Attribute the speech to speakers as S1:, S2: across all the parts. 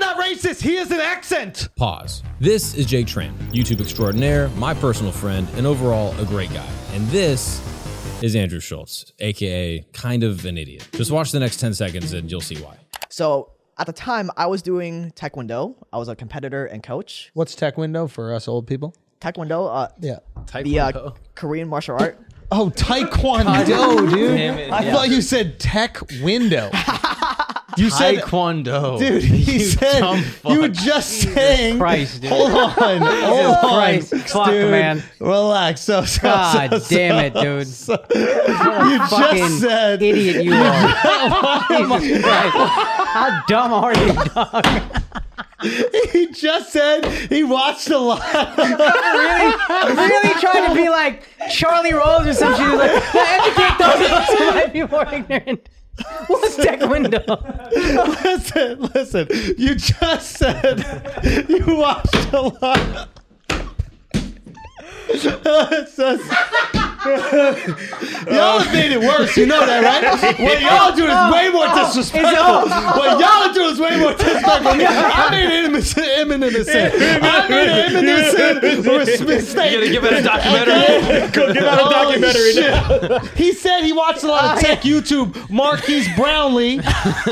S1: racist. He has an accent.
S2: Pause. This is Jake Tran, YouTube extraordinaire, my personal friend, and overall a great guy. And this is Andrew Schultz, aka kind of an idiot. Just watch the next 10 seconds and you'll see why.
S3: So at the time, I was doing Taekwondo. I was a competitor and coach.
S4: What's tech window for us old people?
S3: Taekwondo, uh,
S4: Yeah.
S3: the uh, Korean martial art.
S4: Oh, Taekwondo, dude.
S5: Damn it,
S4: I
S5: yeah.
S4: thought you said tech window. You said,
S5: Taekwondo.
S4: dude. He said
S5: dumb
S4: you were
S5: fuck.
S4: just saying.
S5: Christ, dude.
S4: Hold on, hold
S5: Jesus
S4: on,
S5: Christ. Fuck,
S4: dude.
S5: man.
S4: Relax. So, so,
S5: God
S4: so, so.
S5: damn it, dude.
S4: You just said.
S5: idiot you are. Jesus Christ. How dumb are you, dog?
S4: He just said he watched a lot.
S5: really trying to be like Charlie Rose or some shit. He's like, "Now educate those who might be more ignorant. What's Taekwondo?
S4: Listen, listen. You just said you watched a lot. It's just- y'all have made it worse. You know that, right? What y'all do is way more disrespectful. What y'all do is way more disrespectful. I made an Eminem a sin. I made an Eminem a sin. Mistake.
S5: give it a documentary.
S4: Go get out a documentary He said he watched a lot of tech YouTube, Marquise Brownlee,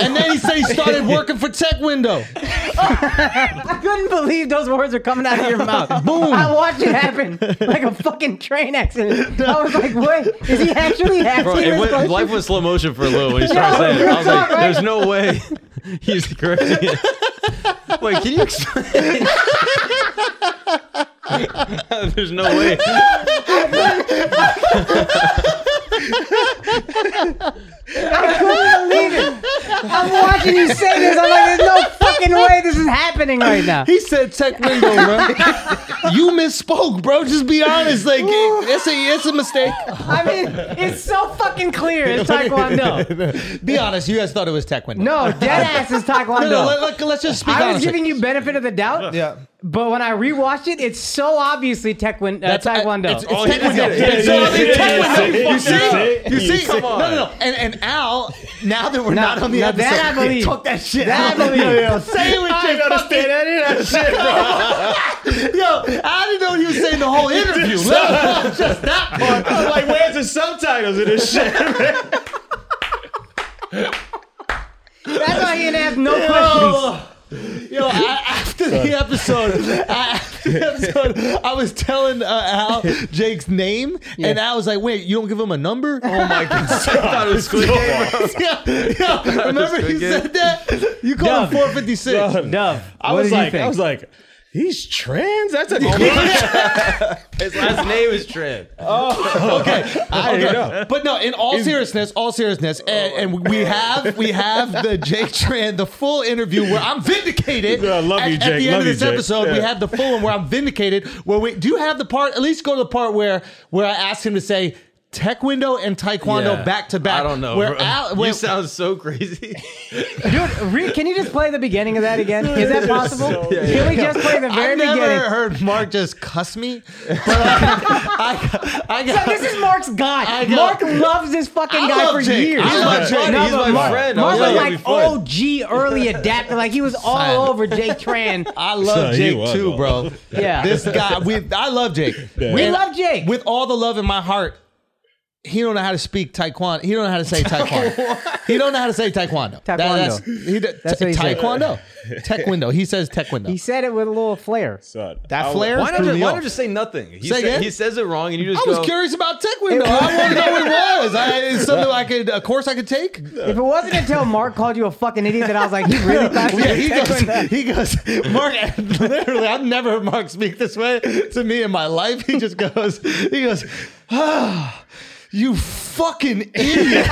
S4: and then he said he started working for Tech Window.
S5: I couldn't believe those words were coming out of your mouth. Boom. I watched it happen like a fucking train accident. I was like, wait, is he actually
S6: Bro,
S5: acting
S6: it
S5: this
S6: went,
S5: question?
S6: life went slow motion for a little when he started
S5: Yeah,
S6: saying it. I was
S5: you're
S6: like,
S5: right.
S6: there's no way he's crazy. Wait, can you explain? there's no way.
S5: I couldn't believe it. I'm watching you say this. I'm like, there's no fucking way this is happening right now.
S4: He said Tech Window, bro. you misspoke, bro. Just be honest. Like it's a it's a mistake.
S5: I mean, it's so fucking clear. It's Taekwondo.
S4: Be honest. You guys thought it was Tech Window.
S5: No, dead ass is Taekwondo.
S4: no, no. Let, us just speak
S5: I was
S4: honestly.
S5: giving you benefit of the doubt.
S4: Yeah.
S5: But when I rewatched it, it's so obviously Taekwondo. Uh, Taekwondo.
S4: It's, it's Taekwondo. It's all in Taekwondo. You see? You see? Come on. No, no, no. And, and Al, now that we're not on the
S5: now
S4: episode,
S5: that I believe.
S4: took that shit.
S5: That
S4: out.
S5: I believe.
S4: Yo, yo, say it with your fucking- Yo, I didn't know he was saying the whole interview. Just that part. I was like, where's the subtitles in this shit?
S5: That's why he didn't ask no questions.
S4: Yo, I, after the episode, I, after the episode, I was telling uh, Al Jake's name, and I was like, "Wait, you don't give him a number?" Oh my god!
S6: I thought it was Squid Game. bro.
S4: yeah, yeah. Remember he
S6: Good.
S4: said that? You called
S7: Dub.
S4: him 456.
S5: Dove.
S7: I
S5: what
S7: was
S5: did you
S7: like,
S5: think?
S7: I was like, he's trans. That's a
S6: His last name is Trent.
S4: Okay, I okay. But no, in all seriousness, all seriousness,
S7: Oh.
S4: and, and we have we have the Jake Tran the full interview where I'm vindicated.
S7: Yeah, I love
S4: at,
S7: you,
S4: at
S7: Jake.
S4: the end
S7: Love
S4: of
S7: you,
S4: this
S7: Jake.
S4: episode, we
S7: Yeah.
S4: have the full one where I'm vindicated. Where we do you have the part? At least go to the part where where I asked him to say. Tech window and taekwondo
S6: Yeah.
S4: Oh, back to back.
S6: I don't know.
S4: Where
S6: bro.
S4: Al, where,
S6: you sound so crazy.
S5: Dude, re- can you just play the beginning of that again? Is that possible?
S6: Yeah,
S5: can we just play the very
S4: I've never
S5: beginning?
S4: heard Mark just cuss me. But I, I, I got,
S5: This is Mark's
S4: I
S5: guy.
S4: know.
S5: Mark loves this fucking
S4: I
S5: guy
S4: love
S5: for
S4: Jake.
S5: years.
S4: I
S6: He's my
S4: love
S6: buddy.
S5: No,
S6: He's
S5: but
S6: my
S5: Mark,
S6: friend. I
S5: Mark
S6: was
S5: was
S6: like,
S5: like OG early adapter. Like he was all
S4: Son.
S5: over Jake Tran.
S4: I love
S7: Son, he
S4: Jake
S7: was
S4: too,
S7: all-
S4: bro.
S5: Yeah.
S4: this guy. We I love Jake.
S5: we
S4: And
S5: love Jake.
S4: with all the love in my heart. He don't know how to speak taekwondo. He don't know how to say taekwondo. he don't know how to say taekwondo. That- that's,
S5: Taekwondo.
S4: he, d-
S5: That's what he said.
S4: taekwondo. Taekwondo. He says taekwondo.
S5: he said it with a little flair.
S4: that flares
S6: Why not,
S4: threw
S6: just,
S4: me
S6: why
S4: off.
S6: not just say nothing? He,
S4: Say
S6: sa-
S4: again?
S6: he says it wrong, and you just
S4: I was
S6: go,
S4: curious about taekwondo. I want to know what it was. I, it's something I could, a course I could take.
S5: If it wasn't until Mark called you a fucking idiot that I was like, he really thought you
S4: Yeah,
S5: were
S4: he
S5: Taekwondo.
S4: goes, he goes, Mark, literally, I've never heard Mark speak this way to me in my life. He just goes, he goes, ah, you fucking idiot.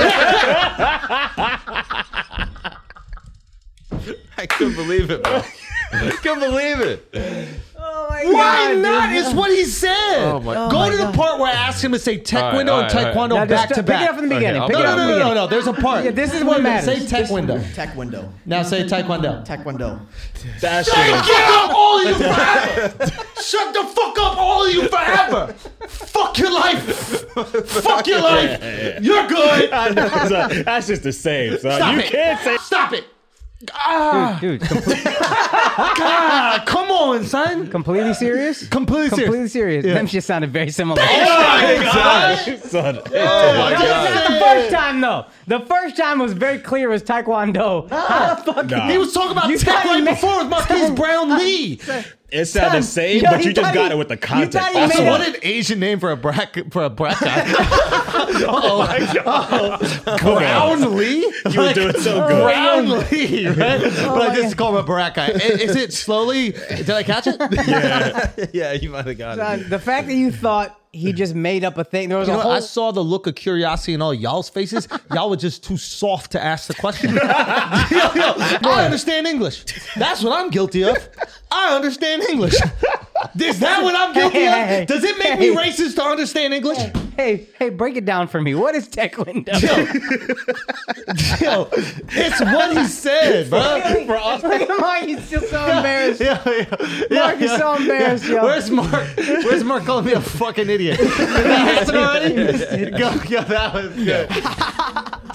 S6: I couldn't believe it, bro. I couldn't believe it.
S5: Oh my
S4: Why
S5: God,
S4: not?
S5: dude.
S4: It's what he said.
S6: Oh my- Oh
S4: Go to the part where I asked him to say
S6: right,
S4: taekwondo
S6: all right, all right.
S4: and taekwondo
S5: Now just
S4: back to
S5: pick
S4: back.
S5: it up from the beginning.
S6: I'll
S5: pick
S4: no,
S5: it
S4: no,
S5: up
S4: no,
S5: from the
S4: no, no,
S5: beginning.
S4: no. There's a part.
S5: Yeah, this is what
S4: Wait a minute,
S5: matters.
S4: Say taekwondo.
S3: Taekwondo.
S4: Now say taekwondo.
S3: Taekwondo.
S7: That's
S4: Get up, all of you forever. Shut the fuck up, all of you forever. Fuck your life. Fuck your life. You're good.
S7: That's just the same. Son.
S4: Stop
S7: you
S4: it.
S7: can't say.
S4: Stop it. Ah.
S5: Dude, complete-
S8: God, Uh, come on, son.
S5: Completely serious?
S8: Completely serious.
S5: Completely serious.
S8: Yeah.
S5: Them just sounded very similar.
S7: Son.
S5: That was not the first time though. The first time was very clear as Taekwondo.
S4: Ah.
S5: How the fuck?
S7: Nah.
S8: He was talking about
S5: You
S8: tech
S5: gotta
S8: right
S5: make-
S8: before with Marquise Brown Lee.
S7: It sounded the same,
S5: Yo,
S7: but
S5: you
S7: you just
S5: thought
S7: got
S5: he-
S7: it with the
S5: you
S7: context.
S5: thought he
S7: That's
S5: made
S7: what
S5: up-
S7: it-
S8: an Asian name for a brack for a brack Oh Brown Lee?
S7: You were doing so good.
S8: Brown Lee, right?
S5: Oh
S8: but I just call him a brack guy. I- Is, it slowly? Did I catch it?
S1: yeah, you might have got it.
S5: Son, the fact that you thought he just made up a thing. There was
S8: You
S5: a
S8: know,
S5: whole.
S8: I saw the look of curiosity in all y'all's faces. Y'all were just too soft to ask the question. Yo, yo, I understand English. That's what I'm guilty of. I understand English. Is that what I'm guilty
S5: Hey, hey, hey.
S8: of? Does it make
S5: Hey.
S8: me racist to understand English?
S5: hey, hey, break it down for me. What is Taekwondo?
S8: Yo, yo, it's what he said, bro.
S5: For us. Look at Mark. He's still so embarrassed.
S8: Yeah, yeah, yeah,
S5: Mark is
S8: yeah.
S5: so embarrassed, yo.
S8: Where's Mark? Where's Mark calling me a fucking idiot? Did he miss it already? Go, yo, that was good.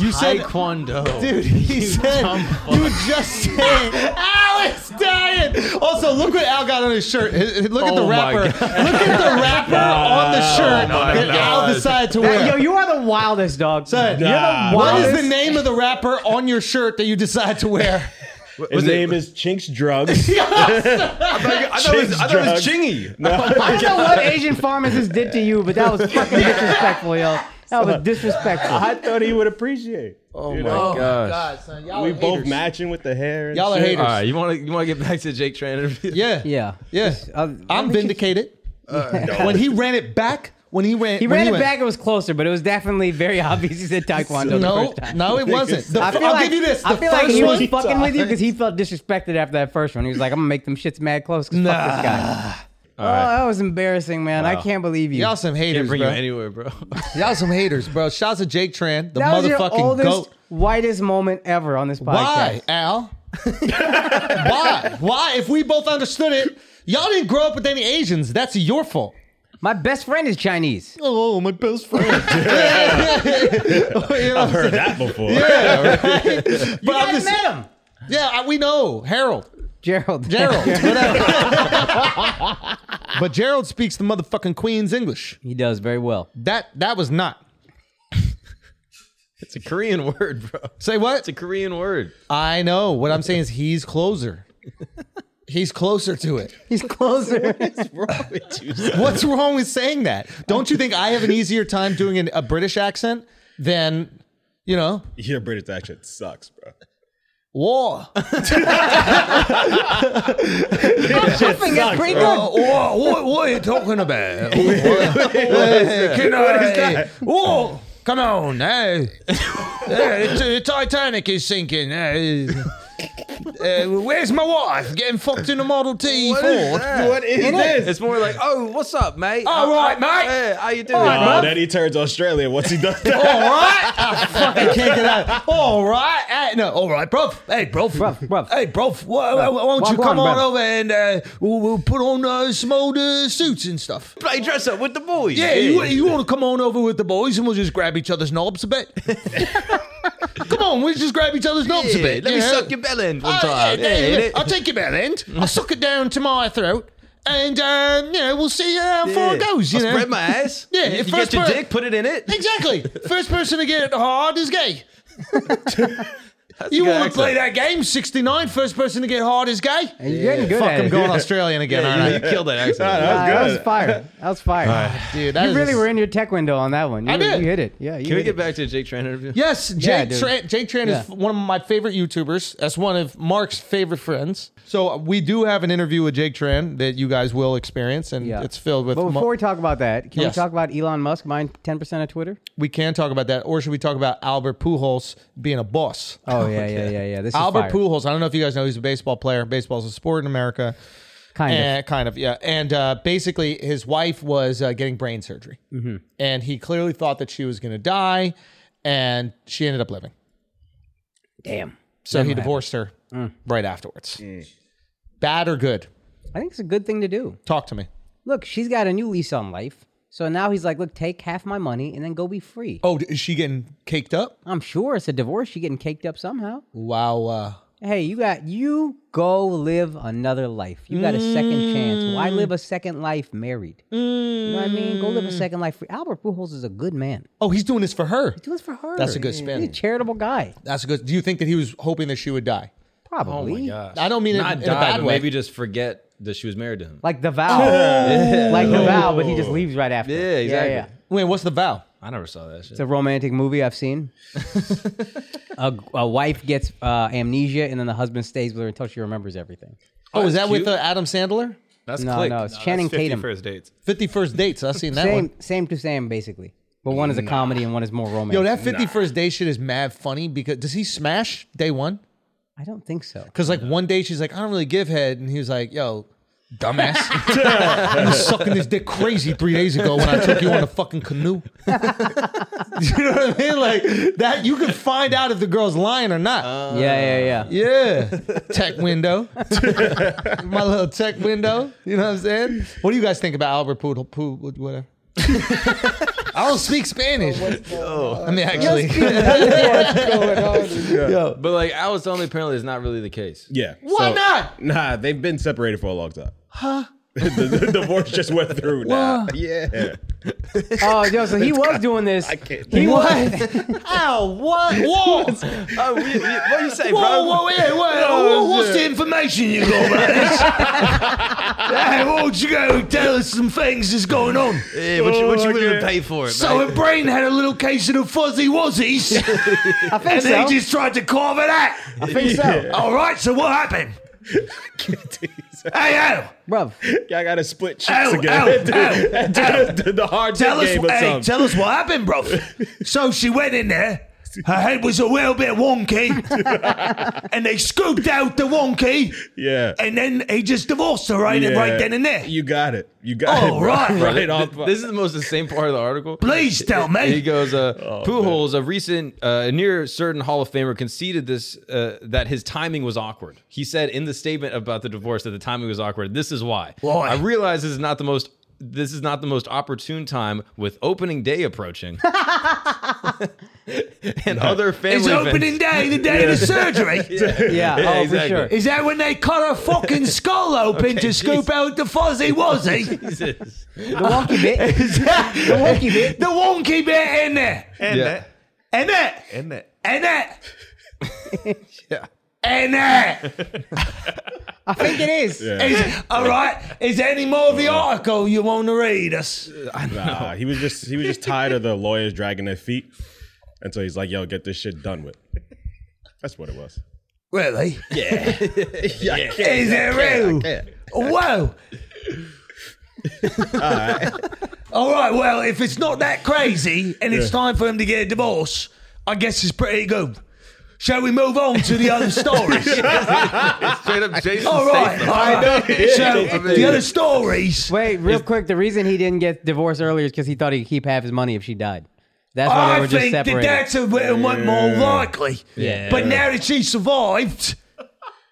S8: You said,
S1: Taekwondo.
S8: dude, he said, you just said, Alex dying. Also, look what Al got on his shirt. H- h- Look at the
S1: Oh my
S8: wrapper. Look at the wrapper on the shirt
S1: my
S8: that Al
S1: God.
S8: decided to wear.
S5: Yo, you are the wildest dog.
S8: Son,
S5: You're
S7: Nah.
S5: the
S8: what
S5: wildest.
S8: is the name of the rapper on your shirt that you decide to wear?
S7: His name is Chinks Drugs.
S1: I thought it was, I thought it was
S7: Drugs.
S1: Chingy.
S5: I don't know what Asian pharmacist did to you, but that was fucking disrespectful, yo. That was disrespectful.
S7: I thought he would appreciate.
S1: Oh,
S7: You
S1: my
S7: know?
S1: gosh.
S8: son, y'all
S7: We both matching with the hair. and
S8: Y'all are
S7: shit.
S8: haters.
S1: All right, you want to you want to get back to the Jake Tran interview?
S8: Yeah.
S5: Yeah.
S8: Yeah.
S5: Uh,
S8: I'm vindicated. when he ran it back, when he ran,
S5: He
S8: when
S5: ran it
S8: went-
S5: back. It was closer, but it was definitely very obvious. He said Taekwondo the
S8: No,
S5: first time.
S8: no, it wasn't. The,
S5: I
S8: I
S5: feel
S8: will
S5: like,
S8: give you this. The
S5: I feel
S8: first
S5: like he
S8: one,
S5: was fucking with you because he felt disrespected after that first one. He was like, "I'm gonna make them shits mad close." 'cause Fuck this guy. Oh, that was embarrassing, man. I can't believe you.
S8: y'all some
S1: Can't
S8: haters,
S1: bring you
S8: bro.
S1: anywhere, bro.
S8: Y'all some haters, bro. Shouts to Jake Tran, the
S5: that was your
S8: motherfucking
S5: oldest,
S8: goat.
S5: whitest moment ever on this podcast.
S8: Why, Al? Why? Why? If we both understood it, y'all didn't grow up with any Asians. That's your fault.
S5: My best friend is Chinese.
S8: Oh, my best friend. You know what I'm
S7: I've heard
S8: saying?
S7: that before.
S8: Yeah, right? But
S5: I
S8: I'm just-
S5: met him,
S8: yeah, I- we know Harold.
S5: Gerald.
S8: Gerald, whatever. but Gerald speaks the motherfucking Queen's English.
S5: he does very well.
S8: That that was not.
S1: It's a Korean word, bro.
S8: Say what?
S1: It's a Korean word.
S8: I know. What I'm saying is he's closer. He's closer to it.
S5: He's closer.
S8: What's wrong with saying that? Don't you think I have an easier time doing an, a British accent than, you know,
S7: Your British accent sucks, bro.
S8: war?
S5: Something is pretty good.
S8: war, what, what are you talking about? Whoa, come on. eh? Hey. Hey, the, the Titanic is sinking. Hey. Uh, where's my wife? Getting fucked in a Model T Ford.
S7: What is this?
S1: It's more like, oh, what's up, mate?
S8: All
S1: Oh,
S8: right,
S1: oh,
S8: mate.
S1: Hey, how you doing?
S7: Oh, then he turns Australian once he does that.
S8: All right. I fucking can't get out. of- All right. Hey, no, all right, bruv. Hey, bruv.
S5: Bruv, bruv.
S8: Hey, bruv. Why, why, why don't you
S5: Walk
S8: come
S5: on,
S8: on,
S5: bruv.
S8: over and uh, we'll, we'll put on uh, some old uh, suits and stuff.
S1: Play dress up with the boys.
S8: Yeah, you, you want to come on over with the boys and we'll just grab each other's knobs a bit? come on, we'll just grab each other's knobs
S1: Yeah,
S8: a bit.
S1: Let me
S8: you know?
S1: suck your bell end one
S8: Oh,
S1: time.
S8: yeah, yeah, yeah.
S1: Yeah,
S8: I'll take your bell end. Uh, I'll suck it down to my throat. And, um, you know, we'll see how far it goes, you
S1: I'll
S8: know.
S1: spread my ass.
S8: Yeah,
S1: you,
S8: if
S1: you
S8: first
S1: get your
S8: per-
S1: dick, put it in it.
S8: Exactly. First person to get it hard is gay. you
S1: a good
S8: want to play
S1: accent.
S8: that game? 69. First person to get hard is gay.
S5: You're getting good at it.
S8: Australian again,
S1: Yeah, you, you killed that accent.
S5: Uh, that was
S7: That's good.
S5: fire. That was fire.
S8: Dude, that
S5: You
S8: is-
S5: really were in your tech window on that one. You,
S8: I did.
S5: You hit it. Yeah. You
S1: Can we
S5: hit
S1: get back to the Jake Tran interview?
S8: Yes,
S5: Yeah,
S8: Jake
S5: dude.
S8: Tran, Jake Tran
S5: Yeah.
S8: is one of my favorite YouTubers. That's one of Mark's favorite friends. So uh, we do have an interview with Jake Tran that you guys will experience, and
S5: Yeah.
S8: it's filled with.
S5: But
S8: mo-
S5: before we talk about that, can
S8: Yes.
S5: we talk about Elon Musk buying ten percent of Twitter?
S8: we can talk about that, or should we talk about Albert Pujols being a boss?
S5: Oh yeah, yeah, yeah, yeah. This is
S8: Albert
S5: fire.
S8: Pujols. I don't know if you guys know, he's a baseball player. Baseball's a sport in America.
S5: kind of.
S8: Eh, kind of, yeah. And uh, basically, his wife was uh, getting brain surgery,
S5: Mm-hmm.
S8: and he clearly thought that she was going to die, and she ended up living.
S5: Damn.
S8: So he divorced her
S1: Mm.
S8: right afterwards. Bad or good?
S5: I think it's a good thing to do.
S8: Talk to me.
S5: Look, she's got a new lease on life. So now he's like, look, take half my money and then go be free.
S8: Oh, d- is she getting caked up?
S5: I'm sure it's a divorce. She getting caked up somehow.
S8: Wow. Uh,
S5: hey, you got you go live another life. You got a second chance. Why live a second life married? You know what I mean? Go live a second life. Free. Albert Pujols is a good man.
S1: Oh, he's doing this for her.
S5: Do this for her.
S1: That's a good
S5: He's
S1: spin.
S5: a charitable
S8: Oh,
S5: guy.
S1: That's good. Do you think that he was hoping that she would die?
S5: Probably.
S1: I don't mean it
S6: Not
S1: in a
S6: die,
S1: bad
S6: but
S1: way.
S6: maybe just forget that she was married to him.
S5: Like the vow.
S1: Oh.
S5: like the vow, but he just leaves right after.
S6: Yeah, exactly.
S1: Wait, what's the vow?
S6: I never saw that shit.
S5: It's a romantic movie I've seen. a, a wife gets uh, amnesia, and then the husband stays with her until she remembers everything.
S1: Oh, is that with
S6: cute.
S1: uh, Adam Sandler?
S6: That's
S5: No,
S6: click.
S5: no, it's Channing Tatum.
S6: First dates.
S1: Fifty First Dates. I've seen that
S5: Same,
S1: one.
S5: same to same, basically. But one is a comedy and one is more romantic.
S1: Yo, that Fifty First Day shit is mad funny because does he smash day one?
S5: I don't think so.
S1: Because like one day she's like, I don't really give head, and he was like, Yo, dumbass, you was sucking this dick crazy three days ago when I took you on a fucking canoe. you know what I mean? Like that, you can find out if the girl's lying or not.
S5: yeah, yeah, yeah.
S1: Uh, Yeah. Tech window. My little tech window. You know what I'm saying? What do you guys think about Albert Poodle? Poo, whatever. I don't speak Spanish. I mean, actually. Oh
S6: But like I was telling me, apparently it's not really the case.
S7: Yeah.
S1: Why
S7: so-
S1: not?
S7: Nah, they've been separated for a long time. Huh? the, the divorce just went through. Nah. Yeah.
S5: Oh, yo, so he was doing this.
S7: I can't.
S5: He was.
S1: Ow, what? Whoa.
S6: Oh, we- we- what do you say,
S1: Whoa,
S6: bro?
S1: whoa, yeah, whoa, whoa, what's the information you got about this? hey, won't you go tell us some things that's going on?
S6: Yeah, what you, what you
S7: Oh,
S6: willing
S7: yeah.
S6: to pay for it?
S1: So
S6: mate?
S1: her brain had a little case of the fuzzy wuzzies,
S5: I think
S1: and they
S5: so.
S1: just tried to carve it out.
S5: I think so.
S1: All right, so what happened? Hey, yo,
S5: Bruv,
S7: I gotta split chips
S1: Ow,
S7: again.
S1: ow,
S7: Do-
S1: ow,
S7: do- do the hard
S1: tell us,
S7: game or
S1: hey,
S7: something.
S1: tell us what happened, bro. so she went in there. Her head was a little bit wonky, and they scooped out the wonky,
S7: yeah.
S1: and then he just divorced her right,
S7: Yeah.
S1: right then and there.
S7: You got it. You got
S1: Oh,
S7: it. bro.
S1: right.
S7: right off.
S6: Th- This is the most insane part of the article.
S1: Please tell me.
S6: He goes, uh,
S8: Oh,
S6: Pujols, a recent, uh, near certain Hall of Famer, conceded this uh, that his timing was awkward. He said in the statement about the divorce that the timing was awkward. This is why.
S1: Why?
S6: I realize this is not the most. This is not the most opportune time with opening day approaching and other family
S1: It's
S6: events.
S1: opening day, the day of the surgery.
S5: yeah,
S6: Yeah,
S5: oh,
S6: exactly.
S5: for sure.
S1: Is that when they cut her fucking skull open
S6: Okay,
S1: to scoop
S6: jeez.
S1: out the fuzzy wuzzy?
S6: Jesus.
S5: The wonky bit.
S1: Is that the
S5: wonky bit?
S1: The wonky bit in there.
S9: And
S6: Yeah.
S9: that.
S1: And that.
S9: And that.
S1: And that. And that.
S5: I think it is.
S1: Is, all right. Is there any more of the article you want to read us?
S7: Nah, he was just he was just tired of the lawyers dragging their feet, and so he's like, "Yo, get this shit done with." That's what it was.
S1: Really?
S7: Yeah, I can't.
S1: Is it real? Whoa. All right. Well, if it's not that crazy and it's time for him to get a divorce, I guess it's pretty good. Shall we move on to the other stories?
S6: Straight up Jason
S1: All right.
S6: Statham.
S1: all right. So
S6: Yeah.
S1: the other stories.
S5: Wait, real quick, the reason he didn't get divorced earlier is because he thought he'd keep half his money if she died. That's why they
S1: I
S5: were just
S1: think that
S5: separated.
S1: that's a little bit more likely.
S5: Yeah.
S1: But now that she survived,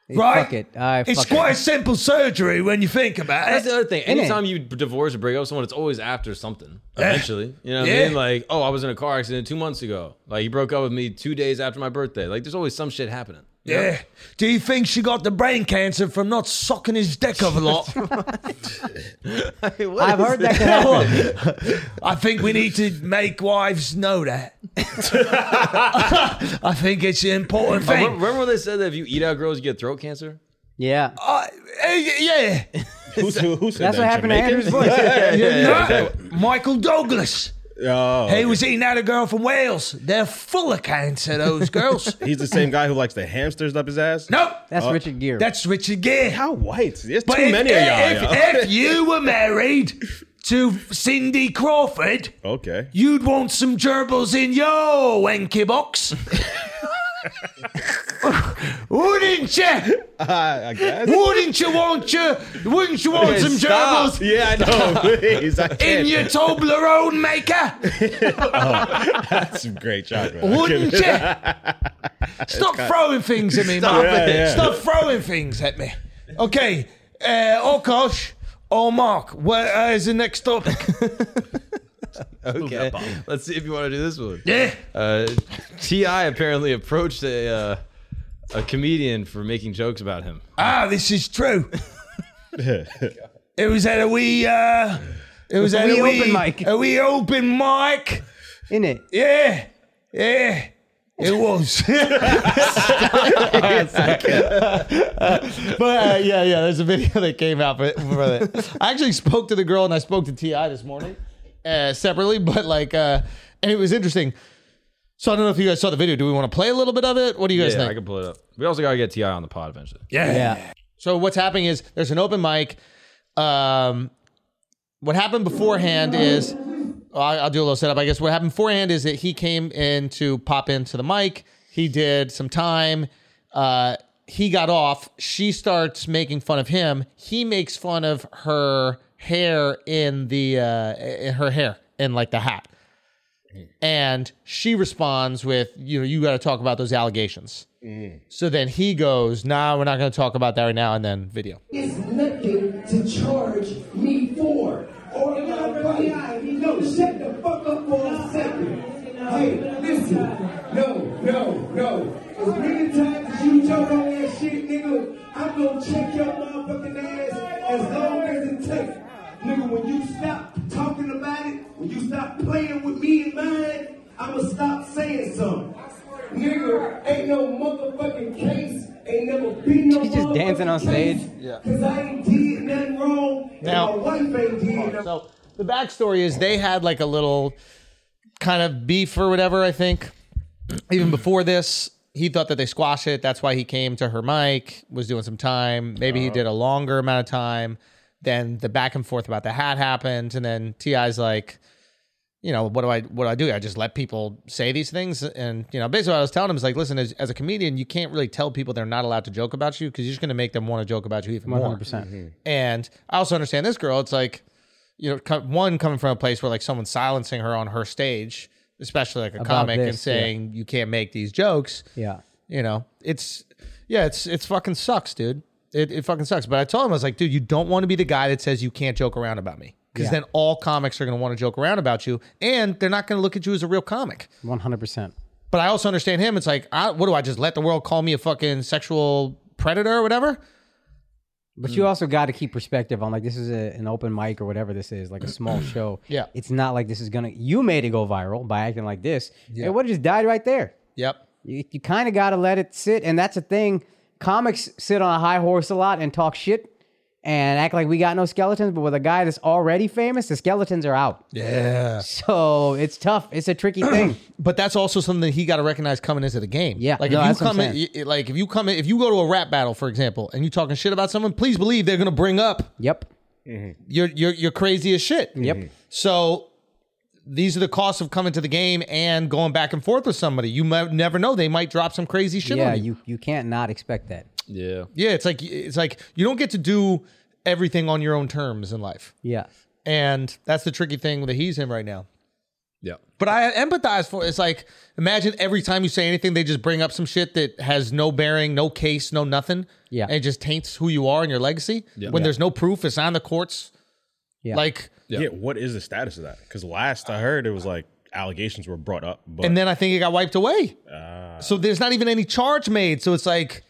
S1: right?
S5: Fuck it. I
S1: It's
S5: fuck
S1: quite
S5: it.
S1: a simple surgery when you think about it.
S6: That's the other thing.
S5: it?
S6: Anytime you divorce or break up with someone, it's always after something. Eventually, you know what
S1: Yeah.
S6: I mean? Like, oh, I was in a car accident two months ago. Like, he broke up with me two days after my birthday. Like, there's always some shit happening. you know?
S1: Yeah. Do you think she got the brain cancer from not sucking his dick up a lot?
S5: I've heard that could happen.
S1: I think we need to make wives know that. I think it's an important
S6: Remember-
S1: thing.
S6: Remember when they said that if you eat out girls, you get throat cancer?
S5: Yeah.
S1: Uh, eh, yeah.
S7: Who's- who, who said
S5: That's
S7: that?
S5: what happened
S7: Jamaican?
S5: to Andrew's voice.
S1: No, Michael Douglas.
S7: Oh,
S1: He was eating out a girl from Wales. They're full of cancer, those girls.
S7: he's the same guy who likes the hamsters up his ass.
S1: nope.
S5: That's
S8: Uh,
S5: Richard Gere.
S1: That's Richard Gere.
S7: How white? There's
S1: But
S7: too
S1: if,
S7: many of
S1: if,
S7: y'all.
S1: if you were married to Cindy Crawford,
S7: yo. Okay.
S1: you'd want some gerbils in your wanky box. Wouldn't you?
S7: I, I guess.
S1: Wouldn't you want you? Wouldn't you want some
S6: stop.
S1: gerbils
S7: Yeah, I know. Please, I
S1: in
S7: can't.
S1: your Toblerone maker?
S7: That's some great chocolate.
S1: Wouldn't you? Stop throwing things at me, Mark.
S7: it. Yeah, yeah.
S1: Stop throwing things at me. Okay, uh, Okosh or Mark, where uh, is the next topic?
S6: Okay. Let's see if you want to do this one.
S1: yeah.
S6: Uh, Ti apparently approached a uh, a comedian for making jokes about him.
S1: Ah, this is true. it was at a wee. Uh, it was at
S5: wee
S1: a wee
S5: open mic.
S1: A wee open mic.
S5: in it.
S1: Yeah, yeah. It was.
S8: But uh, yeah, yeah, there's a video that came out for, for it. I actually spoke to the girl and I spoke to Ti this morning uh, separately, but like, uh, and it was interesting. So I don't know if you guys saw the video. Do we want to play a little bit of it? What do you guys
S6: Yeah, I
S8: think?
S6: can pull it up. We also gotta get Ti on the pod eventually.
S1: yeah.
S8: So what's happening is there's an open mic. Um, what happened beforehand is well, I- I'll do a little setup. I guess what happened beforehand is that he came in to pop into the mic. He did some time. Uh, he got off. She starts making fun of him. He makes fun of her hair in the uh, in her hair in like the hat. And she responds with, you know, you got to talk about those allegations. So then he goes, nah, we're not going to talk about that right now. And then video.
S4: is nothing to charge me for. Or nobody. No, shut the fuck up for a second. Hey, listen. No, no, no. As many times as you joke on that shit, nigga, I'm gonna check your motherfucking ass as long as it takes. Nigga, when you stop talking about it, when you stop playing with me and mine, I'ma stop saying something. Nigga, ain't no motherfucking case, ain't never been no
S5: He's just dancing on
S4: motherfucking case.
S5: stage.
S4: Cause I ain't did nothing wrong. and
S8: Now-
S4: my wife ain't did nothing.
S8: So the backstory is they had like a little kind of beef or whatever, I think. Even before this, he thought that they squashed it. That's why he came to her mic, was doing some time. Maybe he did a longer amount of time. Then the back and forth about the hat happened. And then T.I.'s like, you know, what do I what do I do? I just let people say these things, and you know, basically, what I was telling him is like, listen, as, as a comedian, you can't really tell people they're not allowed to joke about you because you're just going to make them want to joke about you even more.
S5: 100%.
S8: And I also understand this girl. It's like, you know, co- one coming from a place where like someone's silencing her on her stage, especially like a comic, and
S5: this, yeah.
S8: saying you can't make these jokes.
S5: Yeah.
S8: You know, it's yeah, it's it's fucking sucks, dude. It it fucking sucks. But I told him I was like, dude, you don't want to be the guy that says you can't joke around about me. Because
S5: Yeah.
S8: then all comics are going to want to joke around about you, and they're not going to look at you as a real comic.
S5: 100%.
S8: But I also understand him. It's like, I, what do I just let the world call me a fucking sexual predator or whatever? Hmm.
S5: But you also got to keep perspective on like this is a, an open mic or whatever this is, like a small show.
S8: Yeah.
S5: It's not like this is going to, you made it go viral by acting like this. It would have just died right there.
S8: Yep.
S5: You, you kind of got to let it sit. And that's a thing. Comics sit on a high horse a lot and talk shit and act like we got no skeletons. But with a guy that's already famous, the skeletons are out.
S8: Yeah.
S5: So it's tough. It's a tricky thing.
S8: But that's also something that he got to recognize coming into the game.
S5: Yeah,
S8: Like
S5: no,
S8: if you
S5: that's what I'm
S8: come in,
S5: saying.
S8: y- y- like if you come in, if you go to a rap battle, for example, and you talking shit about someone, please believe they're going to bring up
S5: yep.
S8: your your your crazy as shit.
S5: Yep.
S8: So these are the costs of coming to the game and going back and forth with somebody. You might never know; they might drop some crazy shit
S5: Yeah.
S8: on you.
S5: You, you can't not expect that.
S6: Yeah.
S8: Yeah, it's like it's like you don't get to do everything on your own terms in life,
S5: Yeah.
S8: and that's the tricky thing that he's in right now.
S6: Yeah.
S8: But I empathize for it's like imagine every time you say anything, they just bring up some shit that has no bearing, no case, no nothing.
S5: Yeah.
S8: And it just taints who you are and your legacy. When there's no proof, it's on the courts.
S5: Yeah.
S8: Like
S7: Yeah. what is the status of that? Because last I heard, it was like allegations were brought up, but
S8: and then I think it got wiped away. so there's not even any charge made. So it's like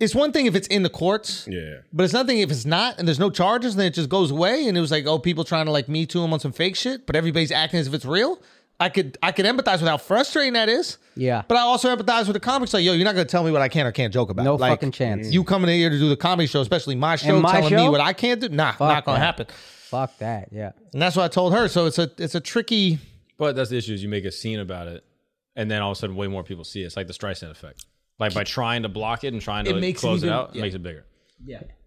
S8: it's one thing if it's in the courts.
S7: yeah,
S8: But it's nothing if it's not, and there's no charges, and then it just goes away. And it was like, oh, people trying to like me too him on some fake shit, but everybody's acting as if it's real. I could I could empathize with how frustrating that is.
S5: Yeah.
S8: But I also empathize with the comics. Like, yo, you're not gonna tell me what I can or can't joke about.
S5: No
S8: Like,
S5: fucking chance.
S8: You coming in here to do the comedy show, especially my show,
S5: my
S8: telling me
S5: show?
S8: what I can't do. Nah, not gonna
S5: that.
S8: happen.
S5: Fuck that. Yeah.
S8: And that's what I told her. So it's a it's a tricky.
S6: But that's the issue is you make a scene about it and then all of a sudden way more people see it. It's like the Streisand effect. Like by trying to block it and trying to
S8: It
S6: like,
S8: makes it
S6: close
S8: even-
S6: it out,
S8: yeah.
S6: it makes it bigger.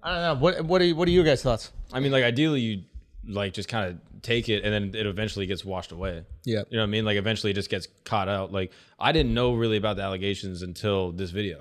S8: I don't know. What what are what are your guys' thoughts?
S6: I mean, like ideally you like just kind of take it and then it eventually gets washed away.
S8: Yeah.
S6: You know what I mean? Like eventually it just gets caught out. Like I didn't know really about the allegations until this video.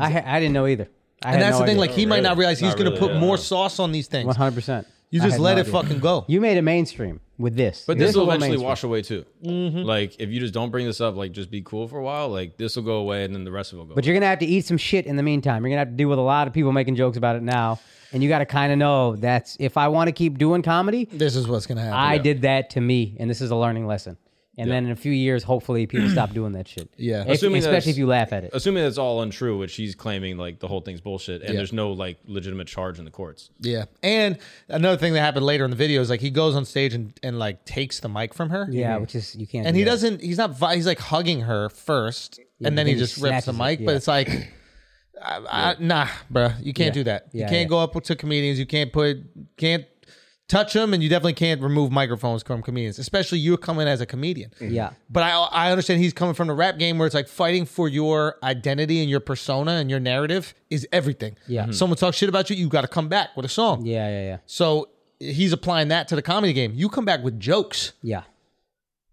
S5: I, ha- I didn't know either. I
S8: And
S5: had
S8: that's
S5: no
S8: the thing.
S5: idea.
S8: Like he might not realize he's
S6: Not
S8: gonna
S6: really,
S8: put
S6: yeah.
S8: more sauce on these things.
S5: 100%.
S8: You
S5: I
S8: just
S5: had
S8: let
S5: no
S8: it
S5: idea.
S8: fucking go.
S5: You made it mainstream with this.
S6: But this,
S5: will
S6: will
S5: go
S6: eventually
S5: mainstream.
S6: wash away too. Like if you just don't bring this up, like just be cool for a while. Like this will go away, and then the rest of it will go.
S5: But you're gonna have to eat some shit in the meantime. You're gonna have to deal with a lot of people making jokes about it now, and you got to kind of know that's if I want to keep doing comedy,
S8: This is what's gonna happen.
S5: I did that to me, and this is a learning lesson. And then in a few years, hopefully, people stop doing that shit.
S8: Yeah.
S5: If-
S6: Assuming
S5: especially
S6: that's-
S5: if you laugh at it.
S6: Assuming that's all untrue, which he's claiming like the whole thing's bullshit, and there's no like legitimate charge in the courts.
S8: Yeah. And another thing that happened later in the video is like he goes on stage and, and like takes the mic from her.
S5: Yeah, which is you can't.
S8: And
S5: do
S8: he
S5: that.
S8: doesn't he's not vi- he's like hugging her first and
S5: but
S8: then
S5: then
S8: he
S5: he
S8: just rips the
S5: snatches it,
S8: mic, but
S5: yeah.
S8: it's like I, I, nah, bruh, you can't do that. you
S5: Yeah,
S8: can't
S5: yeah.
S8: go up to comedians, you can't put can't touch them and you definitely can't remove microphones from comedians, especially you coming as a comedian.
S5: Yeah.
S8: But I I understand he's coming from the rap game where it's like fighting for your identity and your persona and your narrative is everything.
S5: Yeah. Mhm.
S8: Someone talks shit about you, you got to come back with a song.
S5: Yeah, yeah, yeah,
S8: So he's applying that to the comedy game. You come back with jokes
S5: yeah.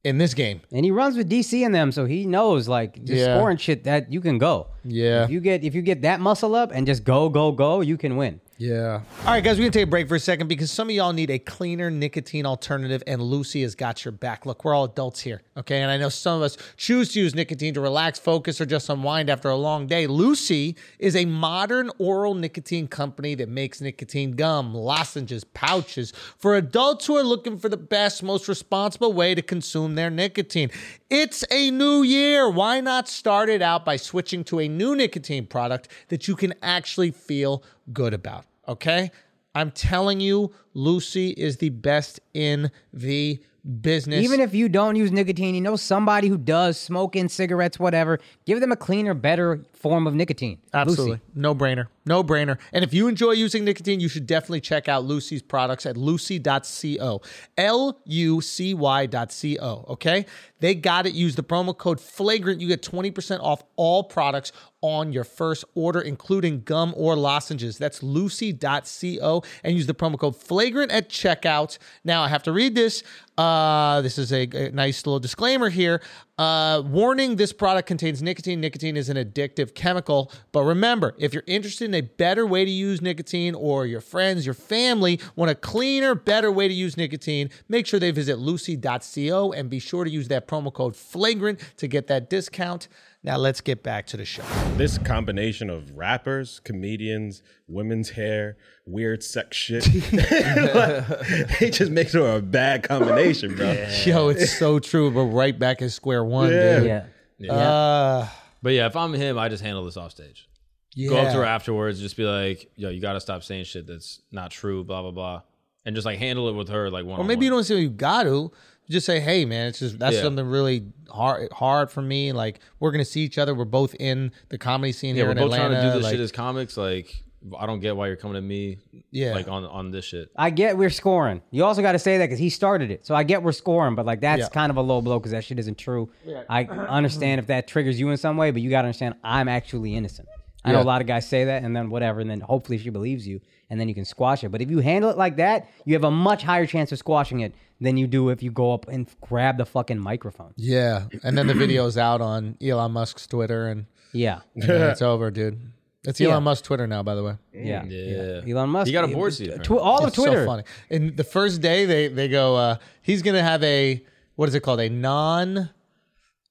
S8: in this game.
S5: And he runs with DC in them, so he knows like just
S8: Yeah.
S5: scoring shit that you can go.
S8: Yeah.
S5: If you get if you get that muscle up and just go go go, you can win.
S8: Yeah. All right, guys, we're gonna take a break for a second because some of y'all need a cleaner nicotine alternative, and Lucy has got your back. Look, we're all adults here, okay? And I know some of us choose to use nicotine to relax, focus, or just unwind after a long day. Lucy is a modern oral nicotine company that makes nicotine gum, lozenges, pouches for adults who are looking for the best, most responsible way to consume their nicotine. It's a new year. Why not start it out by switching to a new nicotine product that you can actually feel good about? okay? I'm telling you, Lucy is the best in the business.
S5: Even if you don't use nicotine, you know somebody who does smoking cigarettes, whatever. Give them a cleaner, better form of nicotine.
S8: Absolutely.
S5: Lucy.
S8: No brainer. No brainer. And if you enjoy using nicotine, you should definitely check out Lucy's products at lucy.co. L U C Y dot co. Okay? They got it. Use the promo code flagrant. You get 20% off all products on your first order, including gum or lozenges. That's lucy.co. And use the promo code flagrant at checkout. Now, I have to read this. Uh, this is a, a nice little disclaimer here. Uh, warning this product contains nicotine. Nicotine is an addictive chemical. But remember, if you're interested in a better way to use nicotine or your friends, your family want a cleaner, better way to use nicotine, make sure they visit lucy.co and be sure to use that promo code flagrant to get that discount. Now, let's get back to the show.
S7: This combination of rappers, comedians, women's hair, weird sex shit, like, it just makes her a bad combination, bro.
S8: Yo, it's so true. We're right back at square one,
S7: Yeah.
S8: dude.
S5: Yeah.
S8: Uh,
S6: But yeah, if I'm him, I just handle this off stage.
S8: yeah.
S6: Go up to her afterwards, just be like, "Yo, you gotta stop saying shit that's not true." Blah blah blah, and just like handle it with her like one.
S8: Or maybe you don't say you got to. You just say, hey, man, it's just that's
S6: Yeah.
S8: something really hard hard for me. Like we're gonna see each other. We're both in the comedy scene
S6: Yeah,
S8: here
S6: we're
S8: in
S6: both
S8: Atlanta.
S6: trying to do this
S8: like,
S6: shit as comics. Like, I don't get why you're coming to me.
S8: Yeah.
S6: like on on this shit.
S5: I get we're scoring. You also got to say that because he started it. So I get we're scoring, but like that's
S8: Yeah.
S5: kind of a low blow because that shit isn't true. I understand if that triggers you in some way, but you got to understand I'm actually innocent. I know
S8: Yeah.
S5: a lot of guys say that and then whatever, and then hopefully she believes you and then you can squash it. But if you handle it like that, you have a much higher chance of squashing it than you do if you go up and grab the fucking microphone.
S8: yeah, and then the video's out on Elon Musk's Twitter, and,
S5: Yeah.
S8: and then it's over, dude. It's Elon
S5: Yeah.
S8: Musk's Twitter now, by the way.
S5: Yeah.
S6: Yeah.
S5: Elon Musk. eh,
S6: He got a board seat, apparently.
S5: Tw- all of
S8: It's so
S5: Twitter.
S8: funny. And the first day they they go, uh, he's gonna have a what is it called? A non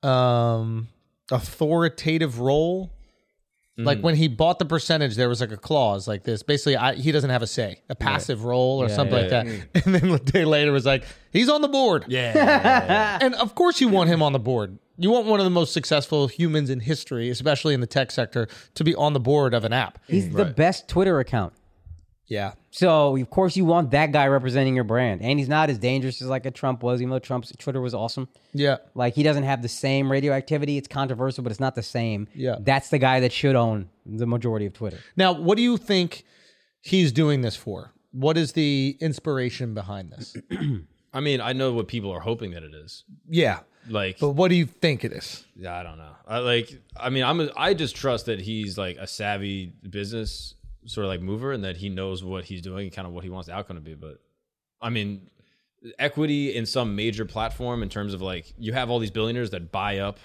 S8: um authoritative role. Like when he bought the percentage, there was like a clause like this. Basically, I, he doesn't have a say, a passive role or something like that. And then a day later was like, he's on the board. Yeah. and of course, you want him on the board. You want one of the most successful humans in history, especially in the tech sector, to be on the board of an app.
S5: He's the best Twitter account.
S8: Yeah.
S5: So of course you want that guy representing your brand, and he's not as dangerous as like a Trump was. Even though Trump's Twitter was awesome,
S8: Yeah.
S5: like he doesn't have the same radioactivity. It's controversial, but it's not the same.
S8: Yeah.
S5: that's the guy that should own the majority of Twitter.
S8: Now, what do you think he's doing this for? What is the inspiration behind this?
S6: I mean, I know what people are hoping that it is.
S8: Yeah.
S6: Like,
S8: But what do you think it is?
S6: Yeah, I don't know. I like. I mean, I'm. A, I just trust that he's like a savvy business sort of like mover, and that he knows what he's doing and kind of what he wants the outcome to be. But I mean, equity in some major platform in terms of like you have all these billionaires that buy up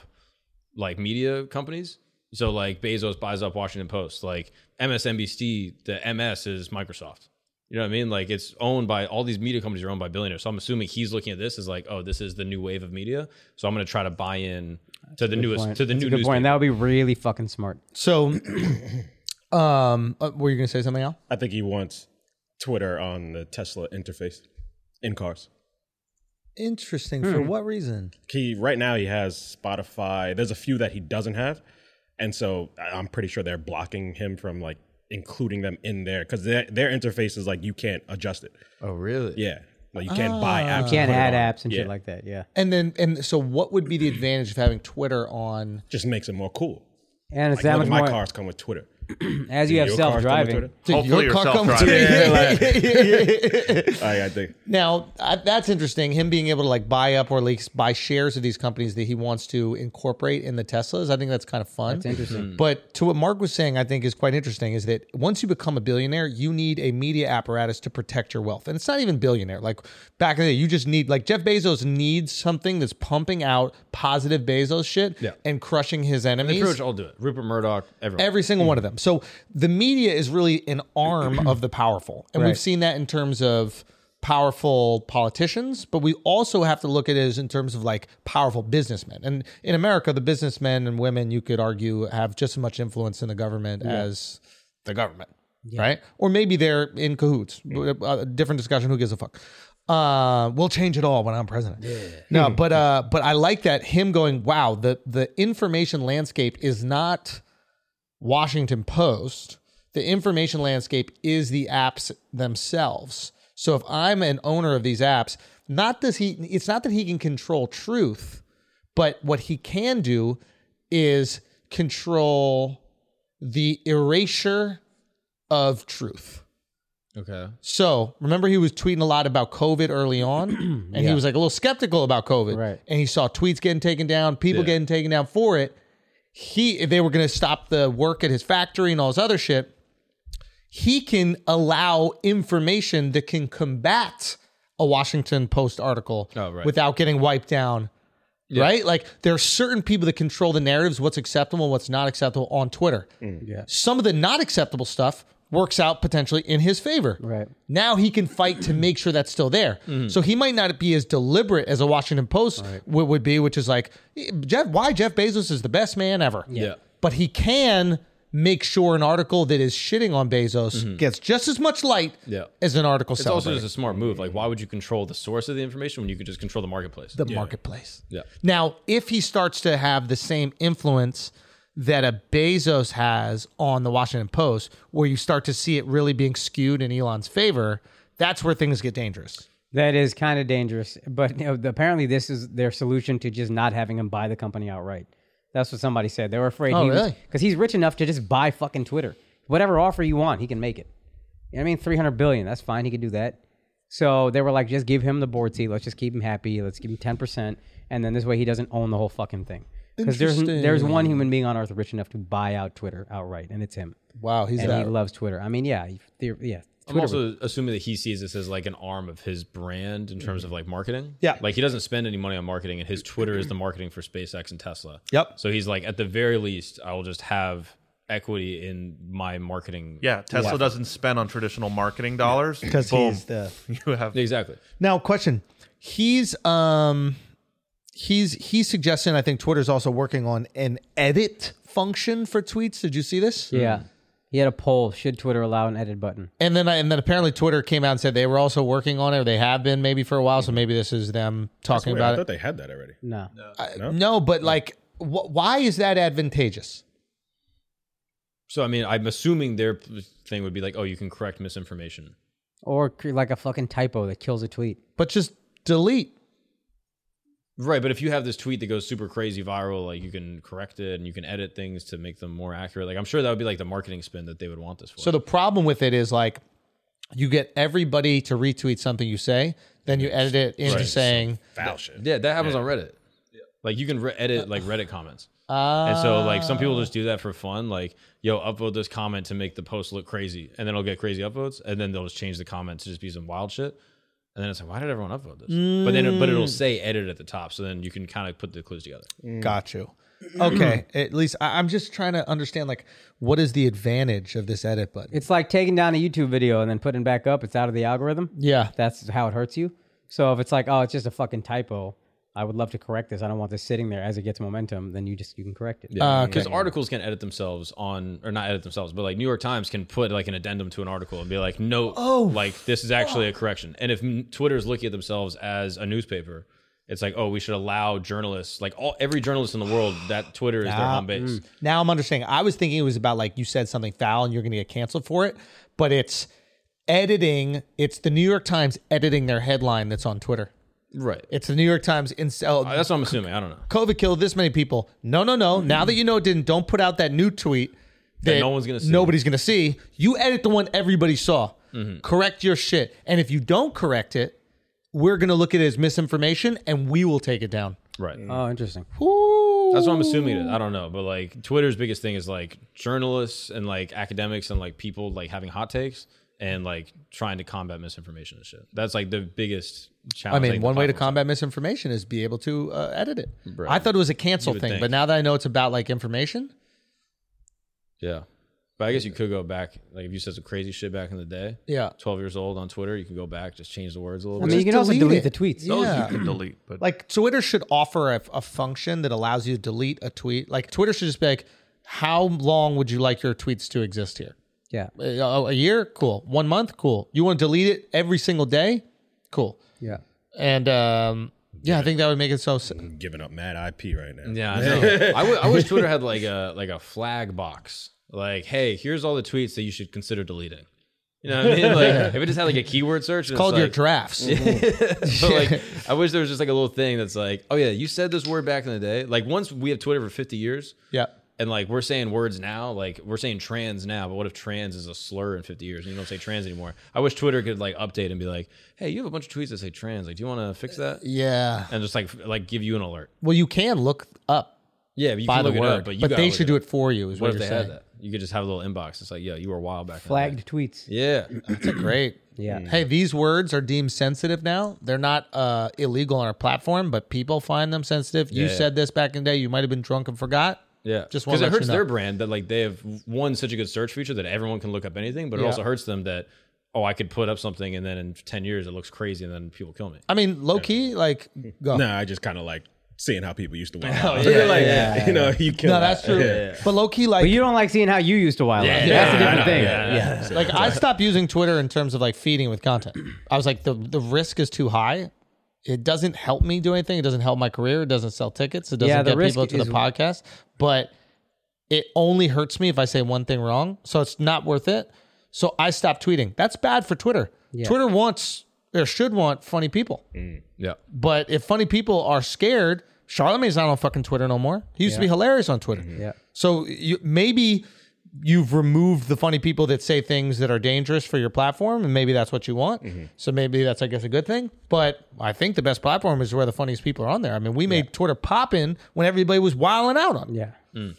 S6: like media companies. So like Bezos buys up Washington Post, like MSNBC, the MS is Microsoft. You know what I mean? Like it's owned by all these media companies are owned by billionaires. So I'm assuming he's looking at this as like, oh, this is the new wave of media. So I'm going to try to buy in to the newest to the
S5: That's
S6: new
S5: a good
S6: newspaper.
S5: point. That would be really fucking smart.
S8: So, um, uh, were you going to say something else?
S7: I think he wants Twitter on the Tesla interface in cars.
S10: Interesting.
S8: Hmm.
S10: For what reason?
S7: He right now he has Spotify. There's a few that he doesn't have, and so I- I'm pretty sure they're blocking him from like including them in there because their their interface is like you can't adjust it.
S8: Oh, really?
S7: Yeah, like you can't buy apps. and
S5: Ah. Can't
S7: put it
S5: add
S7: Uh, on.
S5: apps and
S7: Yeah.
S5: shit like that. Yeah.
S8: And then, and so, what would be the advantage of having Twitter on?
S7: Just makes it more cool.
S5: And it's
S7: Like,
S5: that
S7: look at my
S5: much more.
S7: cars come with Twitter.
S5: As you have
S7: Your cars come
S5: self
S7: with
S5: driving.
S7: Twitter?
S8: Dude,
S9: Hopefully your self-driving.
S7: Oh, I, I think.
S8: Now I, that's interesting. Him being able to like buy up or at least buy shares of these companies that he wants to incorporate in the Teslas. I think that's kind of fun. That's
S5: interesting.
S8: But to what Mark was saying, I think is quite interesting is that once you become a billionaire, you need a media apparatus to protect your wealth, and it's not even billionaire. Like back in the day, you just need like Jeff Bezos needs something that's pumping out positive Bezos shit
S6: Yeah.
S8: and crushing his
S6: They
S8: enemies.
S6: pretty much all do it. Rupert Murdoch, everyone.
S8: Every single one of them. So the media is really an arm of the powerful. And
S5: Right.
S8: we've seen that in terms of powerful politicians, but we also have to look at it as in terms of like powerful businessmen. And in America, the businessmen and women, you could argue, have just as much influence in the government as the government, right? Or maybe they're in cahoots. Uh, A different discussion. Who gives a fuck? Uh, we'll change it all when I'm president. No, but uh, but I like that him going. Wow, the the information landscape is not. Washington Post, the information landscape is the apps themselves. So if I'm an owner of these apps, not does he it's not that he can control truth, but what he can do is control the erasure of truth.
S6: okay.
S8: So remember, he was tweeting a lot about COVID early on, and he was like a little skeptical about COVID.
S5: Right.
S8: And he saw tweets getting taken down, people getting taken down for it. He they were going to stop the work at his factory and all this other shit. He can allow information that can combat a Washington Post article
S6: Oh, right.
S8: without getting wiped down. Right? Like there are certain people that control the narratives, what's acceptable, what's not acceptable on Twitter.
S6: Mm.
S8: Some of the not acceptable stuff works out potentially in his favor.
S5: Right.
S8: Now he can fight to make sure that's still there.
S6: Mm.
S8: So he might not be as deliberate as a Washington Post w- would be, which is like, Jeff, why Jeff Bezos is the best man ever.
S6: Yeah.
S8: But he can make sure an article that is shitting on Bezos gets just as much light
S6: Mm-hmm. Yeah.
S8: as an article
S6: It's also
S8: celebrating
S6: just a smart move. Like, why would you control the source of the information when you could just control the marketplace?
S8: the marketplace.
S6: yeah.
S8: Now, if he starts to have the same influence that a Bezos has on the Washington Post, where you start to see it really being skewed in Elon's favor, that's where things get dangerous.
S5: That is kind of dangerous. But you know, apparently, this is their solution to just not having him buy the company outright. That's what somebody said. They were afraid.
S8: Oh,
S5: he
S8: really?
S5: Because he's rich enough to just buy fucking Twitter. Whatever offer you want, he can make it. You know what I mean? 300 billion. That's fine. He could do that. So they were like, just give him the board seat. Let's just keep him happy. Let's give him 10%. And then this way he doesn't own the whole fucking thing. Because there's, there's one human being on earth rich enough to buy out Twitter outright, and it's him.
S8: Wow, he's
S5: And he
S8: that.
S5: loves Twitter. I mean, yeah. he- the- yeah.
S6: I'm also assuming that he sees this as like an arm of his brand in terms of like marketing.
S8: Mm-hmm. Yeah.
S6: Like he doesn't spend any money on marketing, and his Twitter is the marketing for SpaceX and Tesla.
S8: Yep.
S6: So he's like, at the very least, I will just have equity in my marketing.
S9: Yeah, Tesla doesn't spend on traditional marketing dollars. Because
S8: he's the-
S9: you have
S6: Exactly.
S8: Now, question. He's um he's he's suggesting I think Twitter's also working on an edit function for tweets. Did you see this?
S5: Yeah. He had a poll. Should Twitter allow an edit button?
S8: And then I, and then apparently Twitter came out and said they were also working on it or they have been maybe for a while, so maybe this is them talking
S7: Wait, I
S8: about it.
S7: thought they had that already.
S5: No.
S8: No, but like, wh- why is that advantageous?
S6: So I mean, I'm assuming their p- thing would be like, oh, you can correct misinformation.
S5: Or cre- like a fucking typo that kills a tweet.
S8: But just delete.
S6: Right, but if you have this tweet that goes super crazy viral, like you can correct it and you can edit things to make them more accurate. Like I'm sure that would be like the marketing spin that they would want this for.
S8: So the problem with it is like, you get everybody to retweet something you say, then you edit it into saying,
S7: Foul shit.
S6: Yeah, that happens on Reddit. Like you can re- edit like Reddit comments. and so like some people just do that for fun. Like, yo, upvote this comment to make the post look crazy, and then it'll get crazy upvotes, and then they'll just change the comment to just be some wild shit. And then it's like, why did everyone upvote this? But then, it, but it'll say edit at the top, so then you can kind of put the clues together.
S8: "Got you." Okay, at least I, I'm just trying to understand like, what is the advantage of this edit button?
S5: It's like taking down a YouTube video and then putting it back up. It's out of the algorithm.
S8: yeah,
S5: That's how it hurts you. So if it's like, oh, it's just a fucking typo, I would love to correct this. I don't want this sitting there as it gets momentum. Then you just you can correct it.
S6: Yeah,
S8: okay.
S6: because articles can edit themselves on, or not edit themselves, but like New York Times can put like an addendum to an article and be like, no, oh, like this is actually a correction. And if m- Twitter's looking at themselves as a newspaper, it's like, oh, we should allow journalists, like all every journalist in the world, that Twitter is their home base.
S8: Now I'm understanding. I was thinking it was about like you said something foul and you're going to get canceled for it, but it's editing. It's the New York Times editing their headline that's on Twitter.
S6: Right.
S8: It's the New York Times. In- oh,
S6: Uh, That's what I'm assuming. I don't know.
S8: COVID killed this many people. No, no, no. Now that you know it didn't, don't put out that new tweet that,
S6: Hmm. no one's gonna see.
S8: Nobody's gonna see. You edit the one everybody saw.
S6: Mm-hmm.
S8: Correct your shit. And if you don't correct it, we're gonna look at it as misinformation, and we will take it down.
S6: Right.
S5: Oh, interesting.
S6: That's what I'm assuming. It is. I don't know, but like Twitter's biggest thing is like journalists and like academics and like people like having hot takes and like trying to combat misinformation and shit. That's like the biggest challenge.
S8: I mean,
S6: like, the
S8: one way to
S6: platforms
S8: combat misinformation is be able to uh, edit it. I thought it was a cancel
S6: You would
S8: thing,
S6: think.
S8: but now that I know it's about like information,
S6: have. Yeah, but I guess you could go back. Like if you said some crazy shit back in the day.
S8: Yeah.
S6: 12 years old on Twitter, you can go back, just change the words a little
S5: I
S6: bit.
S5: mean, you
S8: Just
S5: can also delete
S8: delete
S5: the tweets.
S8: it.
S11: Those
S8: Yeah.
S11: you can delete, but
S8: like Twitter should offer a, a function that allows you to delete a tweet. Like Twitter should just be like, how long would you like your tweets to exist here?
S5: Yeah.
S8: Uh, a, a year cool one month cool you want to delete it every single day cool
S5: Yeah.
S8: and um yeah i think that would make it so s-
S7: I'm giving up mad IP right now.
S6: Yeah, I know. I, w- I wish Twitter had like a like a flag box. Like, hey, here's all the tweets that you should consider deleting. You know what I mean? Like, if it just had like a keyword search, and it's
S8: called your
S6: like-
S8: drafts
S6: but like, I wish there was just like a little thing that's like, oh yeah, you said this word back in the day. Like once we have Twitter for 50 years,
S8: yeah
S6: and like we're saying words now, like we're saying trans now, but what if trans is a slur in 50 years and you don't say trans anymore? I wish Twitter could like update and be like, hey, you have a bunch of tweets that say trans. Like, do you want to fix that?
S8: yeah
S6: And just like f- like give you an alert.
S8: well you can look up
S6: Yeah, but you
S8: by
S6: can
S8: the
S6: look
S8: word
S6: it up, but you
S8: they should do it for you is
S6: What
S8: what,
S6: if they
S8: you're
S6: had
S8: saying
S6: that? You could just have a little inbox. It's like, yeah, you were a while back. in the day.
S5: Flagged tweets.
S6: Yeah,
S8: great
S5: Yeah.
S8: hey these words are deemed sensitive now they're not uh illegal on our platform but people find them sensitive you
S6: Yeah.
S8: said this back in the day you might have been drunk and forgot
S6: yeah.
S8: Just wanna
S6: because it
S8: let you
S6: hurts their
S8: know.
S6: brand that like they have one such a good search feature that everyone can look up anything, but it
S8: Yeah.
S6: also hurts them that oh, I could put up something and then in ten years it looks crazy and then people kill me.
S8: i mean low-key like go
S7: No, I just kind of like seeing how people used to wild out.
S6: yeah,
S7: like,
S5: yeah,
S7: you know, you kill.
S8: no that's true but low-key like
S5: But you don't like seeing how you used to wild out. That's a
S7: I
S5: different
S7: know,
S5: thing.
S7: yeah,
S5: yeah.
S8: like I stopped using Twitter in terms of like feeding with content. I was like the the risk is too high. It doesn't help me do anything. It doesn't help my career. It doesn't sell tickets. It doesn't
S5: Yeah, the
S8: get people
S5: risk
S8: to the
S5: is-
S8: podcast. But it only hurts me if I say one thing wrong. So it's not worth it. So I stopped tweeting. That's bad for Twitter. Twitter wants or should want funny people.
S6: Yeah,
S8: But if funny people are scared, Charlemagne's not on fucking Twitter no more. He used to be hilarious on Twitter.
S5: Yeah.
S8: So you, maybe you've removed the funny people that say things that are dangerous for your platform, and maybe that's what you want. So maybe that's, I guess, a good thing. But I think the best platform is where the funniest people are on there. I mean, we made Twitter poppin' when everybody was wilding out on.
S5: Yeah.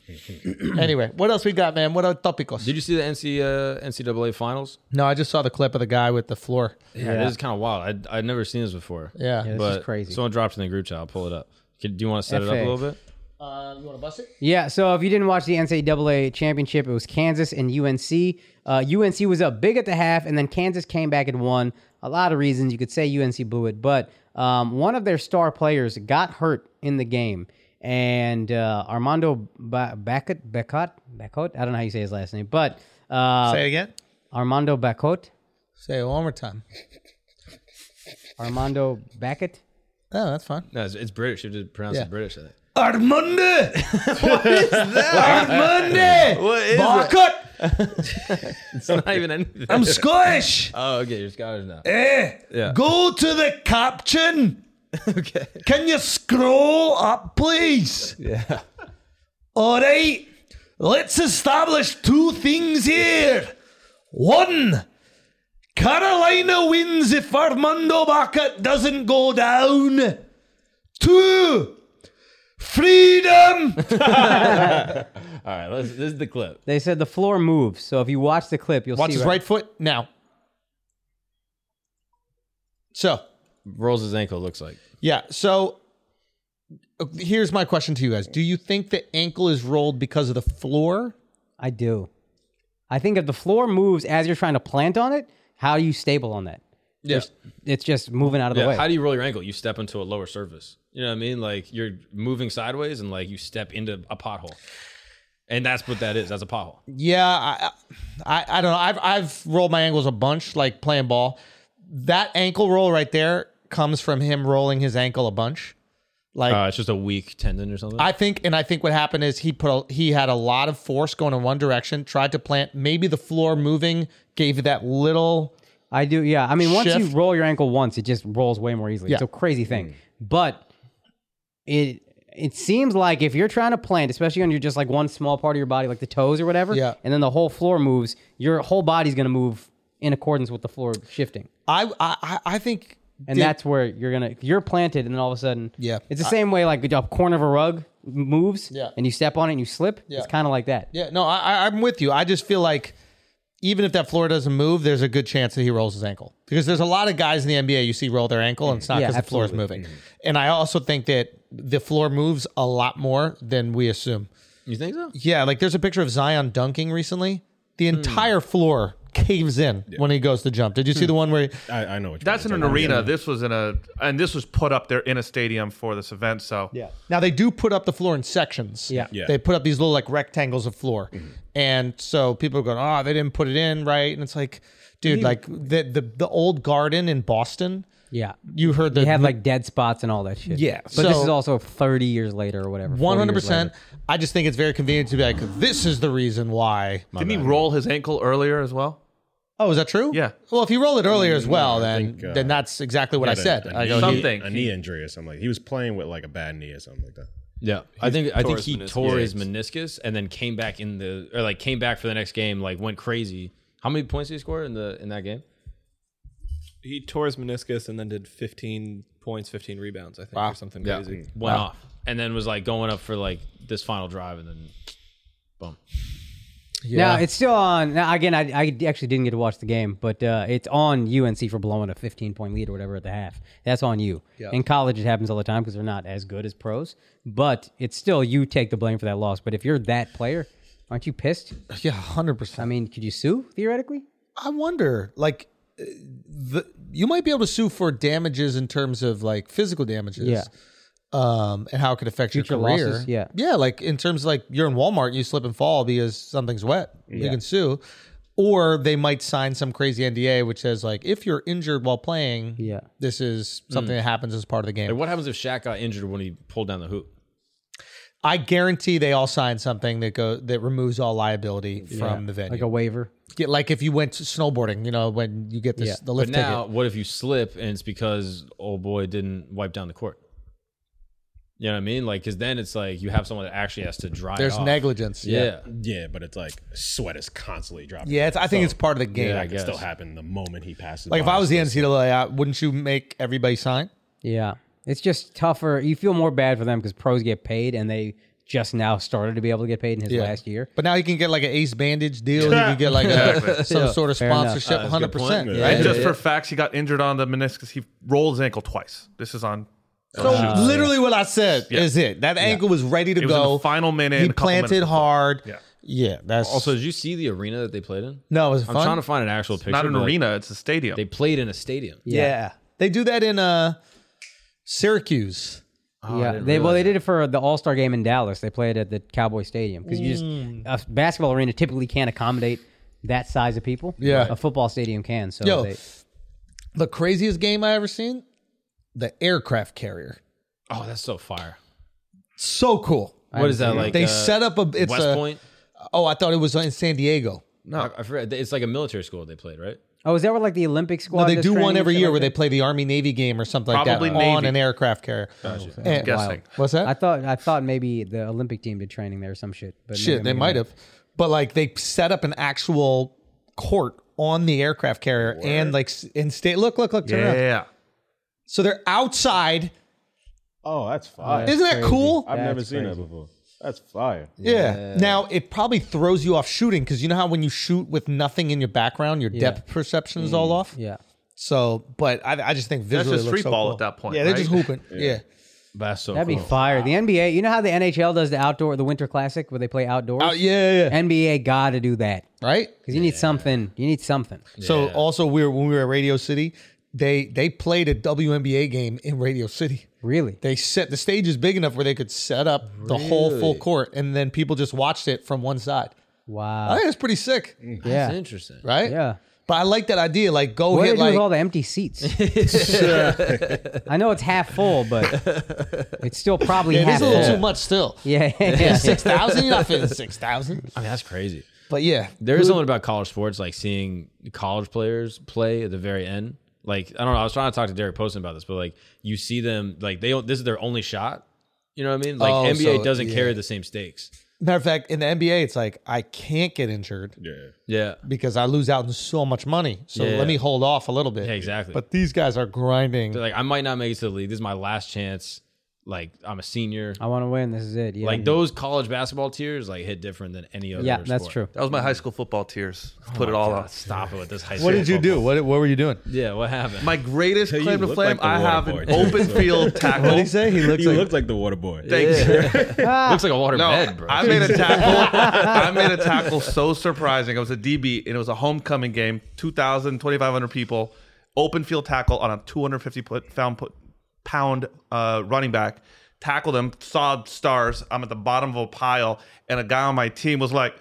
S8: it. Anyway, what else we got, man? What are topicos?
S6: did you see the NC, uh, NCAA finals?
S8: no, I just saw the clip of the guy with the floor.
S6: Yeah, this is kind of wild. I I'd never seen this before.
S8: Yeah. Yeah,
S5: this
S6: but
S5: is crazy.
S6: Someone dropped it in the group chat. I'll pull it up. Could- do you want to set it up
S5: FA.
S6: a little bit?
S8: Uh, you want to bust it?
S5: Yeah, so if you didn't watch the NCAA championship, it was Kansas and UNC. Uh, UNC was up big at the half, and then Kansas came back and won. A lot of reasons you could say UNC blew it, but um, one of their star players got hurt in the game, and uh, Armando ba- Bacot, Bacot, Bacot, I don't know how you say his last name, but uh,
S8: Say it again.
S5: Armando Bacot,
S8: Say it one more time.
S5: Armando Bacot.
S8: Oh, that's fine.
S6: No, it's, it's British. You have to pronounce
S8: Yeah.
S6: it British. I think.
S1: Armando! what is that? Armando!
S6: What is
S1: Barcut!
S6: It's not even anything.
S1: I'm Scottish!
S6: oh, okay. You're Scottish now.
S1: Eh,
S6: Yeah.
S1: Go to the caption. okay. Can you scroll up, please? Yeah. All right. Let's establish two things here. One, Carolina wins if Armando Bucket doesn't go down. Two, freedom.
S6: All right. Let's, this is the clip.
S5: They said the floor moves, so if you watch the clip, you'll
S8: Watch
S5: see.
S8: his right foot now. So.
S6: Rolls his ankle. Looks like.
S8: Yeah. So uh, here's my question to you guys: Do you think the ankle is rolled because of the floor?
S5: I do. I think if the floor moves as you're trying to plant on it, how do you stable on that?
S6: Yeah.
S5: It's just moving out of the
S6: Yeah.
S5: way.
S6: How do you roll your ankle? You step into a lower surface. You know what I mean? Like you're moving sideways and like you step into a pothole. And that's what that is. That's a pothole.
S8: Yeah, I, I, I don't know. I've I've rolled my ankles a bunch, like playing ball. That ankle roll right there comes from him rolling his ankle a bunch. Like
S6: Uh, it's just a weak tendon or something.
S8: I think, and I think what happened is he put a, he had a lot of force going in one direction, tried to plant. Maybe the floor moving gave you that little.
S5: I do, yeah. I mean, once
S8: Shift.
S5: you roll your ankle once, it just rolls way more easily. It's
S8: Yeah.
S5: a crazy thing.
S6: Mm.
S5: But it it seems like if you're trying to plant, especially when you're just like one small part of your body, like the toes or whatever,
S8: Yeah.
S5: and then the whole floor moves, your whole body's gonna move in accordance with the floor shifting.
S8: I I- I I think.
S5: And
S8: Dude,
S5: that's where you're gonna you're planted, and then all of a sudden,
S8: Yeah.
S5: it's the
S8: I-
S5: same way like a corner of a rug moves,
S8: Yeah.
S5: and you step on it and you slip.
S8: Yeah.
S5: It's kind of like that.
S8: yeah. No, I I- I'm with you. I just feel like even if that floor doesn't move, there's a good chance that he rolls his ankle because there's a lot of guys in the NBA you see roll their ankle and it's not
S5: Yeah,
S8: because the floor is
S5: absolutely.
S8: moving. And I also think that the floor moves a lot more than we assume.
S6: you think so?
S8: Yeah, like there's a picture of Zion dunking recently. The entire floor caves in when he goes to jump. Did you see the one where? he-
S7: I, I know what you're
S9: That's in an arena. This was in a, and this was put up there in a stadium for this event. So yeah,
S8: Now they do put up the floor in sections.
S5: Yeah.
S7: Yeah. Mm-hmm.
S8: They put up these little like rectangles of floor. And so people are going, "Oh, they didn't put it in right." And it's like, dude, like the the, the old garden in Boston,
S5: Yeah,
S8: you heard the
S5: you have like dead spots and all that shit.
S8: Yeah,
S5: but this
S8: so-
S5: is also 30 years later or whatever. 40 years
S8: 100%.
S5: later.
S8: I just think it's very convenient to be like, "This is the reason why."
S9: didn't he roll his ankle earlier as well?
S8: Oh, is that true?
S9: Yeah.
S8: Well, if you roll it earlier as well, then
S7: Mm, think, uh,
S8: then that's exactly what I said. I go,
S9: knee-
S8: he-
S9: Something.
S7: A knee injury or something. Like, he was playing with like a bad knee or something like that.
S6: Yeah, I think I think he
S9: meniscus.
S6: tore his meniscus and then came back in the or like came back for the next game, like went crazy. How many points did he score in the in that game?
S12: He tore his meniscus and then did 15 points, 15 rebounds, I think, or something
S8: Mm.
S12: crazy.
S6: went off and then was like going up for like this final drive and then boom.
S5: Now it's still on. Now again, I, I actually didn't get to watch the game, but uh, it's on UNC for blowing a 15 point lead or whatever at the half. That's on you. In college, it happens all the time because they're not as good as pros. But it's still you take the blame for that loss. But if you're that player, aren't you pissed?
S8: yeah, 100%.
S5: I mean, could you sue theoretically?
S8: I wonder, like, uh, the you might be able to sue for damages in terms of like physical damages,
S5: Yeah.
S8: um, and how it could affect
S5: Future
S8: your career,
S5: losses, yeah.
S8: yeah, like in terms of like you're in Walmart, you slip and fall because something's wet, you can sue, or they might sign some crazy NDA which says like if you're injured while playing,
S5: Yeah. Mm.
S8: this is something that happens as part of the game.
S6: Like what happens if Shaq got injured when he pulled down the hoop?
S8: I guarantee they all sign something that go that removes all liability from the venue,
S5: Like a waiver?
S8: Get- like if you went snowboarding, you know, when you get this
S5: Yeah.
S8: the
S6: But
S8: lift
S6: now,
S8: ticket.
S6: what if you slip and it's because old boy didn't wipe down the court? You know what I mean? Like, because then it's like you have someone that actually has to dry.
S8: There's
S6: off.
S8: negligence.
S6: Yeah.
S7: Yeah, but it's like sweat is constantly dropping.
S8: Yeah, it's, I think
S7: So,
S8: it's part of the game.
S6: Yeah, I
S7: That can
S6: guess.
S7: still happen the moment he passes.
S8: like if
S7: by.
S8: I was the NCAA, I, wouldn't you make everybody sign?
S5: Yeah, it's just tougher. You feel more bad for them because pros get paid and they just now started to be able to get paid in his last year.
S8: But now you can get like an ace bandage deal. You can get like a, some sort of
S5: Fair enough.
S8: sponsorship.
S6: that's a
S8: Hundred
S6: good point.
S8: percent.
S7: Yeah.
S9: and just for facts, he got injured on the meniscus. He rolled his ankle twice. This is on.
S8: So literally, what I said
S9: Yeah.
S8: is it. That ankle was ready to
S9: It was in
S8: go.
S9: the final minute.
S8: He
S9: and a couple minutes
S8: planted
S9: before.
S8: hard.
S9: Yeah.
S8: Yeah, that's
S6: Also, did you see the arena that they played in?
S8: no. It was
S6: I'm
S8: fun.
S6: trying to find an actual picture.
S9: Not an
S6: but, like,
S9: arena. It's a stadium.
S6: They played in a stadium.
S8: yeah. they do that in uh, Syracuse.
S5: yeah, they well they did it for the All Star game in Dallas. They played at the Cowboy Stadium because you just a basketball arena typically can't accommodate that size of people.
S8: Yeah.
S5: a football stadium can. So
S8: Yo.
S5: Oh, they,
S8: The craziest game I ever seen. The aircraft carrier.
S6: Oh, that's so fire.
S8: So cool.
S6: What is that like?
S8: They
S6: uh,
S8: set up a. It's
S6: West
S8: a,
S6: Point.
S8: Oh, I thought it was in San Diego.
S6: No, I, I forgot. It's like a military school they played, right?
S5: oh, is that where like the Olympic squad?
S8: No, they
S5: does
S8: do one
S5: training
S8: every
S5: and shit
S8: year
S5: like
S8: where they
S5: that?
S8: play the Army Navy game or something like
S9: Probably
S8: that on
S9: Navy.
S8: an aircraft carrier. And-
S9: guessing.
S8: What's that?
S5: I thought I thought maybe the Olympic team did training there or some shit. But maybe
S8: Shit,
S5: I'm
S8: they
S5: making
S8: might
S5: it up.
S8: have, but like they set up an actual court on the aircraft carrier and like s- in state. Look, look, look. Turn
S9: Yeah.
S8: around. So they're outside.
S7: Oh, that's fire.
S8: Isn't that cool?
S7: I've never
S5: That's
S7: seen that
S5: crazy.
S7: before. That's fire.
S8: Yeah. Now it probably throws you off shooting because you know how when you shoot with nothing in your background, your depth perception is all off.
S5: Mm, Yeah,
S8: So, but I, I just think
S9: That's
S8: visually
S9: just
S8: it looks
S9: street
S8: so
S9: ball
S8: cool.
S9: at that point.
S8: Yeah, they're
S9: right?
S8: just hooping. yeah.
S6: That's so.
S5: that'd be
S6: cool.
S5: fire. The NBA, you know how the NHL does the outdoor, the Winter Classic where they play outdoors.
S8: Oh, yeah, yeah, yeah.
S5: NBA got to do that
S8: Right.
S5: because you need something. You need something.
S8: So also we were when we were at Radio City, they they played a WNBA game in Radio City.
S5: Really?
S8: They set the stage is big enough where they could set up the whole full
S6: Really?
S8: court, and then people just watched it from one side. I
S5: Wow.
S8: think it's pretty sick,
S5: Yeah.
S6: That's interesting.
S8: right?
S5: Yeah.
S8: But I like that idea. Like go
S5: What do
S8: hit
S5: they do
S8: like
S5: with all the empty seats? I know it's half full, but it's still probably
S8: it
S5: half
S8: is a little
S5: full.
S8: too much still.
S5: Yeah, yeah.
S8: Six thousand? You're not fitting six thousand.
S6: I mean, that's crazy.
S8: But yeah,
S6: There is something about college sports, like seeing college players play at the very end. Like I don't know, I was trying to talk to Derek Poston about this, but like you see them, like they don't. This is their only shot. You know what I mean? Like
S8: Oh,
S6: NBA
S8: so,
S6: doesn't
S8: yeah.
S6: carry the same stakes.
S8: matter of fact, in the NBA, it's like I can't get injured
S6: Yeah,
S8: because I lose out on so much money. So
S6: Yeah.
S8: let me hold off a little bit.
S6: Yeah, exactly.
S8: But these guys are grinding.
S6: They're like I might not make it to the league. This is my last chance. Like I'm a senior.
S5: I want to win. This is it. Yeah.
S6: Like those college basketball tiers, like hit different than any other.
S5: Yeah, that's
S6: sport.
S5: true.
S9: That was my high school football tears. Put
S7: Oh
S9: it all
S6: God,
S9: on.
S6: Stop it with this high.
S1: What did you
S6: football.
S1: do? What What were you doing?
S6: Yeah, what happened?
S9: My greatest
S7: you
S9: claim to
S7: look
S9: fame,
S7: like the
S9: I
S7: water
S9: have
S7: boy,
S9: an
S7: dude.
S9: open field tackle.
S1: What did he say? He looks
S7: He
S1: like.
S7: looked like the water boy.
S9: Thanks.
S6: looks like a water
S9: No,
S6: bed, bro.
S9: I made a tackle. I made a tackle so surprising. I was a DB, and it was a homecoming game. 2,000, 2,500 people. Open field tackle on a 250 put, found, put, pound uh, running back. Tackled him. Saw stars. I'm at the bottom of a pile, and a guy on my team was like,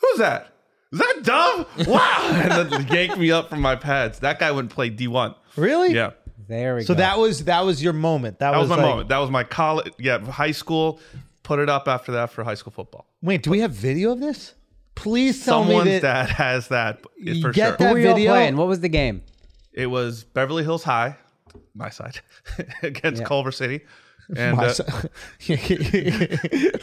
S9: "Who's that? Is that Dove? Wow!" and then yanked me up from my pads. That guy wouldn't play D1.
S8: really?
S9: Yeah.
S5: There we
S8: So
S5: go.
S8: that was that was your moment. That,
S9: That was my
S8: like-
S9: moment. That was my college, yeah, high school. Put it up after that for high school football.
S8: Wait, do we have video of this? Please tell
S9: Someone
S8: me that.
S9: that has that
S8: You
S9: for
S8: get
S9: sure.
S8: that
S5: Who were y'all
S8: video-
S5: playing? What was the game?
S9: It was Beverly Hills High, my side, against
S5: Yeah.
S9: Culver City, and
S8: My
S9: uh,
S8: son-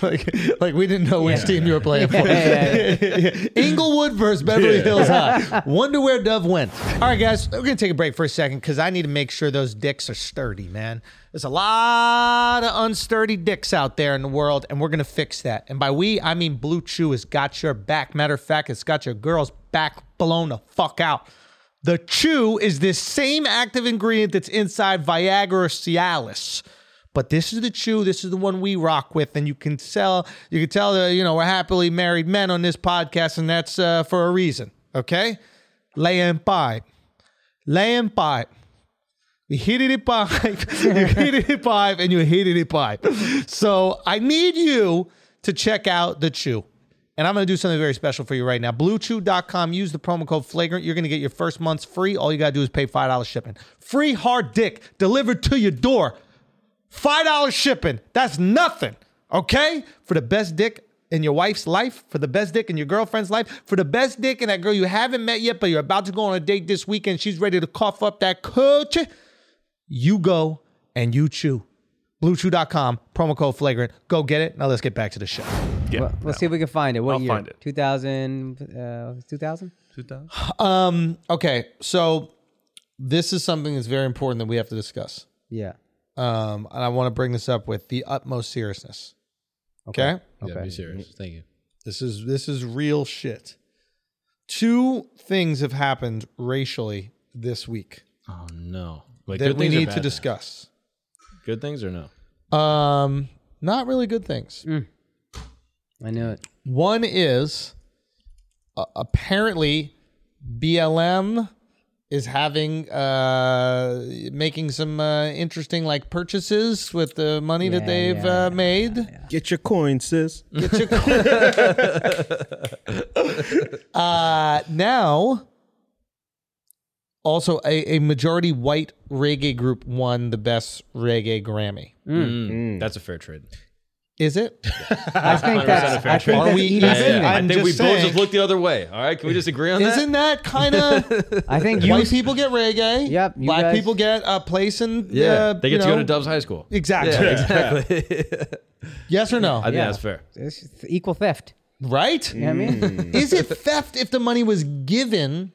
S8: like, like we didn't know which team you were playing for. Inglewood versus Beverly Hills High. Wonder where Dove went. All right, guys, we're gonna take a break for a second because I need to make sure those dicks are sturdy, man. There's a lot of unsturdy dicks out there in the world, and we're gonna fix that. And by we, I mean Blue Chew has got your back. Matter of fact, it's got your girl's back blown the fuck out. The Chew is this same active ingredient that's inside Viagra or Cialis. But this is the chew. This is the one we rock with, and you can tell. You can tell that you know we're happily married men on this podcast, and that's uh, for a reason. Okay, lay and pipe, lay and pipe. You hit it in pipe, you hit it in pipe, and you hit it in pipe. So I need you to check out the chew. And I'm going to do something very special for you right now. BlueChew.com. Use the promo code Flagrant. You're going to get your first month's free. All you got to do is pay five dollars shipping. Free hard dick delivered to your door. Five dollars shipping. That's nothing. Okay? For the best dick in your wife's life, for the best dick in your girlfriend's life, for the best dick in that girl you haven't met yet, but you're about to go on a date this weekend. She's ready to cough up that coach. You go and you chew. BlueChew.com, promo code flagrant. Go get it. Now let's get back to the show.
S9: yeah,
S5: Well, let's see if we can find it. What
S9: I'll
S5: year?
S9: find it.
S5: 2000. uh, 2000?
S8: Okay, so this is something that's very important that we have to discuss.
S5: Yeah.
S8: Um, and I want to bring this up with the utmost seriousness. okay?
S5: Okay.
S6: Yeah, be serious. Thank you.
S8: This is this is real shit. Two things have happened racially this week
S6: Oh no. Like
S8: that
S6: good
S8: we
S6: things or
S8: need
S6: bad
S8: to
S6: things?
S8: discuss.
S6: Good things or no?
S8: Um, not really good things.
S5: I knew it.
S8: One is uh, apparently BLM is having uh making some uh, interesting like purchases with the money that
S5: Yeah,
S8: they've
S5: yeah,
S8: uh, made.
S7: Get your coin, sis.
S8: Uh, now, also a, a majority white reggae group won the best reggae Grammy.
S6: Mm, That's a fair trade.
S8: Is it?
S5: I think that's. I think
S8: Are
S5: that's
S8: we
S5: even.
S8: even?
S5: even.
S8: I'm
S6: I think we
S8: just
S6: both
S8: saying-
S6: just looked the other way. All right, can we just agree on that?
S8: Isn't that kind of
S5: I think you.
S8: white people get reggae?
S5: Yep, you
S8: Black
S5: guys-
S8: people get a place in.
S6: Yeah,
S8: uh,
S6: they get
S8: you
S6: to go
S8: know-
S6: to Dubs High School.
S8: Exactly.
S6: Exactly.
S8: Yes or no?
S6: I think
S5: Yeah.
S6: that's fair.
S5: It's equal theft.
S8: right?
S5: You know what I mean?
S8: Is it theft if the money was given?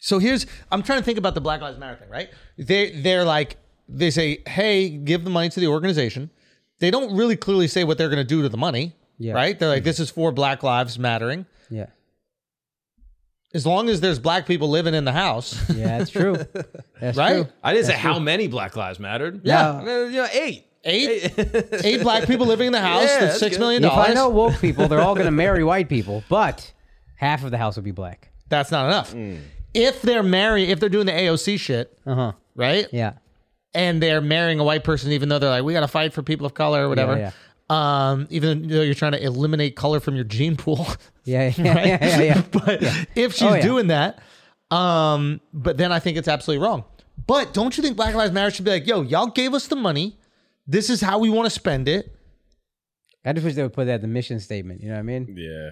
S8: So here's I'm trying to think about the Black Lives Matter thing, right? They they're like they say, "Hey, give the money to the organization." They don't really clearly say what they're going to do to the money,
S5: Yeah.
S8: right? They're like, "This is for Black Lives Mattering."
S5: Yeah.
S8: As long as there's black people living in the house,
S5: Yeah, that's true. That's
S8: right?
S5: true.
S6: I didn't say how many Black Lives mattered.
S8: Yeah.
S6: I mean, you know, eight.
S8: Eight eight black people living in the house,
S6: Yeah,
S8: that's
S6: that's
S8: six
S6: good.
S8: million
S5: If I know
S8: dollars.
S5: woke people, they're all going to marry white people, but half of the house will be black.
S8: That's not enough. if they're marrying, if they're doing the AOC shit,
S5: Uh-huh.
S8: right?
S5: Yeah.
S8: And they're marrying a white person, even though they're like, we got to fight for people of color or whatever.
S5: yeah.
S8: Um, even though you're trying to eliminate color from your gene pool,
S5: Yeah, yeah,
S8: right?
S5: yeah, yeah, yeah.
S8: but if she's
S5: Oh, yeah.
S8: doing that, um, but then I think it's absolutely wrong. But don't you think Black Lives Matter should be like, yo, y'all gave us the money. This is how we want to spend it.
S5: I just wish they would put that in the mission statement. You know what I mean?
S7: Yeah.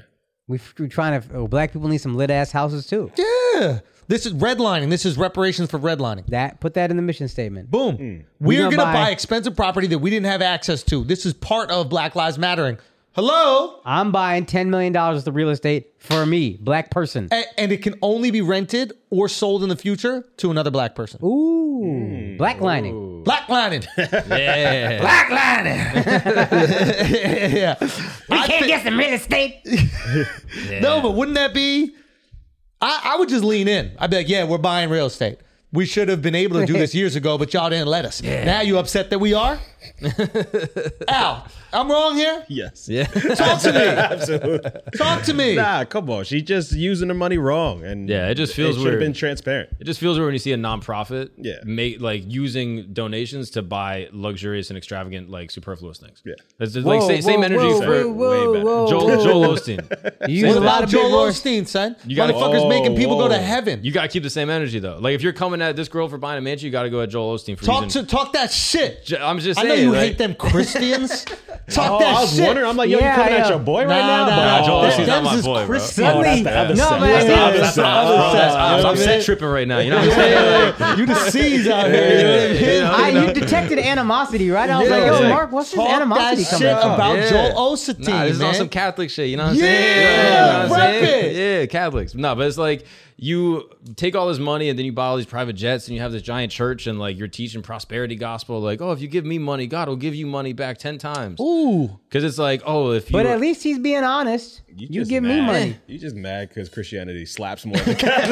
S5: We, we're trying to. Oh, black people need some lit ass houses too.
S8: Yeah. This is redlining. This is reparations for redlining.
S5: That put that in the mission statement.
S8: Boom. We're,
S5: gonna
S8: gonna, buy,
S5: buy-
S8: expensive property that we didn't have access to. This is part of Black Lives Mattering. Hello,
S5: I'm buying ten million dollars of real estate for me, black person.
S8: A- and it can only be rented or sold in the future to another black person.
S5: Ooh,
S8: Hmm.
S5: blacklining.
S8: Blacklining.
S6: Yeah.
S8: yeah.
S5: We can't get some real estate.
S8: No, but wouldn't that be? I, I would just lean in. I'd be like, yeah, we're buying real estate. We should have been able to do this years ago, but y'all didn't let us. Now you upset that we are? Al, I'm wrong here?
S7: Yes.
S6: Yeah.
S8: Talk to me.
S7: Absolutely.
S8: Talk to me.
S7: Nah, come on. She's just using her money wrong, and
S6: Yeah, it just feels
S7: should have
S6: weird.
S7: been transparent.
S6: It just feels weird when you see a nonprofit
S7: Yeah.
S6: make like using donations to buy luxurious and extravagant like superfluous things.
S7: Yeah.
S6: That's just, like same, same energy for
S7: way better.
S6: Joel, Joel Osteen.
S5: You
S6: Same
S5: use a
S6: thing.
S5: lot
S8: About
S5: of big
S8: Joel
S5: words.
S8: Osteen, son.
S6: You gotta- Oh,
S8: Motherfuckers making people go to
S7: whoa.
S8: heaven.
S6: You gotta keep the same energy though. Like if you're coming at this girl for buying a mansion, you gotta go at Joel Osteen for
S8: talk
S6: using.
S8: to talk that shit.
S6: J- I'm just
S8: I
S6: saying.
S8: know you
S6: like-
S8: hate them Christians. talk
S7: Oh,
S8: that
S7: I was
S8: shit.
S7: wondering. I'm like, yo,
S5: Yeah,
S7: you coming
S5: yeah.
S7: at your boy right now?
S8: Nah, nah,
S7: But-
S6: nah, Joel
S8: that-
S6: Ostee's not
S8: them's
S6: my
S8: is
S6: boy, bro.
S8: Christian.
S5: No,
S7: that's the other side.
S5: man.
S7: That's the other
S6: That's
S7: side.
S6: not- bro, that's- I'm,
S8: Yeah,
S6: I'm
S8: man.
S6: set tripping right now. You know what I'm saying?
S8: you the C's out here.
S5: I, you detected animosity, right? I was
S8: Yeah.
S5: like, yo,
S8: Yeah.
S5: Mark, what's this
S8: Talk
S5: animosity
S8: that
S5: coming
S8: shit
S5: from?
S8: about
S6: Yeah.
S8: Joel Osteen,
S6: Nah, this is
S8: man.
S6: on some Catholic shit. You know what I'm
S8: Yeah,
S6: saying? Yeah, you know what I'm
S8: rep
S6: saying?
S8: it.
S6: Yeah, Catholics. No, but it's like you take all this money and then you buy all these private jets and you have this giant church and like you're teaching prosperity gospel. Like, oh, if you give me money, God will give you money back ten times.
S8: Ooh,
S6: Because it's like, oh, if you
S5: But at least he's being honest.
S7: You
S5: You
S7: just
S5: give me
S7: mad.
S5: money.
S7: You just mad because Christianity slaps more. Than
S6: I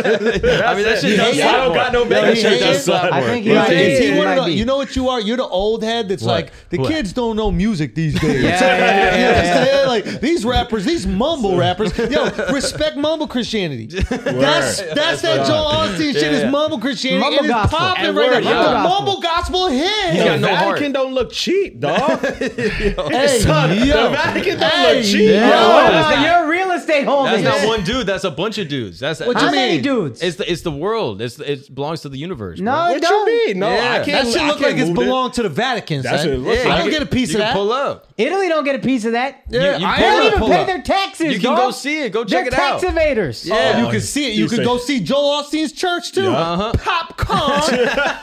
S6: mean, that shit
S8: You
S6: does slap
S8: hate it?
S6: more.
S8: I don't got no
S6: That
S8: money.
S6: shit
S8: You hate
S6: does
S8: it?
S6: slap
S5: I
S6: more.
S5: think
S6: Yeah.
S5: you hate
S8: Is he
S5: it
S8: one of
S5: might
S8: the-
S5: be.
S8: you know what you are? You're the old head that's like the
S6: What?
S8: kids don't know music these days.
S5: Yeah, yeah, yeah, yeah,
S8: You understand? Like these rappers, these mumble rappers. Yo, respect mumble Christianity. That's that's that Joel Austin shit is mumble Christianity.
S5: Mumble
S8: it is
S5: gospel.
S8: popping
S5: And
S8: right now.
S5: word, yeah.
S8: The mumble gospel hit.
S6: You got no heart.
S7: Vatican don't look cheap, dog.
S8: Hey, yo.
S7: The Vatican don't
S8: Hey,
S7: look cheap.
S8: yo.
S5: Oh, it's your real estate holdings.
S6: That's not one dude. That's a bunch of dudes. That's
S8: What
S5: How
S8: you
S5: many
S8: mean?
S5: dudes?
S6: It's the it's the world. It's it belongs to the universe.
S5: no,
S6: bro.
S5: it
S7: What
S5: don't.
S7: you mean? No,
S6: Yeah.
S7: I
S6: That
S7: can't.
S8: That shit
S7: I
S8: look like
S7: can't
S8: it's
S7: move it.
S8: belonged to the Vatican.
S7: That's
S8: son.
S7: what it looks
S8: I
S7: like.
S8: don't
S7: You
S8: get a piece
S6: you
S8: of
S6: can
S8: that.
S6: Pull up.
S5: Italy don't get a piece of that.
S8: Yeah,
S6: you
S8: I
S5: They
S6: pull
S8: am
S5: don't
S6: up.
S8: gonna
S5: even
S8: pull
S5: pay
S8: up.
S5: their taxes.
S6: You can
S5: dog.
S6: go see it. Go check
S5: They're
S6: it out.
S5: tax evaders.
S6: Yeah.
S8: You could see it. You,
S7: You
S8: could
S7: say-
S8: go see Joel Osteen's church too.
S6: Uh-huh.
S8: Popcorn.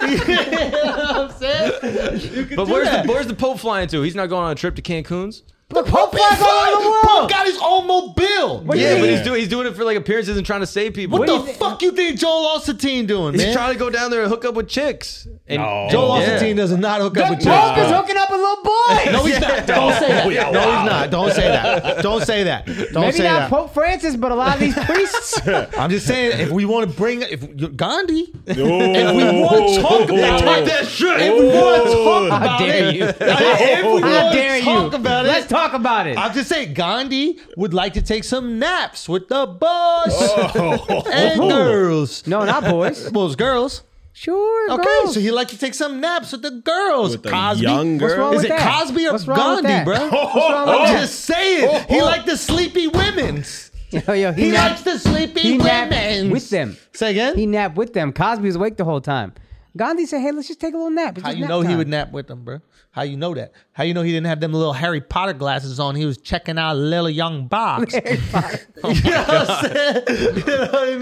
S8: you know what I'm saying? You could
S6: But
S8: do
S6: where's
S8: that.
S6: the where's the Pope flying to? He's not going on a trip to Cancun's.
S8: The Pope
S5: flies all over the world.
S8: Pope got his own mobile. What,
S5: do you
S6: Yeah,
S5: think
S6: but
S5: he-
S6: he's doing he's doing it for like appearances and trying to save people.
S5: What do
S8: the
S5: you thi-
S8: fuck you think Joel Osteen doing,
S6: he's
S8: man?
S6: trying to go down there and hook up with chicks. And
S7: No.
S8: Joel
S6: Yeah.
S8: Osteen does not hook up
S5: The
S8: with
S5: Pope is
S8: church.
S5: hooking up a little boy.
S8: No, he's not. Don't say that. No, he's not. Don't say that. Don't say that. Don't
S5: Maybe
S8: say
S5: not
S8: that.
S5: Pope Francis, but a lot of these priests.
S8: I'm just saying, if we want to bring if Gandhi,
S7: If
S8: we wanna talk about
S6: Talk that shit.
S8: if we want to talk about
S5: How dare you?
S8: if we
S5: How
S8: want
S5: dare
S8: to
S5: you?
S8: talk about it,
S5: Let's talk about it.
S8: I'm just saying, Gandhi would like to take some naps with the boys and girls.
S5: no, not boys.
S8: Well, it's girls.
S5: Sure.
S8: Okay,
S5: girls.
S8: so he like to take some naps with the girls.
S7: With the
S8: Cosby.
S7: young Oh,
S5: What's wrong
S7: girls.
S8: Is
S5: with
S8: it
S5: that?
S8: Cosby or
S5: What's wrong with
S8: Gandhi,
S5: that?
S8: Oh, bro?
S5: wrong with
S8: I'm
S5: that?
S8: just saying. He liked the sleepy women's.
S5: Yo, yo,
S8: oh. He
S5: napped-
S8: likes the sleepy
S5: he napped
S8: women's.
S5: with them.
S8: Say again?
S5: He napped with them. Cosby was awake the whole time. Gandhi said, "Hey, let's just take a little nap." It's
S8: How
S5: just
S8: you
S5: nap
S8: know he
S5: time."
S8: would nap with them, bro? How you know that? How you know he didn't have them little Harry Potter glasses on? He was checking out Lil Young Box. you, know what I'm saying? you know what I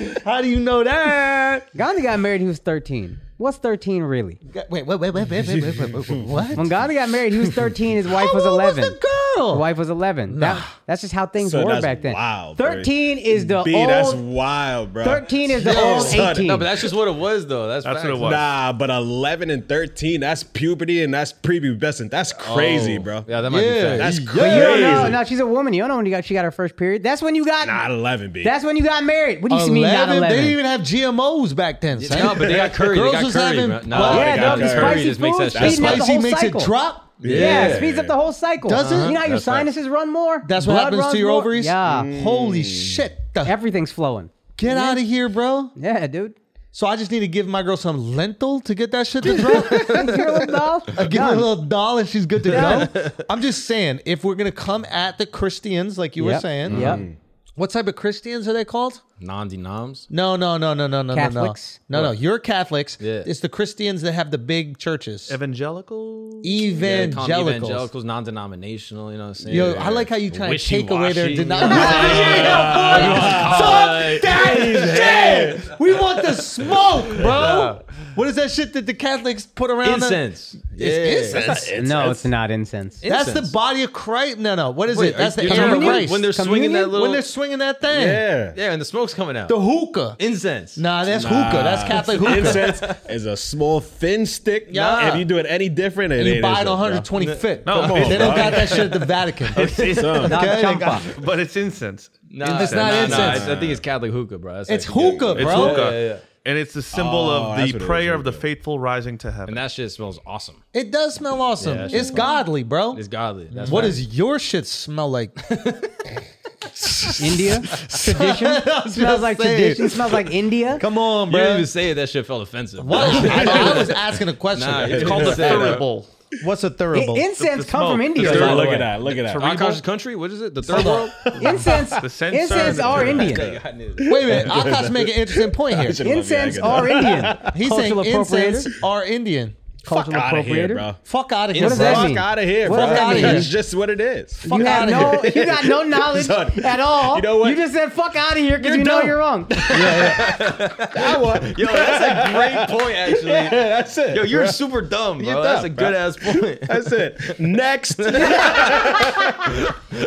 S8: mean? How do you know that?
S5: Gandhi got married. He was thirteen. What's thirteen really?
S8: Wait, wait, wait, wait, wait, wait, wait, wait, wait, wait what?
S5: When Gandhi got married, he was thirteen. His wife
S8: How
S5: was
S8: old
S5: eleven.
S8: Oh, Was the girl?
S5: His wife was eleven. That-
S8: Nah.
S5: that's just how things
S7: So
S5: were
S7: that's
S5: back then.
S7: wild, bro.
S5: Thirteen is the
S7: B,
S5: old.
S7: that's wild, bro.
S5: Thirteen is the
S7: Yo,
S5: old
S7: son,
S5: eighteen.
S6: No, but that's just what it was though. That's,
S9: That's
S6: facts.
S9: what it was.
S7: Nah, but 11 and 13, that's puberty and that's prepubescent. That's crazy,
S6: Oh.
S7: bro.
S6: Yeah, that might
S8: Yeah.
S6: be fact.
S7: That's
S8: But
S7: crazy.
S8: you
S5: you don't know. No, she's a woman. You don't know when you got, she got her first period. That's when you got.
S7: Not 11, B.
S5: That's when you got married. What do you mean not
S8: 11? They
S5: eleven?
S8: didn't even have GMOs back then. Son.
S6: No, but they got curry.
S8: Girls
S6: they got
S8: was
S6: curry,
S8: having-
S6: bro. No,
S8: Well,
S6: they
S5: yeah,
S6: got
S5: dog, the
S6: curry
S5: spicy
S6: just makes
S5: foods
S6: that
S8: that
S6: shit.
S5: feeding up the
S8: spicy
S5: whole
S8: makes
S5: cycle.
S8: it drop.
S5: Yeah, it
S7: Yeah.
S5: speeds up the whole cycle.
S8: Does it?
S5: You know how your
S6: That's right.
S5: sinuses run more.
S8: That's what
S5: Blood
S8: happens
S5: runs
S8: to your
S5: more?
S8: ovaries.
S5: Yeah,
S8: Mm. Holy shit!
S5: everything's flowing.
S8: Get out of here, bro.
S5: Yeah, dude.
S8: So I just need to give my girl some lentil to get that shit to drop. I Uh, give her a little doll and she's good to go. I'm just saying, if we're gonna come at the Christians, like you were
S5: Yep.
S8: saying,
S5: Yep.
S7: Mm-hmm.
S8: what type of Christians are they called?
S6: Non denoms.
S8: No, no, no, no, no, no,
S5: Catholics?
S8: no, no, no. You're Catholics.
S6: Yeah.
S8: It's the Christians that have the big churches.
S9: Evangelical.
S6: Yeah, they
S8: Evangelicals.
S6: call 'em evangelicals, non denominational, you know what I'm saying?
S8: Yo, I like how you try to take away their
S6: Wishy-washy.
S8: denomination.
S6: Uh,
S8: That shit. We want the smoke, bro. What is that shit that the Catholics put around? the-
S6: Incense.
S8: It's
S6: Yeah.
S8: incense.
S5: no, it's not incense.
S8: That's
S6: Incense.
S8: the body of Christ. No, no. What is
S6: Wait,
S8: it? That's
S6: are
S8: the
S6: you
S8: air of
S6: talking about
S8: Christ.
S6: When they're swinging that little.
S8: When they're swinging that thing.
S7: Yeah.
S6: yeah, and the smoke's coming out.
S8: The hookah.
S6: Incense.
S8: Nah, that's hookah. That's Catholic hookah.
S7: Incense is a small thin stick.
S8: Yeah.
S7: If you do it any different, it
S8: You
S7: ain't
S8: buy it
S7: incense, bro.
S8: 125th.
S9: No, come on,
S8: they don't
S9: bro.
S8: got that shit at the Vatican.
S9: It's, it's,
S7: Some.
S5: Not
S8: Okay, they
S5: champa.
S8: got-
S9: but it's incense.
S6: Nah,
S8: It's not
S6: nah, nah,
S8: incense.
S6: it's- I think it's Catholic hookah, bro. That's
S8: It's
S6: like- yeah.
S8: hookah,
S9: It's
S8: bro.
S9: hookah.
S6: Yeah, yeah, yeah.
S9: And it's the
S7: Oh,
S9: symbol of
S7: that's
S9: the
S7: what it
S9: prayer
S7: is,
S9: of the
S7: hookah.
S9: faithful rising to heaven.
S6: And that shit smells awesome.
S8: It does smell awesome.
S6: Yeah, that shit
S8: it's godly, bro.
S6: It's godly. That's
S8: What
S6: why-
S8: does your shit smell like?
S5: India tradition smells like
S8: saying.
S5: tradition. Smells like India.
S8: Come on,
S6: You didn't
S8: bro.
S6: even say it. That shit felt offensive.
S8: What? I, I was asking a question.
S6: Nah,
S9: it's called the
S6: Yeah.
S9: thurible.
S8: What's a
S5: I-
S8: thurible?
S5: incense
S9: The
S5: come from
S9: smoke.
S5: India.
S9: The
S5: by the
S7: Look
S5: way.
S7: at that. Look at that.
S9: Cerebral?
S6: Unconscious country? What is it? The third world?
S5: Incense.
S9: sensor
S5: incense
S9: and the
S5: are
S9: tobacco.
S5: Indian.
S8: Wait a minute. Akash making an interesting point
S7: I
S8: here.
S7: should've let you
S5: Incense
S7: get that.
S5: are Indian.
S8: He's saying
S5: Cultural
S8: incense
S5: appropriator.
S8: are Indian.
S7: Fuck
S5: Cultural
S7: out of here,
S5: appropriator.
S7: bro.
S8: Fuck out of here.
S5: What does that
S8: bro.
S5: mean?
S7: Fuck out of here,
S5: What
S7: bro.
S5: does that mean?
S7: That's just what it is.
S8: Fuck
S5: you have
S8: outta
S5: no,
S8: here.
S5: you got no knowledge
S7: Son,
S5: at all.
S7: you know what?
S5: You just said fuck out of here because
S7: You're
S5: you know
S7: dumb.
S5: you're wrong.
S6: Yo, that's a great point, actually.
S7: Yeah, that's it.
S6: Yo, you're
S7: bro.
S6: super dumb, bro.
S7: You're
S6: that's
S7: dumb,
S6: a
S7: bro.
S6: good ass point.
S7: That's it. Next.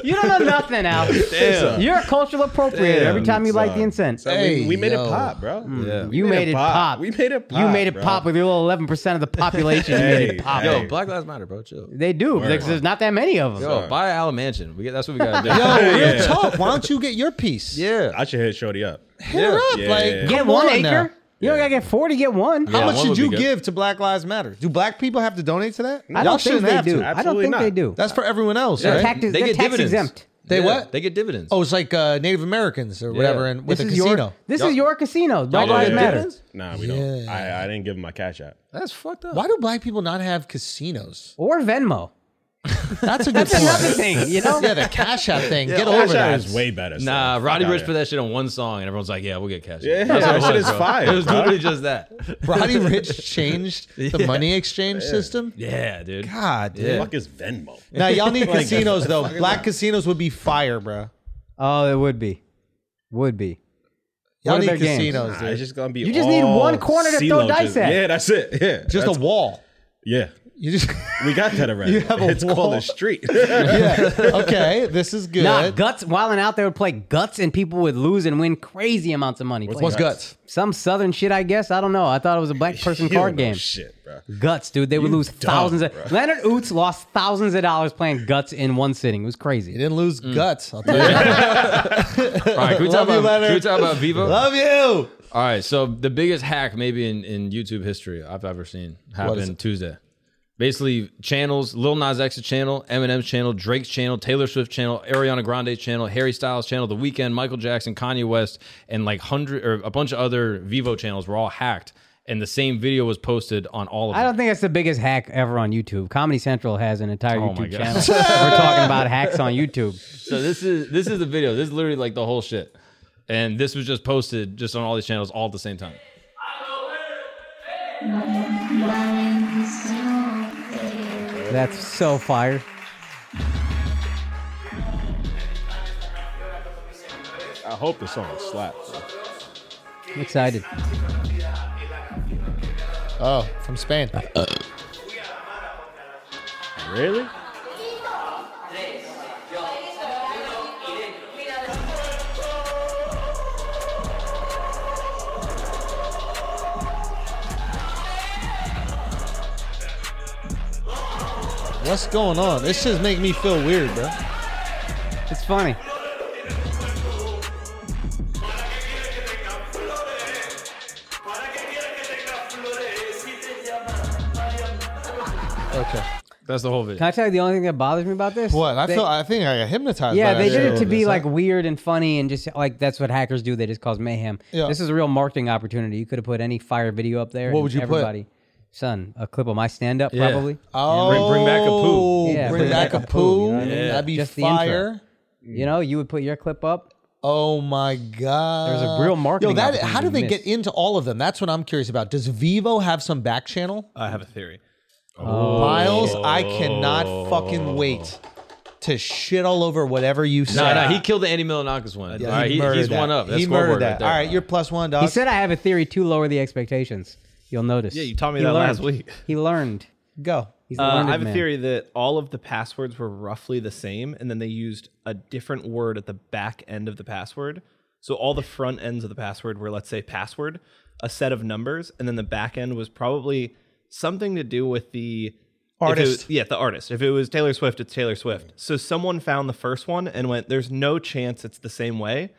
S5: You don't know nothing, Al.
S7: Damn.
S5: You're a cultural appropriator every time you like the
S7: son.
S5: incense.
S7: So we, we
S8: Hey,
S7: made
S8: yo.
S7: it pop, bro.
S6: Yeah.
S7: We
S5: You made it pop.
S7: We made it pop.
S5: you made it
S7: bro.
S5: pop with your little 11% of the population. You made
S7: Hey,
S5: it pop.
S7: hey.
S6: Yo, Black Lives Matter, bro. Chill.
S5: They do because there's not that many of them.
S6: Yo, buy Al mansion. We get that's what we gotta do.
S8: Yo, real
S7: Yeah.
S8: talk. Why don't you get your piece?
S6: yeah.
S7: I should hit Shorty up.
S8: Hit her up.
S7: Yeah.
S8: Like,
S7: Get
S5: Get
S8: come
S5: one
S8: on
S5: acre.
S8: now.
S5: You don't gotta get 40, get one.
S8: How
S6: Yeah,
S8: much
S6: one
S8: should
S6: would be
S8: you
S6: good.
S8: give to Black Lives Matter? Do black people have to donate to that?
S5: I
S8: Y'all
S5: don't think
S8: shouldn't
S5: they
S8: have
S5: do.
S8: to.
S5: I don't
S7: Absolutely
S5: think they
S7: not.
S5: do.
S8: That's for everyone else,
S5: They're
S8: right?
S5: tax- they're tax exempt.
S8: They
S6: Yeah,
S8: what?
S6: They get dividends.
S8: Oh, it's like uh, Native Americans or whatever, and with a casino.
S5: Your, this is your casino. Black
S6: don't
S5: Lives
S6: get
S5: Matter.
S6: dividends?
S7: Nah, we don't. I, I didn't give him my cash app.
S6: that's fucked up.
S8: Why do black people not have casinos?
S5: Or Venmo.
S8: That's a good
S5: That's another
S8: point.
S5: thing, you know?
S8: Yeah, the Cash App thing. Get
S7: Cash
S8: over
S7: App
S8: that.
S7: is way better.
S6: Nah,
S7: son.
S6: Roddy
S7: Fuck
S6: Rich
S7: outta
S6: put that shit on one song, and everyone's like, "Yeah, we'll get cash."
S7: Yeah,
S6: That's what
S7: that
S6: it
S7: shit
S6: was,
S7: is
S6: bro.
S7: fire,
S6: It was
S7: bro.
S6: literally just that.
S8: Roddy Rich changed the money exchange system.
S6: Yeah, dude.
S8: God, dude.
S7: here. Fuck is Venmo.
S8: Now y'all need casinos though. Black casinos would be fire, bro.
S5: Oh, it would be. Would be. What
S8: Y'all
S5: are
S8: need
S5: their games?
S8: casinos,
S7: Nah,
S8: dude.
S7: it's just gonna be.
S5: You just need
S7: all
S5: one corner to
S7: sea
S5: throw
S7: loaches.
S5: dice at.
S7: Yeah, that's it. Yeah,
S8: Just
S7: that's,
S8: a wall.
S7: Yeah,
S8: You just
S7: we got that already.
S8: You have a
S7: it's
S8: wall.
S7: called a street.
S8: yeah. Okay, this is good.
S5: Nah, guts. While and out there would play guts, and people would lose and win crazy amounts of money.
S8: What's guts?
S5: Some southern shit, I guess. I don't know. I thought it was a black person
S7: You don't
S5: card
S7: know
S5: game.
S7: Shit, bro.
S5: Guts, dude. They would lose
S7: dumb,
S5: thousands. Of,
S7: bro.
S5: Leonard Oots lost thousands of dollars playing guts in one sitting. It was
S8: You
S5: crazy.
S8: didn't lose guts. I'll tell you.
S6: All right, can we talk
S8: Love you,
S6: about can we
S8: Leonard.
S6: talk about Vivo?
S8: Love you.
S6: All right, so the biggest hack maybe in, in YouTube history I've ever seen happened Tuesday. Basically, channels: Lil Nas X's channel, Eminem's channel, Drake's channel, Taylor Swift's channel, Ariana Grande's channel, Harry Styles' channel, The Weeknd, Michael Jackson, Kanye West, and like hundred or a bunch of other Vivo channels were all hacked, and the same video was posted on all of
S5: I
S6: them.
S5: don't think that's the biggest hack ever on YouTube. Comedy Central has an entire
S6: Oh my
S5: YouTube
S6: God.
S5: channel. We're talking about hacks on YouTube.
S6: So this is this is the video. This is literally like the whole shit, and this was just posted just on all these channels all at the same time.
S5: That's so fire.
S7: I hope the song slaps. bro.
S5: I'm excited.
S8: Oh, from Spain.
S7: Really?
S8: What's going on? This just make me feel weird, bro.
S5: It's funny.
S8: Okay.
S6: That's the whole video.
S5: Can I tell you the only thing that bothers me about this?
S8: What? I
S5: They-
S8: feel. I think I got hypnotized.
S5: Yeah,
S8: by
S5: they
S8: that
S5: did
S8: shit.
S5: it to be like weird and funny and just like that's what hackers do. They just cause mayhem.
S8: Yeah.
S5: This is a real marketing opportunity. You could have put any fire video up there.
S8: What
S5: and
S8: would you put?
S5: everybody, Son, a clip of my stand up,
S6: Yeah.
S5: probably.
S8: Oh,
S6: Bring- bring back a poo.
S5: Yeah,
S8: bring back a
S5: poo, you
S8: poo.
S5: know what I mean?
S8: That'd be
S5: Just the intro.
S8: fire.
S5: You know, you would put your clip up.
S8: Oh my god!
S5: There's a real marketing
S8: Yo, that
S5: opportunity
S8: how do they
S5: you
S8: get
S5: missed.
S8: into all of them? That's what I'm curious about. Does Vivo have some back channel?
S12: I have a theory.
S5: Oh.
S8: Miles, I cannot
S6: Oh.
S8: fucking wait to shit all over whatever you say.
S6: No, no, he killed the Andy Milanakis one.
S8: Yeah,
S6: All right, he-
S8: murdered
S6: he's
S8: that.
S6: one up. That's
S8: he murdered
S6: scoreboard
S8: that.
S6: Right there.
S8: All right, you're plus one, dog.
S5: He said, I have a theory to lower the expectations. You'll notice.
S12: Yeah, you taught me
S5: He
S12: that last
S5: learned.
S12: week.
S5: He learned.
S8: "Go."
S5: He's a
S12: Uh,
S5: learned
S12: I have
S5: man.
S12: a theory that all of the passwords were roughly the same, and then they used a different word at the back end of the password. So all the front ends of the password were, let's say, password, a set of numbers, and then the back end was probably something to do with the if it
S8: Artist.
S12: was- yeah, the artist. If it was Taylor Swift, it's Taylor Swift. So someone found the first one and went, "There's no chance it's the same way."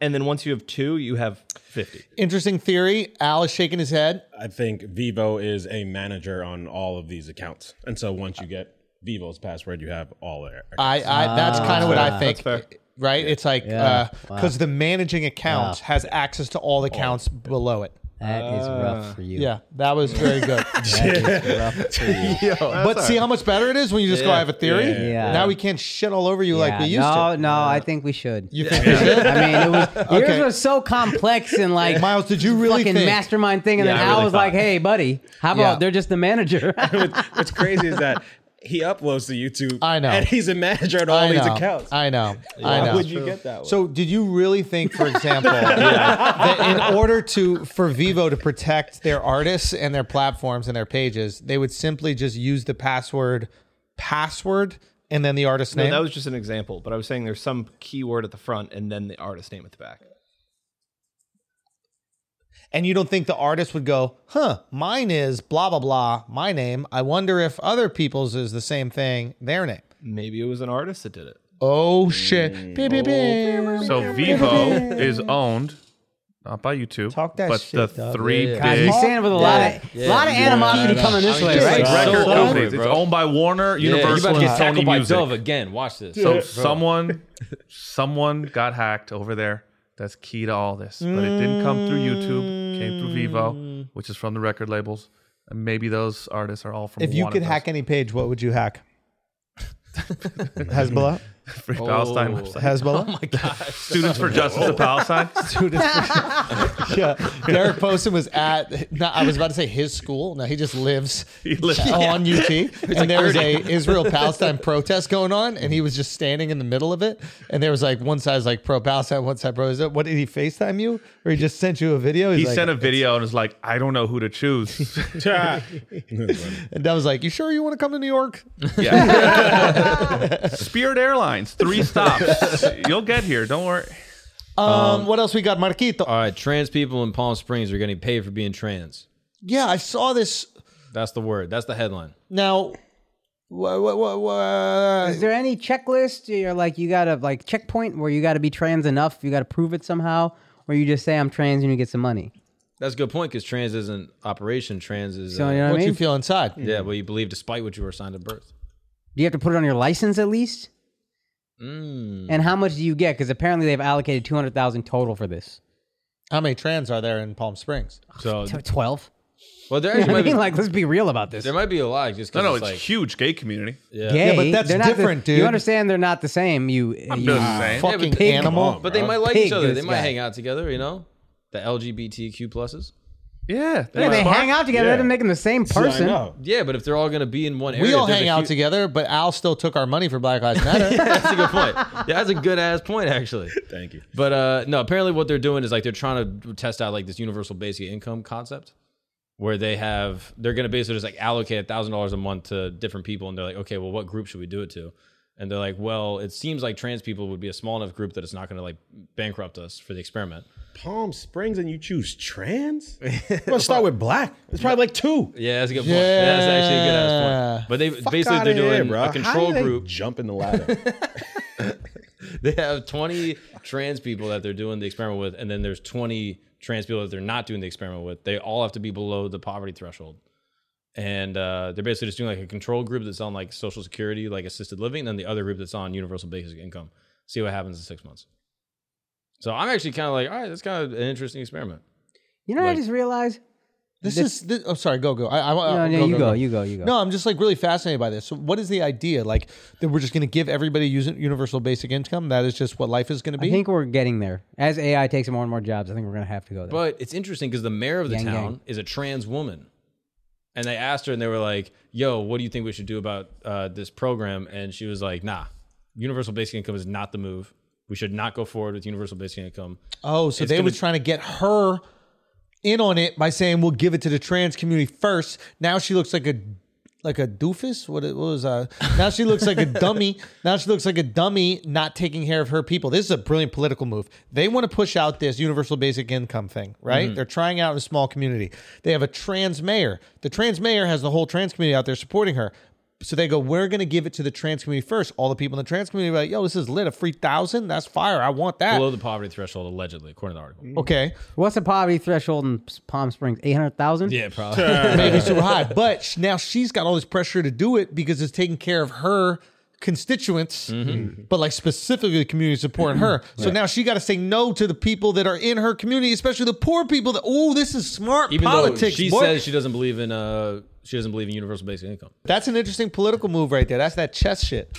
S12: And then once you have two, you have fifty.
S8: Interesting theory. Al is shaking his head.
S7: I think Vivo is a manager on all of these accounts, and so once you get Vivo's password, you have all their. accounts.
S8: I, I that's kind of
S6: Ah,
S8: what I think.
S12: fair.
S8: Right? It's like because the managing account has access to all the accounts below it.
S5: That is rough for you.
S8: Uh, Yeah, that was very good. but see how much better it is when you just go. I have a theory.
S5: Yeah.
S8: Now we can't shit all over you like we used
S5: no,
S8: to.
S5: No, I think we should.
S8: You think we should?
S5: I mean, it was yours
S8: Okay.
S5: was so complex and like
S8: Miles, did you really
S5: fucking
S8: think-
S5: mastermind thing, and
S12: Yeah,
S5: then
S12: I
S5: I,
S12: really
S5: was
S12: thought.
S5: like, "Hey, buddy, how
S8: Yeah.
S5: about they're just the manager?"
S7: What's crazy is that he uploads to YouTube.
S8: I know.
S7: and he's a manager on all
S8: I
S7: these
S8: know.
S7: accounts.
S8: I know. I
S7: Why
S8: know.
S7: would you get that? One?
S8: So, did you really think, for example, that in order to for Vivo to protect their artists and their platforms and their pages, they would simply just use the password, password, and then the artist's
S12: No,
S8: name?
S12: that was just an example, but I was saying there's some keyword at the front and then the artist name at the back.
S8: and you don't think the artist would go, "Huh, mine is blah blah blah, my name. I wonder if other people's is the same thing, their name."
S12: Maybe it was an artist that did it.
S8: Oh shit! Beep, beep, beep.
S9: So Vivo is owned not by YouTube,
S8: Talk that
S9: but
S8: shit,
S9: the
S8: dog.
S9: three
S5: God,
S9: big
S5: he's saying it with a lot of a lot of animosity coming this way, right?
S9: record
S6: so over
S9: companies.
S6: it,
S9: it's
S6: bro.
S9: owned by Warner,
S6: Yeah, you
S9: Universal,
S6: about to get
S9: and
S6: tackled
S9: Sony
S6: by
S9: Music.
S6: Dove again. Watch this.
S9: So someone, someone got hacked over there. That's key to all this, but it didn't come through YouTube. Came through Vivo, which is from the record labels. And maybe those artists are all from.
S8: If you
S9: one
S8: could
S9: of
S8: hack any page, what would you hack? Hezbollah.
S9: those. free Palestine website.
S8: Hezbollah.
S9: Students for Justice of Palestine.
S8: yeah. Derek Poston was at. No, I was about to say his school. No, he just lives,
S9: He lives-
S8: on UT, and there was a Israel Palestine protest going on, and he was just standing in the middle of it. And there was like one side's like pro Palestine, one side pro Israel. What did he Facetime you, or he just sent you a video? He's
S9: He
S8: like-
S9: sent a video and was like, "I don't know who to choose."
S8: and that was like, you sure you want to come to New York?
S9: Yeah. Spirit Airlines, three stops. You'll get here. Don't worry.
S8: Um, uh, what else we got, Marquito?
S6: All right, trans people in Palm Springs are getting paid for being trans.
S8: yeah, I saw this.
S6: That's the word. That's the headline.
S8: Now, what? What? What?
S5: Is there any checklist or like you got to like checkpoint where you got to be trans enough? You got to prove it somehow, or you just say I'm trans and you get some money.
S6: That's a good point because trans isn't operation. Trans is
S5: So
S6: uh,
S5: you know what,
S8: what
S5: I mean?
S8: you feel inside?
S6: yeah, what you believe despite what you were assigned at birth.
S5: Do you have to put it on your license at least? And how much do you get? Because apparently they've allocated two hundred thousand total for this.
S8: How many trans are there in Palm Springs?
S6: So
S5: Twelve.
S6: well, there
S5: I
S6: actually might be
S5: mean, like, let's be real about this.
S6: there might be a lot just
S9: No,
S6: because
S9: no,
S6: it's, like
S9: it's huge gay community. Yeah.
S5: Gay,
S8: but that's
S5: they're not the-
S8: different, dude.
S5: You understand they're not the same. You, you
S9: Saying.
S8: Fucking
S5: pig-
S8: animal.
S6: but they might like
S5: Pig,
S6: each other.
S5: this
S6: They might
S5: guy.
S6: hang out together. You know, the LGBTQ pluses.
S9: Yeah,
S5: Yeah, they
S9: smart.
S5: hang out together. That doesn't make them the same person.
S7: No,
S6: Yeah, but if they're all gonna be in one area,
S8: We all
S6: there's
S8: hang
S6: a
S8: out
S6: huge-
S8: together, but Al still took our money for Black Lives Matter.
S6: That's a good point. Yeah, that's a good ass point actually.
S7: thank you.
S6: But uh, no, apparently what they're doing is like they're trying to test out like this universal basic income concept, where they have they're going to basically just like allocate a thousand dollars a month to different people, and they're like, okay, well, what group should we do it to? And they're like, well, it seems like trans people would be a small enough group that it's not going to like bankrupt us for the experiment.
S7: Palm Springs, and you choose trans. Let's start with black. It's probably like two.
S6: Yeah, that's a good point. Yeah, that's actually a good ass
S8: Yeah.
S6: point. But they
S7: Fuck
S6: basically
S7: outta
S6: they're doing
S7: here, bro.
S6: a control
S7: How do they
S6: group.
S7: Jump in the ladder.
S6: They have twenty trans people that they're doing the experiment with, and then there's twenty trans people that they're not doing the experiment with. They all have to be below the poverty threshold. and uh, they're basically just doing like a control group that's on like social security, like assisted living, and then the other group that's on universal basic income. See what happens in six months. So I'm actually kind of like, all right, that's kind of an interesting experiment.
S5: You know, what I
S6: Like-
S5: just realized
S8: This, is. This, oh, sorry. Go go. I, I, no,
S5: no, you go, you go, you go.
S8: No, I'm just like really fascinated by this. So, what is the idea? Like that we're just going to give everybody using universal basic income? That is just what life is going to be.
S5: I think we're getting there. As AI takes more and more jobs, I think we're gonna have to go there.
S6: But it's interesting because the mayor of the
S5: Yang,
S6: town
S5: yang.
S6: is a trans woman. And they asked her and they were like, yo, what do you think we should do about uh, this program? And she was like, nah, universal basic income is not the move. We should not go forward with universal basic income.
S8: oh, so
S6: it's
S8: they
S6: gonna-
S8: were trying to get her in on it by saying we'll give it to the trans community first. Now she looks like a like a doofus. What, it- what was uh? Now she looks like a dummy. Now she looks like a dummy, not taking care of her people. This is a brilliant political move. They want to push out this universal basic income thing, right?
S6: Mm-hmm.
S8: They're trying out in a small community. They have a trans mayor. The trans mayor has the whole trans community out there supporting her. So they go, we're going to give it to the trans community first. All the people in the trans community are like, yo, this is lit. A free thousand? That's fire. I want that.
S6: Below the poverty threshold, allegedly, according to the article.
S8: Okay.
S5: What's the poverty threshold in Palm Springs? Eight hundred thousand.
S6: Yeah, probably.
S8: maybe super high. But sh- now she's got all this pressure to do it because it's taking care of her constituents,
S6: Mm-hmm.
S8: but like specifically the community supporting her. So now she got to say no to the people that are in her community, especially the poor people. That oh, this is smart
S6: Even
S8: politics.
S6: though she
S8: boy.
S6: says she doesn't believe in uh, she doesn't believe in universal basic income.
S8: That's an interesting political move right there. That's that chess shit.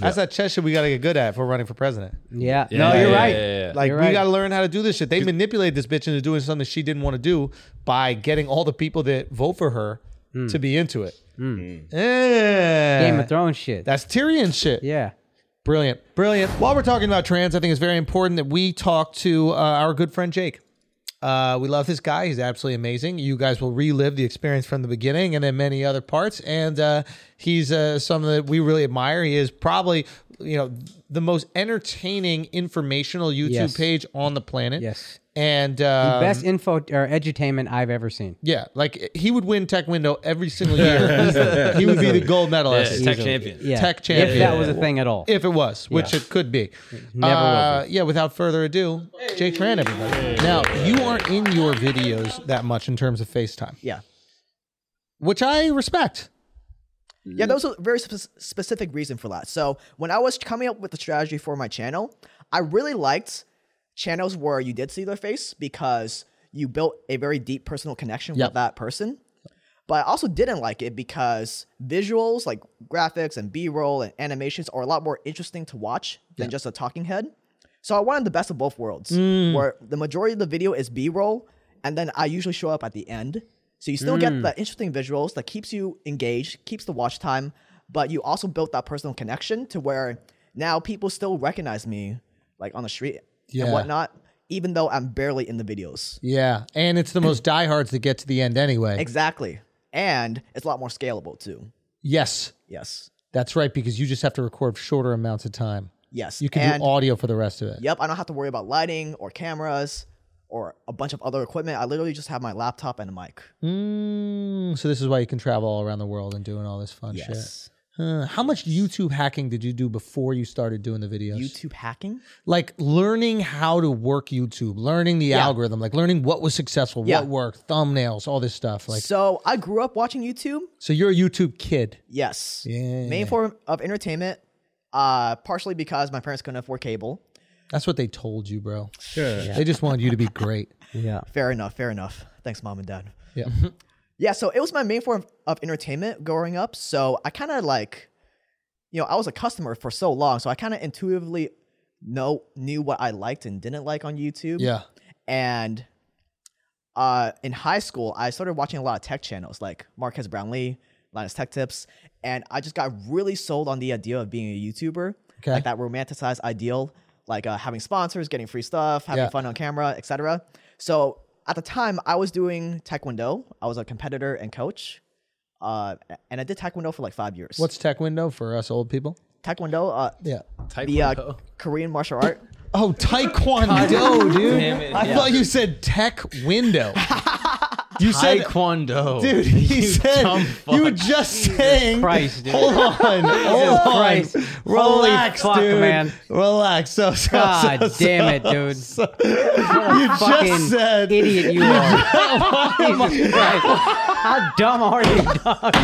S8: That's that chess shit we got to get good at if we're running for president.
S5: Yeah.
S6: Yeah,
S5: no, you're
S6: yeah,
S5: right.
S6: yeah, yeah, yeah.
S8: Like
S5: You're
S8: we
S5: right.
S8: gotta learn how to do this shit. They manipulated this bitch into doing something she didn't want to do by getting all the people that vote for her
S6: Hmm.
S8: to be into it. Eh.
S5: Game of Thrones shit.
S8: That's Tyrion shit.
S5: yeah.
S8: Brilliant. Brilliant. While we're talking about trans, I think it's very important that we talk to uh, our good friend Jake. Uh, we love this guy. He's absolutely amazing. You guys will relive the experience from the beginning and then many other parts. And uh, he's uh, someone that we really admire. He is probably, you know, the most entertaining informational YouTube
S5: Yes.
S8: page on the planet.
S5: Yes.
S8: And uh,
S5: Best info or edutainment I've ever seen.
S8: yeah, like he would win Tech Window every single year. he would be the gold medalist.
S6: Yeah, tech champion.
S5: Yeah.
S8: Tech
S5: If
S8: champion.
S5: that was a thing at all.
S8: If it was, which it could be.
S5: Never
S8: Uh,
S5: will
S8: Yeah, without further ado, Jake Tran, everybody. Now, you aren't in your videos that much in terms of FaceTime,
S3: Yeah.
S8: which I respect.
S3: Yeah, there was a very spe- specific reason for that. So when I was coming up with the strategy for my channel, I really liked channels where you did see their face because you built a very deep personal connection
S8: Yep.
S3: with that person. But I also didn't like it because visuals like graphics and B-roll and animations are a lot more interesting to watch than just a talking head. So I wanted the best of both worlds, where the majority of the video is B-roll, and then I usually show up at the end. So you still get the interesting visuals that keeps you engaged, keeps the watch time, but you also built that personal connection to where now people still recognize me, like on the street
S8: Yeah.
S3: and whatnot, even though I'm barely in the videos.
S8: Yeah, and it's the most diehards that get to the end anyway.
S3: Exactly, and it's a lot more scalable too.
S8: yes,
S3: Yes,
S8: that's right, because you just have to record shorter amounts of time.
S3: yes.
S8: You can
S3: and
S8: do audio for the rest of it.
S3: Yep, I don't have to worry about lighting or cameras or a bunch of other equipment. I literally just have my laptop and a mic.
S8: Mm, so this is why you can travel all around the world and doing all this fun shit.
S3: Yes.
S8: Huh. How much YouTube hacking did you do before you started doing the videos?
S3: YouTube hacking?
S8: like learning how to work YouTube, learning the algorithm, like learning what was successful,
S3: Yeah.
S8: what worked, thumbnails, all this stuff. Like, so,
S3: so I grew up watching YouTube.
S8: you're a YouTube kid.
S3: Yes.
S8: Yeah.
S3: Main form of entertainment, uh, partially because my parents couldn't afford cable.
S8: That's what they told you, bro. They just wanted you to be great.
S5: Yeah.
S3: Fair enough. Fair enough. Thanks, mom and dad.
S8: Yeah.
S3: Yeah. So it was my main form of entertainment growing up. So I kind of like, you know, I was a customer for so long, so I kind of intuitively know knew what I liked and didn't like on YouTube.
S8: Yeah.
S3: And uh, in high school, I started watching a lot of tech channels like Marquez Brownlee, Linus Tech Tips, and I just got really sold on the idea of being a YouTuber,
S8: Okay.
S3: like that romanticized ideal, like uh, having sponsors, getting free stuff, having
S8: Yeah.
S3: fun on camera, etc. So at the time, I was doing Taekwondo. I was a competitor and coach, uh, and I did Taekwondo for like five years.
S8: What's tech window for us old people?
S3: Taekwondo? Uh,
S8: Yeah.
S3: the uh, Korean martial art.
S8: Oh, Taekwondo, dude.
S6: Damn it,
S8: I
S6: yeah.
S8: thought you said tech window. You said
S12: Taekwondo.
S8: Dude, he said you were just saying.
S5: Christ, dude.
S8: Hold on, hold on.
S5: Christ.
S8: Relax,
S5: Holy fuck,
S8: dude.
S5: man.
S8: Relax. So, so,
S5: God
S8: so, so-
S5: damn it, dude.
S8: you
S5: fucking
S8: just said
S5: idiot you are. Jesus Christ. How dumb are you? dog?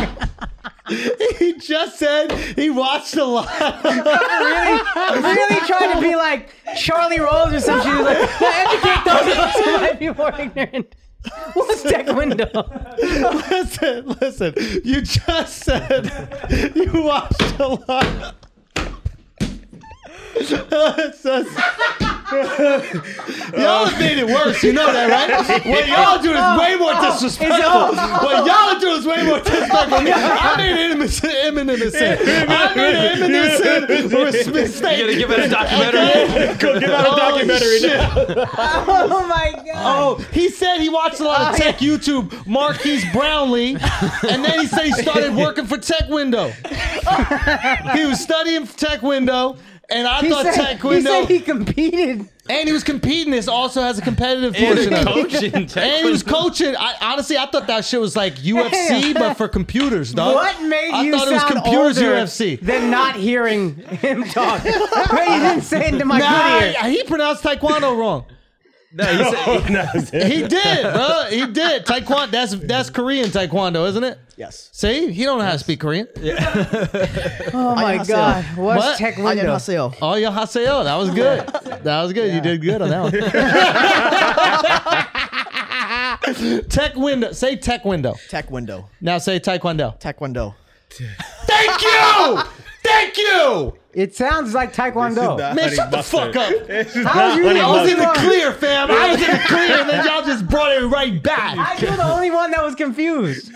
S8: he just said he watched a lot.
S5: Really, really trying to be like Charlie Rose or some shit. Like, now educate those who might be more ignorant. What's Taekwondo?
S8: listen, listen. You just said you watched a lot. It's just- y'all have made it worse. You know that, right? What y'all do is way more disrespectful. What y'all do is way more disrespectful. I made an Eminem a sin. I made an Eminem a sin for a mistake.
S6: You gotta give it a documentary.
S7: Go give out a documentary. now.
S5: Oh my god.
S8: Oh, he said he watched a
S5: Oh,
S8: lot of tech YouTube, Marquise Brownlee, and then he said he started working for Tech Window. he was studying for Tech Window, and I
S5: He
S8: thought
S5: said,
S8: Tech
S5: he
S8: Window,
S5: said he competed.
S8: and he was competing. This also has a competitive portion of it.
S6: Ocean
S8: And he was coaching. I, honestly, I thought that shit was like UFC, but for computers, dog.
S5: What made
S8: I
S5: you
S8: thought it was
S5: sound
S8: computers
S5: older
S8: UFC.
S5: than not hearing him talk? Wait, you didn't say it into my good ear.
S8: Nah, he pronounced Taekwondo wrong. He did, bro. He did. Taekwondo. That's that's Korean Taekwondo, isn't it?
S3: Yes.
S8: See, he don't know how to speak Korean.
S5: Oh my
S3: Ayahasil.
S5: god,
S8: What?
S5: what's tech window?
S3: 안녕하세요.
S8: Oh, yo, Haseo. That was good. That was good. You did good on that one. tech window. Say tech window.
S3: Tech window.
S8: Now say taekwondo.
S3: Taekwondo.
S8: Thank you. Thank you.
S5: It sounds like Taekwondo.
S8: Man, shut the fuck up.
S5: How was you the
S8: I was
S5: only
S8: in the
S5: one?
S8: clear, fam. I was in the clear, and then y'all just brought it right back.
S5: I- You're the only one that was confused.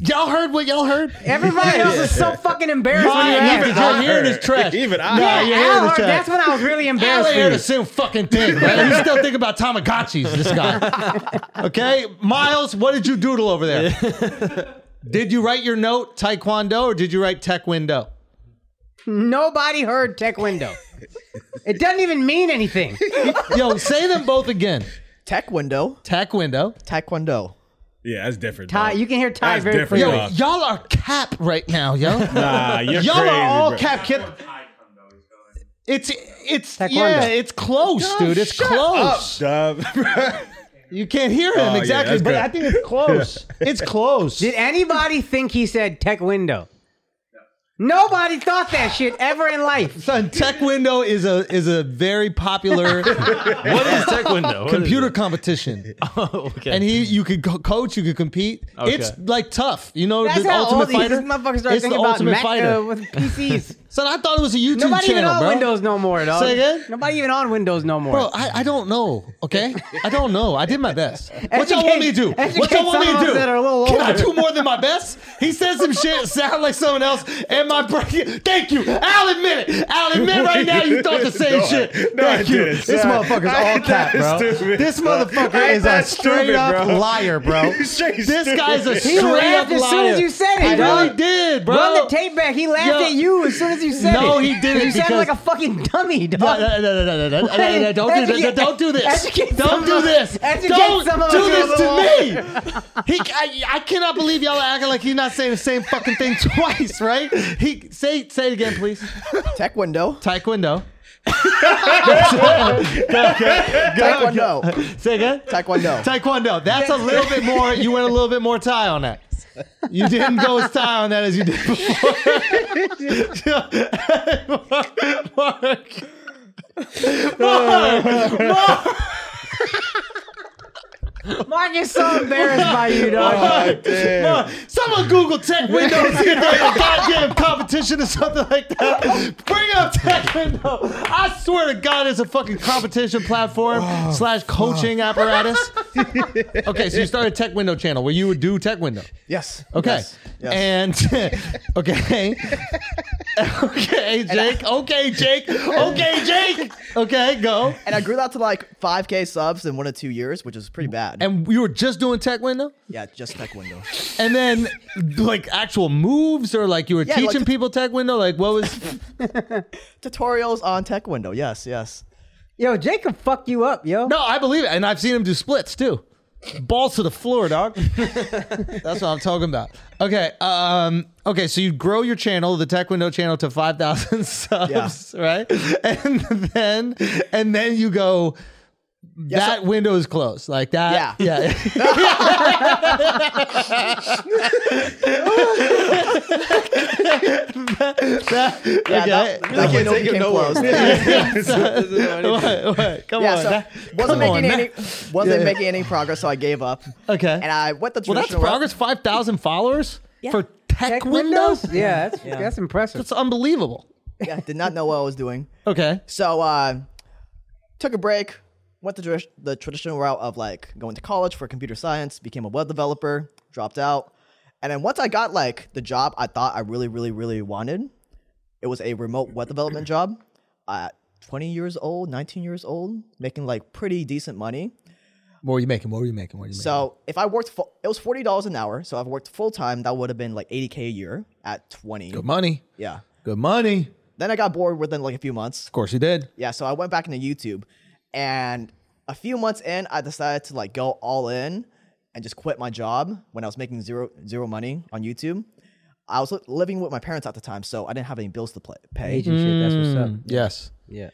S8: Y'all heard what y'all heard?
S5: Everybody else is so fucking embarrassed when you
S8: Ryan, even
S5: asked.
S8: your hearing is trash.
S7: Even I.
S8: Nah,
S5: Yeah,
S8: your hearing
S5: Al,
S8: is trash.
S5: that's when I was really embarrassed
S8: Allie heard the
S5: for
S8: same fucking thing, right? You still think about Tamagotchis, this guy. Okay? Miles, what did you doodle over there? Did you write your note Taekwondo or did you write Taekwondo?
S5: you. Nobody heard tech window. It doesn't even mean anything.
S8: Yo, say them both again.
S3: Tech window.
S8: Taekwondo.
S3: Taekwondo.
S7: Yeah, that's different.
S5: Ty,
S7: dog.
S5: you can hear Ty
S7: That's
S5: very
S7: different,
S8: Yo,
S5: clearly.
S7: dog.
S8: y'all are cap right now, yo.
S7: Nah, you're
S8: y'all
S7: crazy,
S8: are all
S7: bro.
S8: cap kid. It's it's
S5: Taekwondo.
S8: yeah, it's close, dude. It's close.
S7: Dub.
S8: You can't hear him
S7: Oh, yeah,
S8: exactly,
S7: that's
S8: but
S7: good.
S8: I think it's close. It's close.
S5: Did anybody think he said tech window? Nobody thought that shit ever in life.
S8: Son, Tech Window is a is a very popular
S6: What is tech window?
S8: computer competition,
S6: Oh, okay.
S8: and he you could co- coach, you could compete. It's like tough, you know,
S5: That's
S8: the
S5: how
S8: Ultimate
S5: all these
S8: Fighter.
S5: motherfuckers start
S8: It's
S5: thinking
S8: the
S5: about
S8: Ultimate
S5: Mac,
S8: Fighter.
S5: uh, with PCs.
S8: Son, I thought it was a YouTube
S5: Nobody even
S8: channel,
S5: on
S8: bro.
S5: Windows no more, dog.
S8: Say again?
S5: Nobody even on Windows no more.
S8: Bro, I, I don't know. Okay, I don't know. I did my best. What y'all want me to do?
S5: Educate-
S8: What y'all want me
S5: educate
S8: to
S5: some of
S8: do?
S5: us that are a little
S8: Can I
S5: older.
S8: do more than my best? He said some shit sound like someone else, and my brain. Thank you. I'll admit it. I'll admit right now you thought the same
S7: No,
S8: shit.
S7: no, I
S8: Thank you.
S7: didn't.
S8: This
S7: Sorry.
S8: motherfucker's all cap, bro.
S7: stupid.
S8: This motherfucker is a
S7: that's
S8: straight
S7: stupid,
S8: up
S7: bro.
S8: liar, bro.
S7: Straight
S8: This
S7: stupid.
S8: guy's a
S5: he
S8: straight up
S5: laughed
S8: liar.
S5: as soon as you said it,
S8: I
S5: dog.
S8: really did, bro.
S5: Run the tape back. He laughed
S8: Yo.
S5: at you as soon as you said
S8: No,
S5: it.
S8: he didn't
S5: You sounded
S8: because-
S5: like a fucking dummy, dog.
S8: No, no, no, no, no, no, no, no, no, Don't do this. Don't do this.
S5: Um, Educate some
S8: Don't do
S5: of-
S8: this.
S5: educate
S8: Don't
S5: some of
S8: do
S5: us
S8: this
S5: a
S8: to
S5: little
S8: me. He, I, I cannot believe y'all are acting like he's not saying the same fucking thing twice, right? He say say it again, please.
S3: Tech window.
S8: Taekwondo.
S3: Taekwondo.
S8: Say again.
S3: Taekwondo.
S8: Taekwondo. That's a little bit more. You went a little bit more tie on that. You didn't go as tie on that as you did before. Mark. Mark.
S5: Mark is so embarrassed by you, dog.
S3: Oh,
S8: Come on, someone Google Tech Window and see if there's a goddamn competition or something like that. Bring up Tech Window. I swear to God, it's a fucking competition platform
S3: Oh,
S8: slash coaching apparatus. okay, so you started a Tech Window channel where you would do Tech Window.
S3: Yes.
S8: Okay.
S3: Yes. Yes.
S8: And okay. okay, Jake. Okay, Jake. Okay, Jake. Okay, go.
S3: And I grew that to like 5K subs in one or two years, which is pretty bad.
S8: And you were just doing Tech Window?
S3: yeah, just tech window.
S8: And then, like actual moves, or like you were
S3: Yeah, like
S8: teaching
S3: t-
S8: people tech window. Like what was?
S3: Tutorials on tech window. Yes, yes.
S5: Yo, Jacob fucked you up, yo.
S8: no, I believe it, and I've seen him do splits too. balls to the floor, dog. That's what I'm talking about. Okay. Um, okay. So you grow your channel, the Tech Window channel, to 5,000 subs, right? And then, and then you go. that window is closed. Like that.
S3: Yeah.
S8: Yeah.
S3: Yeah, that,
S8: Okay.
S3: that window became closed.
S8: What, what? Come
S3: yeah,
S8: on.
S3: so
S8: That-
S3: wasn't
S8: come on,
S3: making
S8: that-
S3: any wasn't
S8: Yeah.
S3: making any progress, so I gave up.
S8: Okay.
S3: And I went the
S8: Well, that's
S3: traditional route.
S8: progress. Five thousand followers
S3: Yeah.
S8: for tech, windows.
S5: Yeah, that's, that's impressive.
S8: that's unbelievable.
S3: Yeah, did not know what I was doing.
S8: Okay.
S3: So uh, took a break, went the, tradi- the traditional route of like going to college for computer science, became a web developer, dropped out, and then once I got like the job I thought I really, really, really wanted, it was a remote web development job. At 20 years old, 19 years old, making like pretty decent money.
S8: What are you making? What are you making? What are you making?
S3: So if I worked, full, it was forty dollars an hour. So if I worked full time, that would have been like eighty k a year at twenty.
S8: good money.
S3: Yeah.
S8: Good money.
S3: Then I got bored within like a few months.
S8: Of course you did.
S3: Yeah. So I went back into YouTube, and a few months in, I decided to like go all in and just quit my job when I was making zero zero money on YouTube. I was li- living with my parents at the time, so I didn't have any bills to play, pay,
S5: Agent shit. That's what's up.
S8: Yes.
S5: Yeah.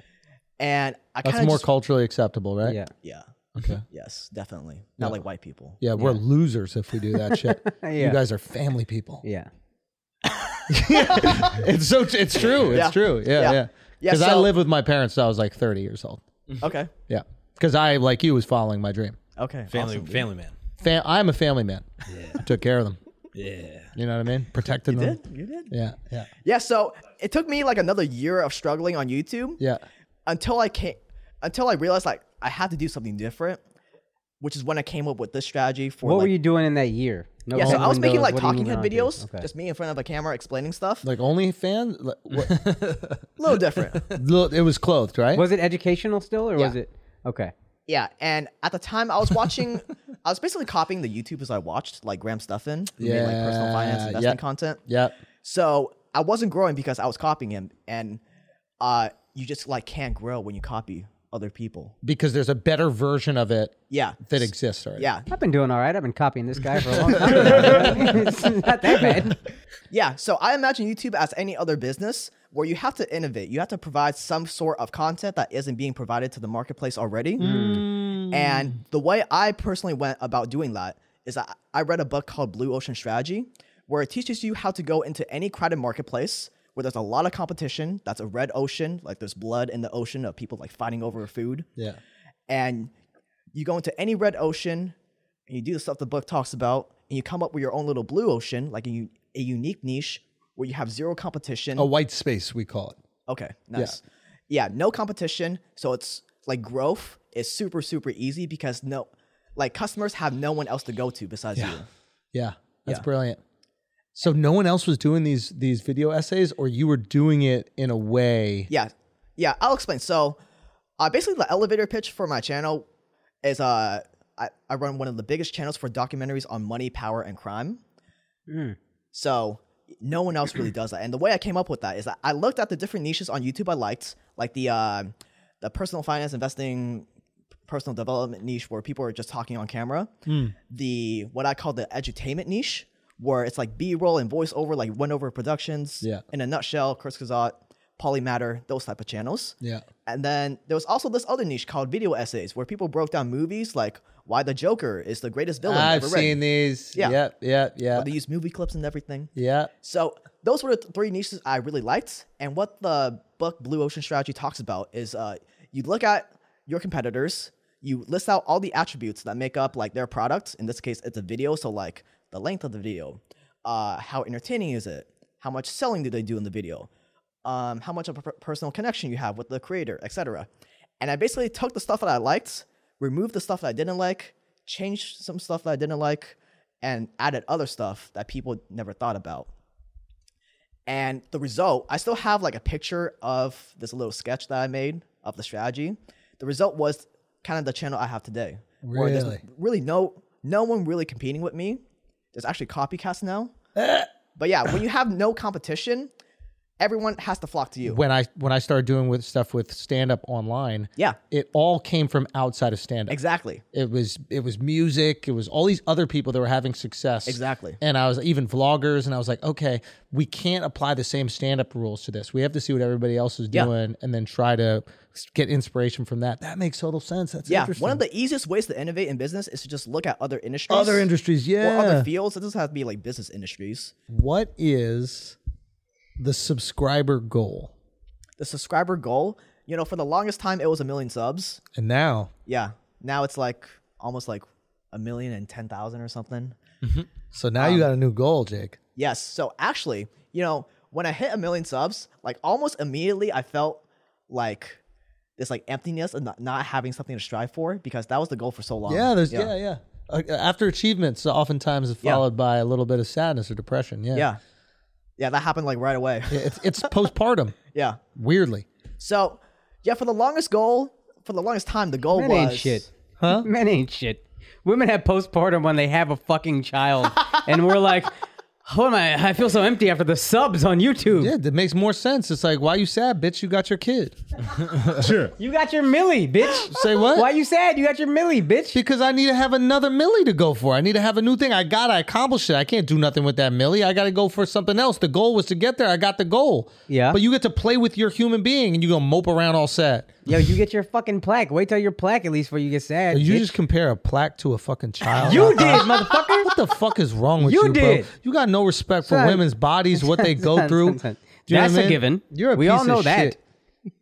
S3: and I kind
S8: That's
S3: of
S8: more
S3: just,
S8: culturally acceptable, right?
S5: Yeah.
S3: yeah.
S8: Okay.
S3: Yes, definitely. Not like white people.
S8: Yeah, we're losers if we do that shit. You
S5: Yeah.
S8: guys are family people.
S5: Yeah.
S8: It's so it's true. It's
S3: Yeah.
S8: true. Yeah,
S3: Yeah.
S8: yeah.
S3: Yeah,
S8: Because I
S3: so-
S8: lived with my parents till I was like 30 years old.
S3: Okay.
S8: Yeah. Because I, like you, was following my dream.
S3: Okay.
S6: Family,
S3: awesome.
S6: family man.
S8: Fam- I'm a family man. Yeah. Took care of them. Yeah. You know what I mean? Protected them.
S3: You did.
S8: Yeah. Yeah.
S3: Yeah, so it took me like another year of struggling on YouTube
S8: Yeah.
S3: until I came until I realized like I had to do something different, which is when I came up with this strategy for
S5: What
S3: like,
S5: were you doing in that year? No
S3: Yeah, so
S5: home
S3: I was making
S5: windows,
S3: like
S5: what are you
S3: talking head
S5: moving on to?
S3: videos,
S5: Okay.
S3: just me in front of a camera explaining stuff. A
S8: Like OnlyFans? Like, what-
S3: little different.
S8: Look, it was clothed, right?
S5: Was it educational still, or was
S3: Yeah.
S5: it okay?
S3: yeah, and at the time I was watching I was basically copying the YouTubers I watched, like Graham Stuffin, who made like personal finance
S8: Yeah,
S3: investment
S8: yeah.
S3: content.
S8: yeah.
S3: So I wasn't growing because I was copying him and uh you just like can't grow when you copy other people.
S8: Because there's a better version of it
S3: Yeah.
S8: that exists already.
S3: yeah.
S5: I've been doing all right. I've been copying this guy for a long time. it's not that bad.
S3: Yeah, so I imagine YouTube as any other business where you have to innovate. You have to provide some sort of content that isn't being provided to the marketplace already. And the way I personally went about doing that is I, I read a book called Blue Ocean Strategy, where it teaches you how to go into any crowded marketplace where there's a lot of competition. That's a red ocean, like there's blood in the ocean of people like fighting over food
S8: Yeah.
S3: and you go into any red ocean and you do the stuff the book talks about and you come up with your own little blue ocean like a, u- a unique niche where you have zero competition
S8: A white space, we call it.
S3: okay nice yeah. no competition so it's like growth is super super easy because no like customers have no one else to go to besides you
S8: Yeah. That's
S3: Yeah.
S8: brilliant. So no one else was doing these these video essays or you were doing it in a way
S3: yeah yeah i'll explain so uh, basically the elevator pitch for my channel is uh I, I run one of the biggest channels for documentaries on money power and crime so no one else really does that and the way i came up with that is that i looked at the different niches on youtube i liked like the uh, the personal finance investing personal development niche where people are just talking on camera the what i call the edutainment niche where it's like b-roll and voiceover like one over productions
S8: Yeah.
S3: in a nutshell chris kazat polymatter those type of channels
S8: Yeah.
S3: and then there was also this other niche called video essays where people broke down movies like why the Joker is the greatest villain
S8: I've
S3: ever
S8: seen
S3: written.
S8: these.
S3: Yeah.
S8: Yep, yep, yeah.
S3: They use movie clips and everything.
S8: Yeah.
S3: So those were the th- three niches I really liked. And what the book Blue Ocean Strategy talks about is uh, you look at your competitors, you list out all the attributes that make up like their product. In this case, it's a video, so like the length of the video, uh, how entertaining is it, how much selling do they do in the video, um, how much of a per- personal connection you have with the creator, etc. And I basically took the stuff that I liked, removed the stuff that I didn't like, changed some stuff that I didn't like, and added other stuff that people never thought about. And the result, I still have like a picture of this little sketch that I made of the strategy. The result was kind of the channel I have today. where there's
S8: Really?
S3: Really no no one really competing with
S8: Eh.
S3: me. There's actually copycats now. but yeah, when you have no competition, everyone has to flock to you.
S8: when I when I started doing with stuff with stand up online,
S3: Yeah.
S8: it all came from outside of stand up.
S3: exactly.
S8: It was it was music. It was all these other people that were having success.
S3: Exactly.
S8: And I was even vloggers, and I was like, okay, we can't apply the same stand up rules to this. We have to see what everybody else is
S3: Yeah.
S8: doing, and then try to s- get inspiration from that. That makes total sense. That's
S3: Yeah,
S8: Interesting.
S3: one of the easiest ways to innovate in business is to just look at other industries.
S8: other industries,
S3: Or
S8: yeah.
S3: other fields. It doesn't have to be like business industries.
S8: what is the subscriber goal?
S3: The subscriber goal, you know, for the longest time, it was a million subs.
S8: And now,
S3: Yeah. Now it's like almost like a million and 10,000 or something.
S8: so now
S3: Um,
S8: you got a new goal, Jake.
S3: Yes. So actually, you know, when I hit a million subs, like almost immediately I felt like this like emptiness and not, not having something to strive for because that was the goal for so long.
S8: Yeah, there's yeah, yeah. Uh, after achievements, oftentimes is
S3: Yeah.
S8: followed by a little bit of sadness or depression. Yeah,
S3: Yeah. Yeah, that happened like right away.
S8: Yeah, It's, it's postpartum.
S3: yeah.
S8: Weirdly,
S3: So, yeah, for the longest goal, for the longest time, the goal
S5: Men
S3: was
S5: ain't shit. Huh? Men ain't shit. Women have postpartum when they have a fucking child, and we're like, "What am I? I feel so empty after the subs on YouTube.
S8: yeah, that makes more sense. It's like, why you sad, bitch? You got your kid.
S5: You got your millie, bitch.
S8: Say what?
S5: Why you sad? You got your millie, bitch.
S8: Because I need to have another millie to go for. I need to have a new thing. I gotta accomplish it. I can't do nothing with that millie. I gotta go for something else. The goal was to get there. I got the goal.
S5: Yeah.
S8: But you get to play with your human being, and you gonna mope around all sad.
S5: Yo, you get your fucking plaque. Wait till your plaque at least before you get sad.
S8: You
S5: bitch.
S8: just compare a plaque to a fucking child.
S5: You
S8: out there.
S5: did, motherfucker.
S8: What the fuck is wrong with you,
S5: You
S8: bro?
S5: did.
S8: You got no respect for
S5: Son.
S8: women's bodies, what they go
S5: Son,
S8: through.
S5: son, son.
S8: Do you know
S5: That's
S8: what I
S5: a
S8: mean?
S5: given.
S8: You're a
S5: we all
S8: piece
S5: know
S8: of
S5: that.
S8: shit.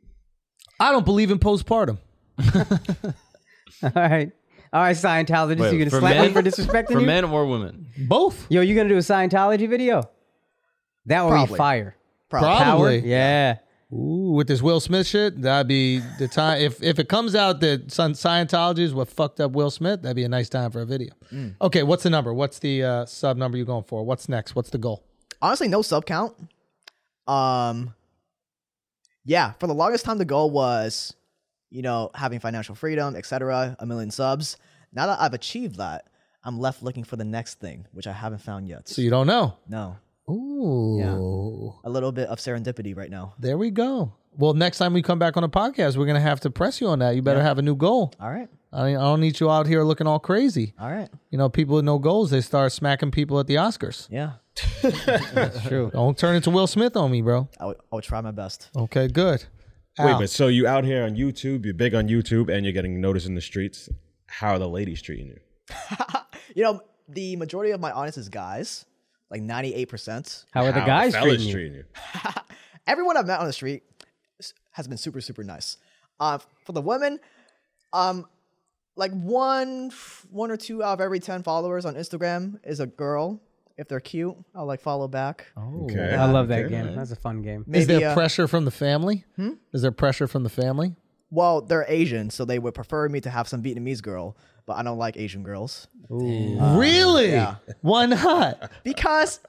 S8: I don't believe in postpartum.
S5: All right. All right, Scientologists,
S6: Wait,
S5: you gonna
S6: for
S5: slap me
S6: men?
S5: for disrespecting
S6: for
S5: you?
S6: men or women.
S8: Both.
S5: Yo, you gonna do a Scientology video? That would
S3: Probably.
S5: be fire.
S8: Probably.
S5: Power? Yeah.
S8: Ooh, with this Will Smith shit, that'd be the time. if if it comes out that Sci- Scientology is what fucked up Will Smith, that'd be a nice time for a video.
S5: Mm.
S8: Okay, what's the number? What's the uh, sub number you're going for? What's next? What's the goal?
S3: honestly no sub count. Um, yeah, for the longest time the goal was, you know, having financial freedom, etc., a million subs. Now that I've achieved that, I'm left looking for the next thing, which I haven't found yet.
S8: So you don't know.
S3: no,
S8: Ooh,
S3: a little bit of serendipity right now.
S8: there we go. Well, next time we come back on a podcast, we're gonna have to press you on that. You better have a new goal.
S3: All right,
S8: I, mean, I don't need you out here looking all crazy.
S3: all right,
S8: You know, people with no goals, they start smacking people at the Oscars.
S3: yeah.
S8: Don't turn into Will Smith on me, bro.
S3: I would, I would try my best.
S8: Okay, good.
S7: Wait,
S8: Al.
S7: but so you out here on YouTube, you're big on YouTube, and you're getting noticed in the streets. How are the ladies treating you?
S3: You know, the majority of my audience is guys, like 98%.
S5: How are the
S7: How
S5: guys
S7: fellas
S5: treating you?
S3: everyone I've met on the street s- has been super, super nice. Uh, for the women, um, like one, one or two out of every ten followers on Instagram is a girl. If they're cute, I'll like follow back.
S8: Oh.
S7: Okay.
S5: I love that game. That's a fun game.
S3: Maybe,
S8: Is there
S3: uh,
S8: pressure from the family? Is there pressure from the family?
S3: well, they're Asian, so they would prefer me to have some Vietnamese girl, but I don't like Asian girls
S8: really? Why not?
S3: because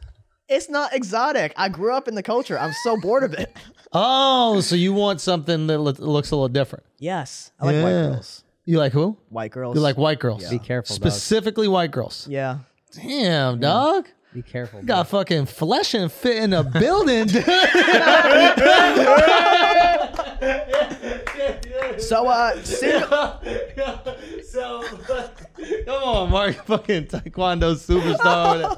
S3: it's not exotic. I grew up in the culture. I'm so bored of it.
S8: Oh, so you want something that lo- looks a little different?
S3: Yes, I like white
S8: Yeah.
S3: girls.
S8: You like who?
S3: White girls.
S8: You like white girls?
S5: Be careful, dog.
S8: Specifically, white girls.
S3: Yeah.
S8: Damn, dog.
S5: Be careful.
S8: Got fucking flesh and fit in a building. dude.
S3: So uh, single.
S8: Come on, Mark, fucking taekwondo superstar.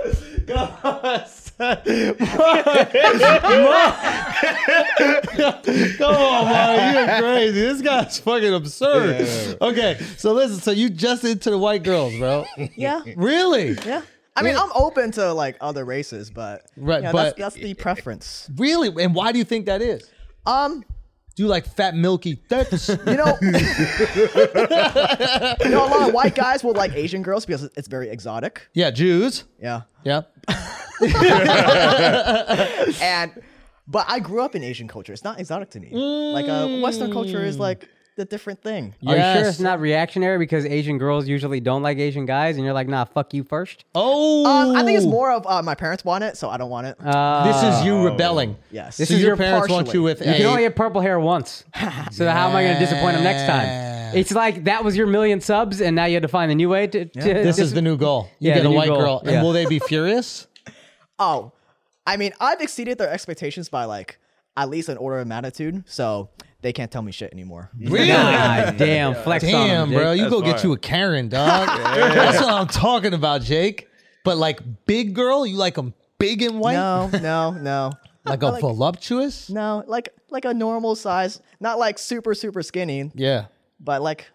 S8: Come on, Mark, you're crazy. This guy's fucking absurd. Okay, so listen, so you just into the white girls, bro?
S3: yeah.
S8: really?
S3: Yeah. I mean, I'm open to like other races, but
S8: Right,
S3: you know,
S8: but-
S3: that's, that's the preference.
S8: Really? And why do you think that is?
S3: Um,
S8: Do you like fat, milky tits?
S3: you know, you know, a lot of white guys will like Asian girls because it's very exotic.
S8: yeah, Jews.
S3: Yeah,
S8: Yeah.
S3: and but I grew up in Asian culture. It's not exotic to me. Like uh, Western culture is like the different thing.
S5: Are you sure
S8: Yes.
S5: it's not reactionary because Asian girls usually don't like Asian guys, and you're like, nah, fuck you first.
S8: Oh,
S3: Um, I think it's more of uh, my parents want it, so I don't want it.
S5: Uh,
S8: This is you rebelling.
S3: yes.
S8: This
S3: This
S8: is
S5: is
S8: your
S5: your
S8: parents want
S3: partially.
S8: you with
S5: you
S8: a.
S5: can only have purple hair once, so how am I going to disappoint them next
S8: Yeah.
S5: time? It's like that was your million subs, and now you had to find a new way to. to
S8: this is the new goal. You
S5: Yeah,
S8: get
S5: the
S8: a
S5: new
S8: white
S5: goal.
S8: girl, and
S5: Yeah.
S8: will they be furious?
S3: Oh, I mean, I've exceeded their expectations by like at least an order of magnitude. So they can't tell me shit anymore.
S8: Really?
S5: God damn, flex on
S8: Damn,
S5: him,
S8: bro.
S5: Jake.
S8: You go get
S9: fire.
S8: you a Karen, dog. That's what I'm talking about, Jake. But like big girl, you like them big and white?
S3: No, no, no.
S8: Like
S3: I
S8: a voluptuous?
S3: no, like like a normal size, not like super super skinny,
S8: Yeah.
S3: but like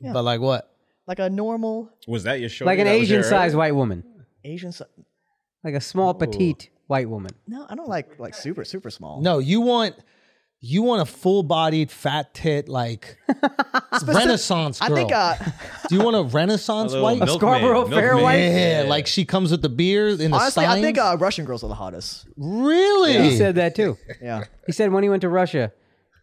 S8: But like what?
S3: like a normal
S7: Was that your show?
S5: Like an Asian sized white woman,
S3: Asian. si-
S5: like a small petite white woman.
S3: No, I don't like like super super small.
S8: No, you want you want a full bodied, fat tit, like Renaissance
S3: I
S8: girl.
S3: think uh,
S8: Do you want a Renaissance white?
S5: A Scarborough Fair white.
S8: Yeah, like she comes with the beard and the
S3: honestly, I think
S8: signs.
S3: uh, Russian girls are the hottest.
S8: really?
S5: He said that too.
S3: Yeah,
S5: He said when he went to Russia,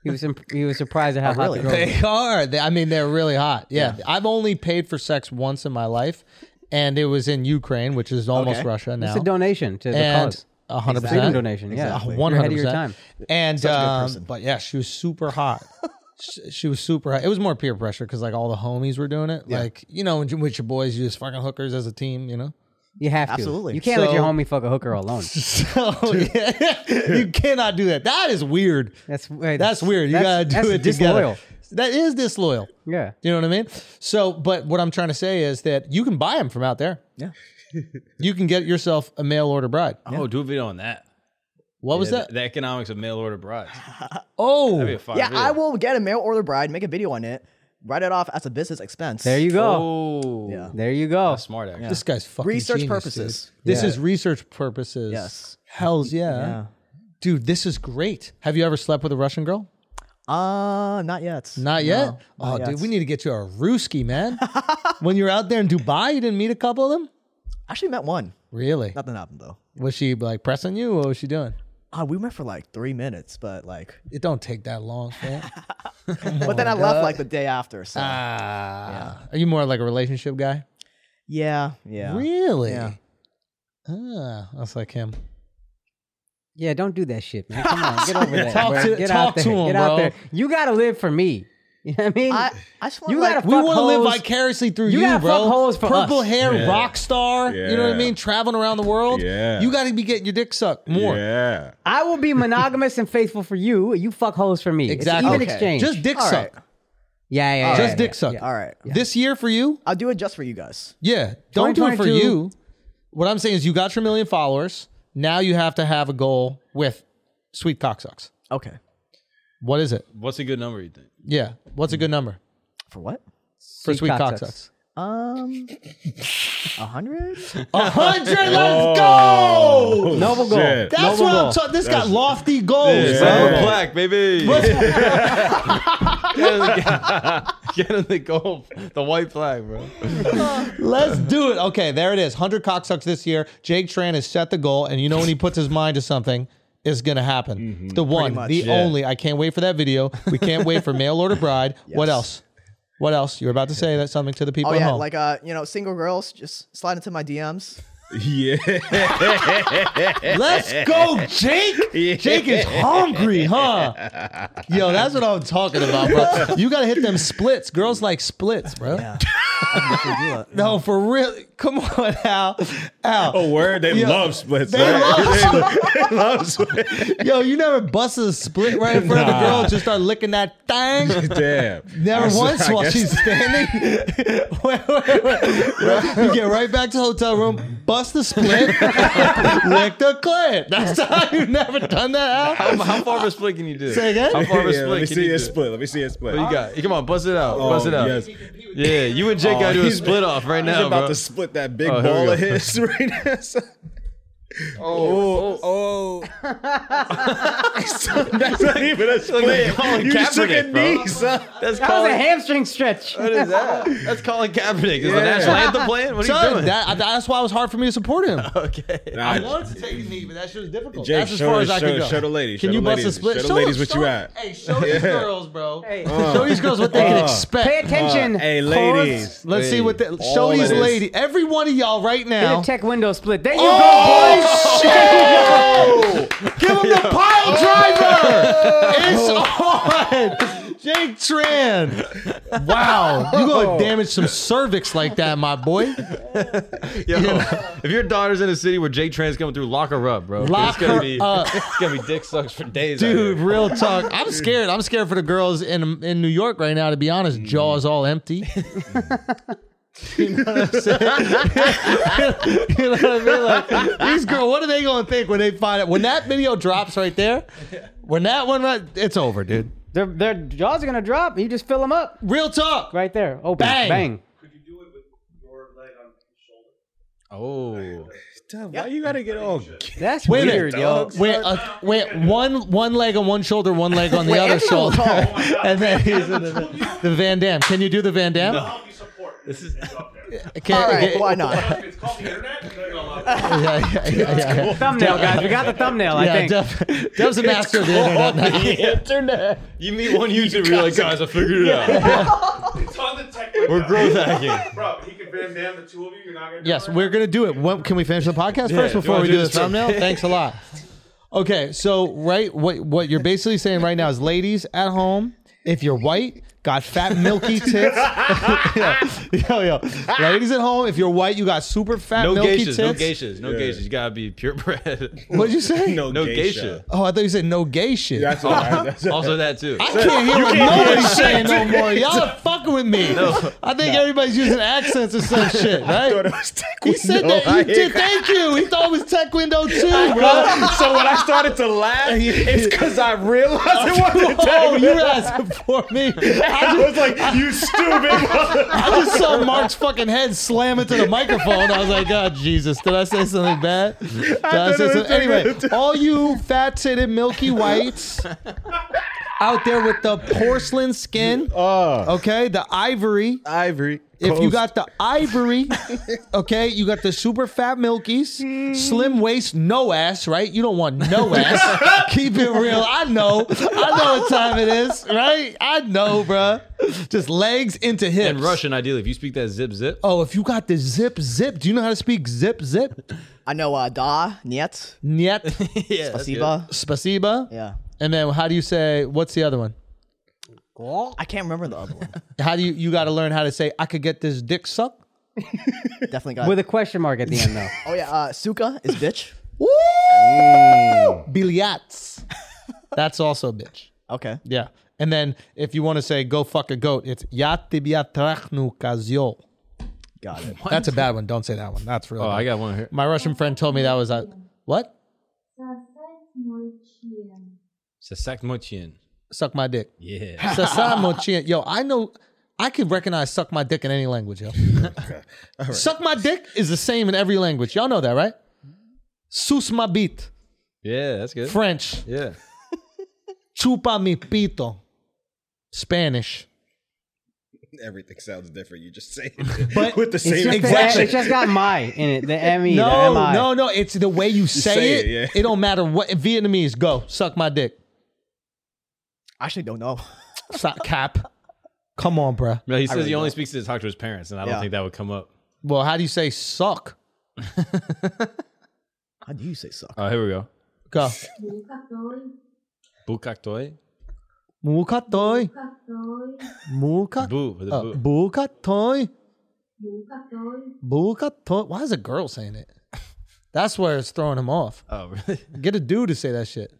S5: he was imp- he was surprised
S8: Oh,
S5: at how hot
S3: really?
S5: the girl was.
S8: They are. They, I mean, they're really hot. Yeah. I've only paid for sex once in my life, and it was in Ukraine, which is almost
S3: Okay.
S8: Russia now.
S5: It's a donation to the
S8: and
S5: cause.
S8: a hundred
S5: Freedom
S8: percent
S5: donation. Yeah,
S8: one
S5: You're ahead
S8: hundred
S5: of your
S8: percent.
S5: time.
S8: And
S3: a good
S8: um,
S3: person.
S8: but yeah, she was super hot. she, she was super hot. It was more peer pressure because like all the homies were doing it. Like you know, when you- with your boys, you just fucking hookers as a team. You know.
S5: You have to.
S3: Absolutely.
S5: You can't let
S8: So-
S5: your homie fuck a hooker alone.
S8: So yeah, you cannot do that. That is weird.
S5: That's wait,
S8: That's weird. You gotta do
S5: that's
S8: it
S5: disloyal.
S8: together. That is disloyal.
S5: Yeah.
S8: You know what I mean? So, but what I'm trying to say is that you can buy them from out there.
S3: Yeah.
S8: you can get yourself a mail order bride.
S6: Oh, do a video on that.
S8: What was
S6: Yeah,
S8: that?
S6: The, the economics of mail order brides.
S8: oh,
S6: That'd be a fire
S3: yeah.
S6: video.
S3: I will get a mail order bride, make a video on it, write it off as a business expense.
S5: There you go.
S6: Oh, yeah.
S5: There you go.
S6: Smart actually.
S8: this guy's fucking
S3: Research
S8: genius,
S3: purposes.
S8: dude. This is research purposes.
S3: Yes.
S8: Hell's yeah. Dude, this is great. Have you ever slept with a Russian girl?
S3: Uh, not yet.
S8: Not yet.
S3: No,
S8: oh,
S3: not
S8: dude,
S3: yet.
S8: we need to get you a Ruski, man. when you were out there in Dubai, you didn't meet a couple of them?
S3: Actually, met one.
S8: Really?
S3: Nothing happened though.
S8: Was she like pressing you? What was she doing?
S3: Uh, we met for like three minutes, but like,
S8: It don't take that long, man.
S3: but then I left like the day after. So
S8: Ah, are you more like a relationship guy?
S3: yeah, yeah.
S8: Really?
S3: Yeah.
S8: Ah, that's like him.
S5: Yeah, don't do that shit, man. Come on, get over that.
S8: Talk
S5: bro.
S8: to-
S5: get
S8: talk
S5: out there.
S8: to him,
S5: get out
S8: bro.
S5: there. You gotta live for me. You know what I mean?
S3: I, I just want
S5: You
S3: like,
S5: gotta
S8: We
S5: Fuck
S8: want to live
S5: hoes.
S8: vicariously through
S5: You
S8: you,
S5: gotta
S8: bro.
S5: fuck hoes for
S8: Purple
S5: us.
S8: hair rock star. You know what I
S7: Yeah.
S8: mean? Traveling around the world.
S7: Yeah.
S8: You got to be getting your dick sucked more.
S7: Yeah.
S5: I will be monogamous and faithful for you. You fuck hoes for me.
S8: Exactly.
S5: It's even
S8: Okay.
S5: exchange.
S8: Just dick
S3: All
S8: suck.
S5: yeah, yeah, yeah.
S8: Just
S5: yeah,
S8: dick
S5: yeah.
S8: suck.
S3: all right.
S8: This year for you?
S3: I'll do it just for you guys.
S8: Yeah. Don't do it for
S5: 2022.
S8: you. What I'm saying is you got your million followers. Now you have to have a goal with sweet cocksucks.
S3: Okay.
S8: What is it?
S6: What's a good number you think?
S8: Yeah. What's a good number
S3: For what?
S8: for sweet
S5: cocksucks.
S8: cocksucks?
S3: Um, a hundred.
S8: A hundred.
S7: Oh.
S8: Let's go.
S5: Noble goal.
S7: Shit.
S8: That's
S5: Noble
S8: what
S5: goal.
S8: I'm talking. This got lofty goals,
S7: Yeah.
S8: bro.
S6: black, baby.
S12: Get in the goal, the white flag, bro.
S8: Let's do it. Okay, there it is. Hundred cocksucks this year. Jake Tran has set the goal, and you know when he puts his mind to something, it's gonna happen.
S3: Mm-hmm.
S8: The one, the only. I can't wait for that video. We can't wait for mail order bride. What else? What else? You're about to say that something to the people
S3: Oh
S8: at
S3: yeah,
S8: home.
S3: like uh, you know, single girls just slide into my DMs.
S8: Let's go, Jake. Jake is hungry, huh? Yo, that's what I'm talking about, bro. You gotta hit them splits. Girls like splits, bro. No, for real. Come on, Al. Al.
S7: Oh, word. They
S8: Yeah.
S7: love splits.
S8: They
S7: right?
S8: love-
S7: They love splits.
S8: Yo, you never busted a split right in front of a
S7: Nah.
S8: girl, and just start licking that thing.
S7: Damn.
S8: Never
S7: I
S8: once while
S7: guess-
S8: she's standing. wait, wait, wait. You get right back to the hotel room, bust the split, lick the clit. That's how you've never done that, Al.
S6: How, how far of a split can you do?
S8: Say again?
S6: How far of a
S7: Yeah,
S6: split
S7: let me
S6: can
S7: see
S6: you
S7: it
S6: do?
S7: split. Let me see it split. Oh,
S6: What you got? Come on, buzz it out. buzz it out.
S7: yes. Oh,
S6: Yeah, you and Jake gotta do a
S7: he's-
S6: split off right now,
S7: He's about
S6: bro.
S7: to split that big
S6: Oh, here we
S7: ball
S6: go.
S7: of his right now.
S6: oh, oh,
S7: oh. That's not even a split.
S6: Colin
S7: You just took a
S6: Kaepernick, bro.
S7: knee, son.
S6: That's
S5: That was a
S6: Colin.
S5: hamstring stretch.
S6: What is that? That's Colin Kaepernick. Is the national anthem playing? What are you
S8: Son,
S6: doing?
S8: that, that's why it was hard for me to support him.
S7: Nah,
S8: to take a knee, but that shit was difficult.
S7: Jake,
S8: that's as
S7: show,
S8: far as
S7: show,
S8: I can go.
S7: show the ladies.
S8: can
S7: show
S8: you
S7: the
S8: bust
S7: ladies,
S8: a split?
S7: Show the
S8: show
S7: ladies what
S8: show,
S7: you at.
S8: Hey, show these girls, bro.
S5: Hey.
S8: Show these girls what they can
S7: Uh.
S8: expect.
S5: Pay attention.
S7: Hey, ladies.
S8: Let's see what the show
S7: all
S8: these
S7: it is.
S8: ladies. Every one of y'all right
S5: Hit
S8: now.
S5: a tech window split. There you
S8: Oh, shit! Give him the pile driver. It's on. Jake Tran. Wow. You gonna damage some cervix like that, my boy.
S6: Yo, if your daughter's in a city where Jake Tran's coming through, lock her up, bro.
S8: Lock
S6: it's gonna
S8: her
S6: be
S8: up.
S6: it's gonna be dick sucks for days. out
S8: Dude,
S6: here.
S8: real talk. I'm scared. I'm scared for the girls in in New York right now, to be honest. Jaws all empty. You know what I'm saying? you know what I mean? Like these girls, what are they gonna think when they find it? When that video drops right there, when that one right, it's over, dude.
S5: Their, their jaws are gonna drop. And you just fill them up
S8: Real talk.
S5: right there. Open.
S8: Bang.
S5: Bang.
S6: Oh,
S7: Why you gotta get all?
S5: That's
S8: Wait a minute,
S5: weird, yo.
S8: Wait, uh, wait, one one leg on one shoulder, one leg on the other shoulder,
S3: Oh
S8: and then he's in the, the Van Dam. Can you do the Van Dam?
S12: This is
S8: Can-
S3: All right,
S8: can-
S3: why not?
S9: It's called the internet. and they're gonna love it.
S8: Yeah, yeah, yeah, yeah.
S5: Thumbnail, guys. We got the thumbnail. I
S8: Yeah,
S5: think.
S8: Dev, Dev's a master of the internet. Now.
S6: you meet one YouTuber, you're like, guys, I figured it out.
S9: It's on the tech. We're
S6: We're growth hacking.
S9: Bro, he could Van Damme the two of you. You're not gonna. do
S8: Yes,
S9: it?
S8: we're gonna do it. What, can we finish the podcast first
S6: do you
S8: before
S6: wanna
S8: we
S6: do
S8: do the
S6: this first?
S8: thumbnail? Thanks a lot. Okay, so right, what what you're basically saying right now is, ladies at home, if you're white, got fat milky tits. yo, yo, yo, ladies at home, if you're white, you got super fat
S6: No
S8: milky
S6: geishas,
S8: tits.
S6: no geishas, no geishas. You gotta be purebred.
S8: What'd you say?
S7: No,
S6: No
S7: geisha.
S6: geisha.
S8: Oh, I thought you said no gay shit.
S7: That's all right. That's all
S6: Also that too.
S8: I can't hear what nobody's saying no more. Y'all are fucking with me. I think everybody's using accents or some shit, right?
S7: right. was tech
S8: He said
S7: window.
S8: that. You did, thank you. He thought it was Tech Window too, bro.
S7: so when I started to laugh, it's because I realized it wasn't
S8: Oh,
S7: tech.
S8: you realized it before me. I
S7: I was like, you stupid.
S8: I just saw Mark's fucking head slam into the microphone. I was like, oh, Jesus, did I say something bad? Did I say something? Anyway, all you fat titted milky whites out there with the porcelain skin,
S7: oh,
S8: okay, the ivory.
S12: Ivory.
S8: If you got the ivory, okay, you got the super fat milkies, slim waist, no ass, right? You don't want no ass. Keep it real. I know. I know what time it is, right? I know, bruh. Just legs into hips.
S6: In Russian, ideally, if you speak that zip zip,
S8: Oh, if you got the zip zip, do you know how to speak zip zip?
S3: I know uh, da, niet,
S8: Нет,
S3: spasiba.
S8: спасибо.
S3: Yeah.
S8: And then how do you say? What's the other one?
S3: I can't remember the other one.
S8: How do you you got to learn how to say? I could get this dick sucked.
S3: Definitely got
S5: With a question mark at the end, though.
S3: Oh, yeah. Uh, suka is bitch.
S8: Woo! Biliats. That's also bitch.
S3: Okay.
S8: Yeah. And then if you want to say go fuck a goat, it's ya tibia trachnu kazio.
S3: Got it.
S8: That's a bad one. Don't say that one. That's really.
S6: oh,
S8: bad.
S6: I got one here.
S8: My Russian friend told me that was a what?
S6: Sasak Mochin.
S8: Suck my dick.
S6: Yeah.
S8: Sasamochin. Yo, I know. I can recognize suck my dick in any language, yo. Suck my dick is the same in every language. Y'all know that, right? Sus ma beat.
S6: Yeah, that's good.
S8: French.
S6: Yeah.
S8: Chupa mi pito. Spanish.
S7: everything sounds different. You just say
S8: But
S7: with the
S8: it's
S7: same
S8: just-
S7: exact.
S5: It's just got my in it. The M E.
S8: No,
S5: the M-I.
S8: no, no. It's the way you say,
S7: say
S8: it.
S7: it, yeah.
S8: It don't matter what Vietnamese. Go suck my dick.
S3: I actually don't know.
S8: Suck cap. Come on, bruh.
S6: No, he says he only speaks to talk to his parents, and I don't
S3: Yeah.
S6: think that would come up.
S8: Well, how do you say suck?
S3: How do you say suck?
S6: Oh, here we go.
S8: Go.
S6: Bukaktoy.
S8: Mukatoy. Mukat.
S6: Boo with a
S8: Uh,
S6: boo.
S8: Bukatoy. Bukatoy. Why is a girl saying it? That's where it's throwing him off.
S6: Oh, really?
S8: Get a dude to say that shit.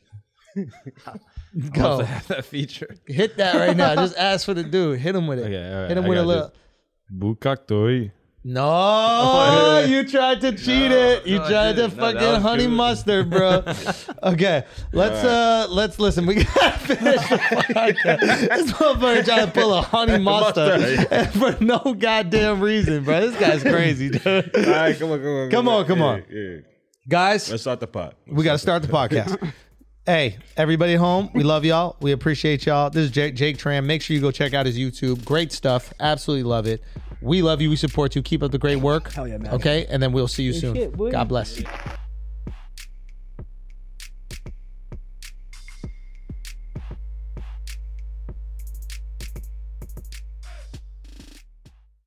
S8: Go.
S6: I have that feature.
S8: Hit that right now. Just ask for the dude. Hit him with it.
S6: Okay, all right.
S8: Hit him
S6: I
S8: with a
S6: gotta do
S8: little.
S6: it. Bukaktoy.
S8: No, you tried to cheat it. You
S6: no, I
S8: tried to
S6: didn't. No, that
S8: fucking
S6: was
S8: honey
S6: good.
S8: mustard, bro. okay, let's uh let's listen. We gotta finish the podcast. This motherfucker trying to pull a honey mustard, and for no goddamn reason, bro. This guy's crazy, dude.
S7: All right, come on, come on,
S8: Come on, come on.
S7: Yeah, yeah.
S8: Guys,
S7: Let's start the pot.
S8: we gotta start the podcast. Hey, everybody at home, we love y'all. We appreciate y'all. This is Jake, Jake Tran. Make sure you go check out his YouTube. Great stuff. Absolutely love it. We love you. We support you. Keep up the great work.
S3: Hell yeah, man.
S8: Okay, and then we'll see you soon.
S5: shit, boy.
S8: God bless.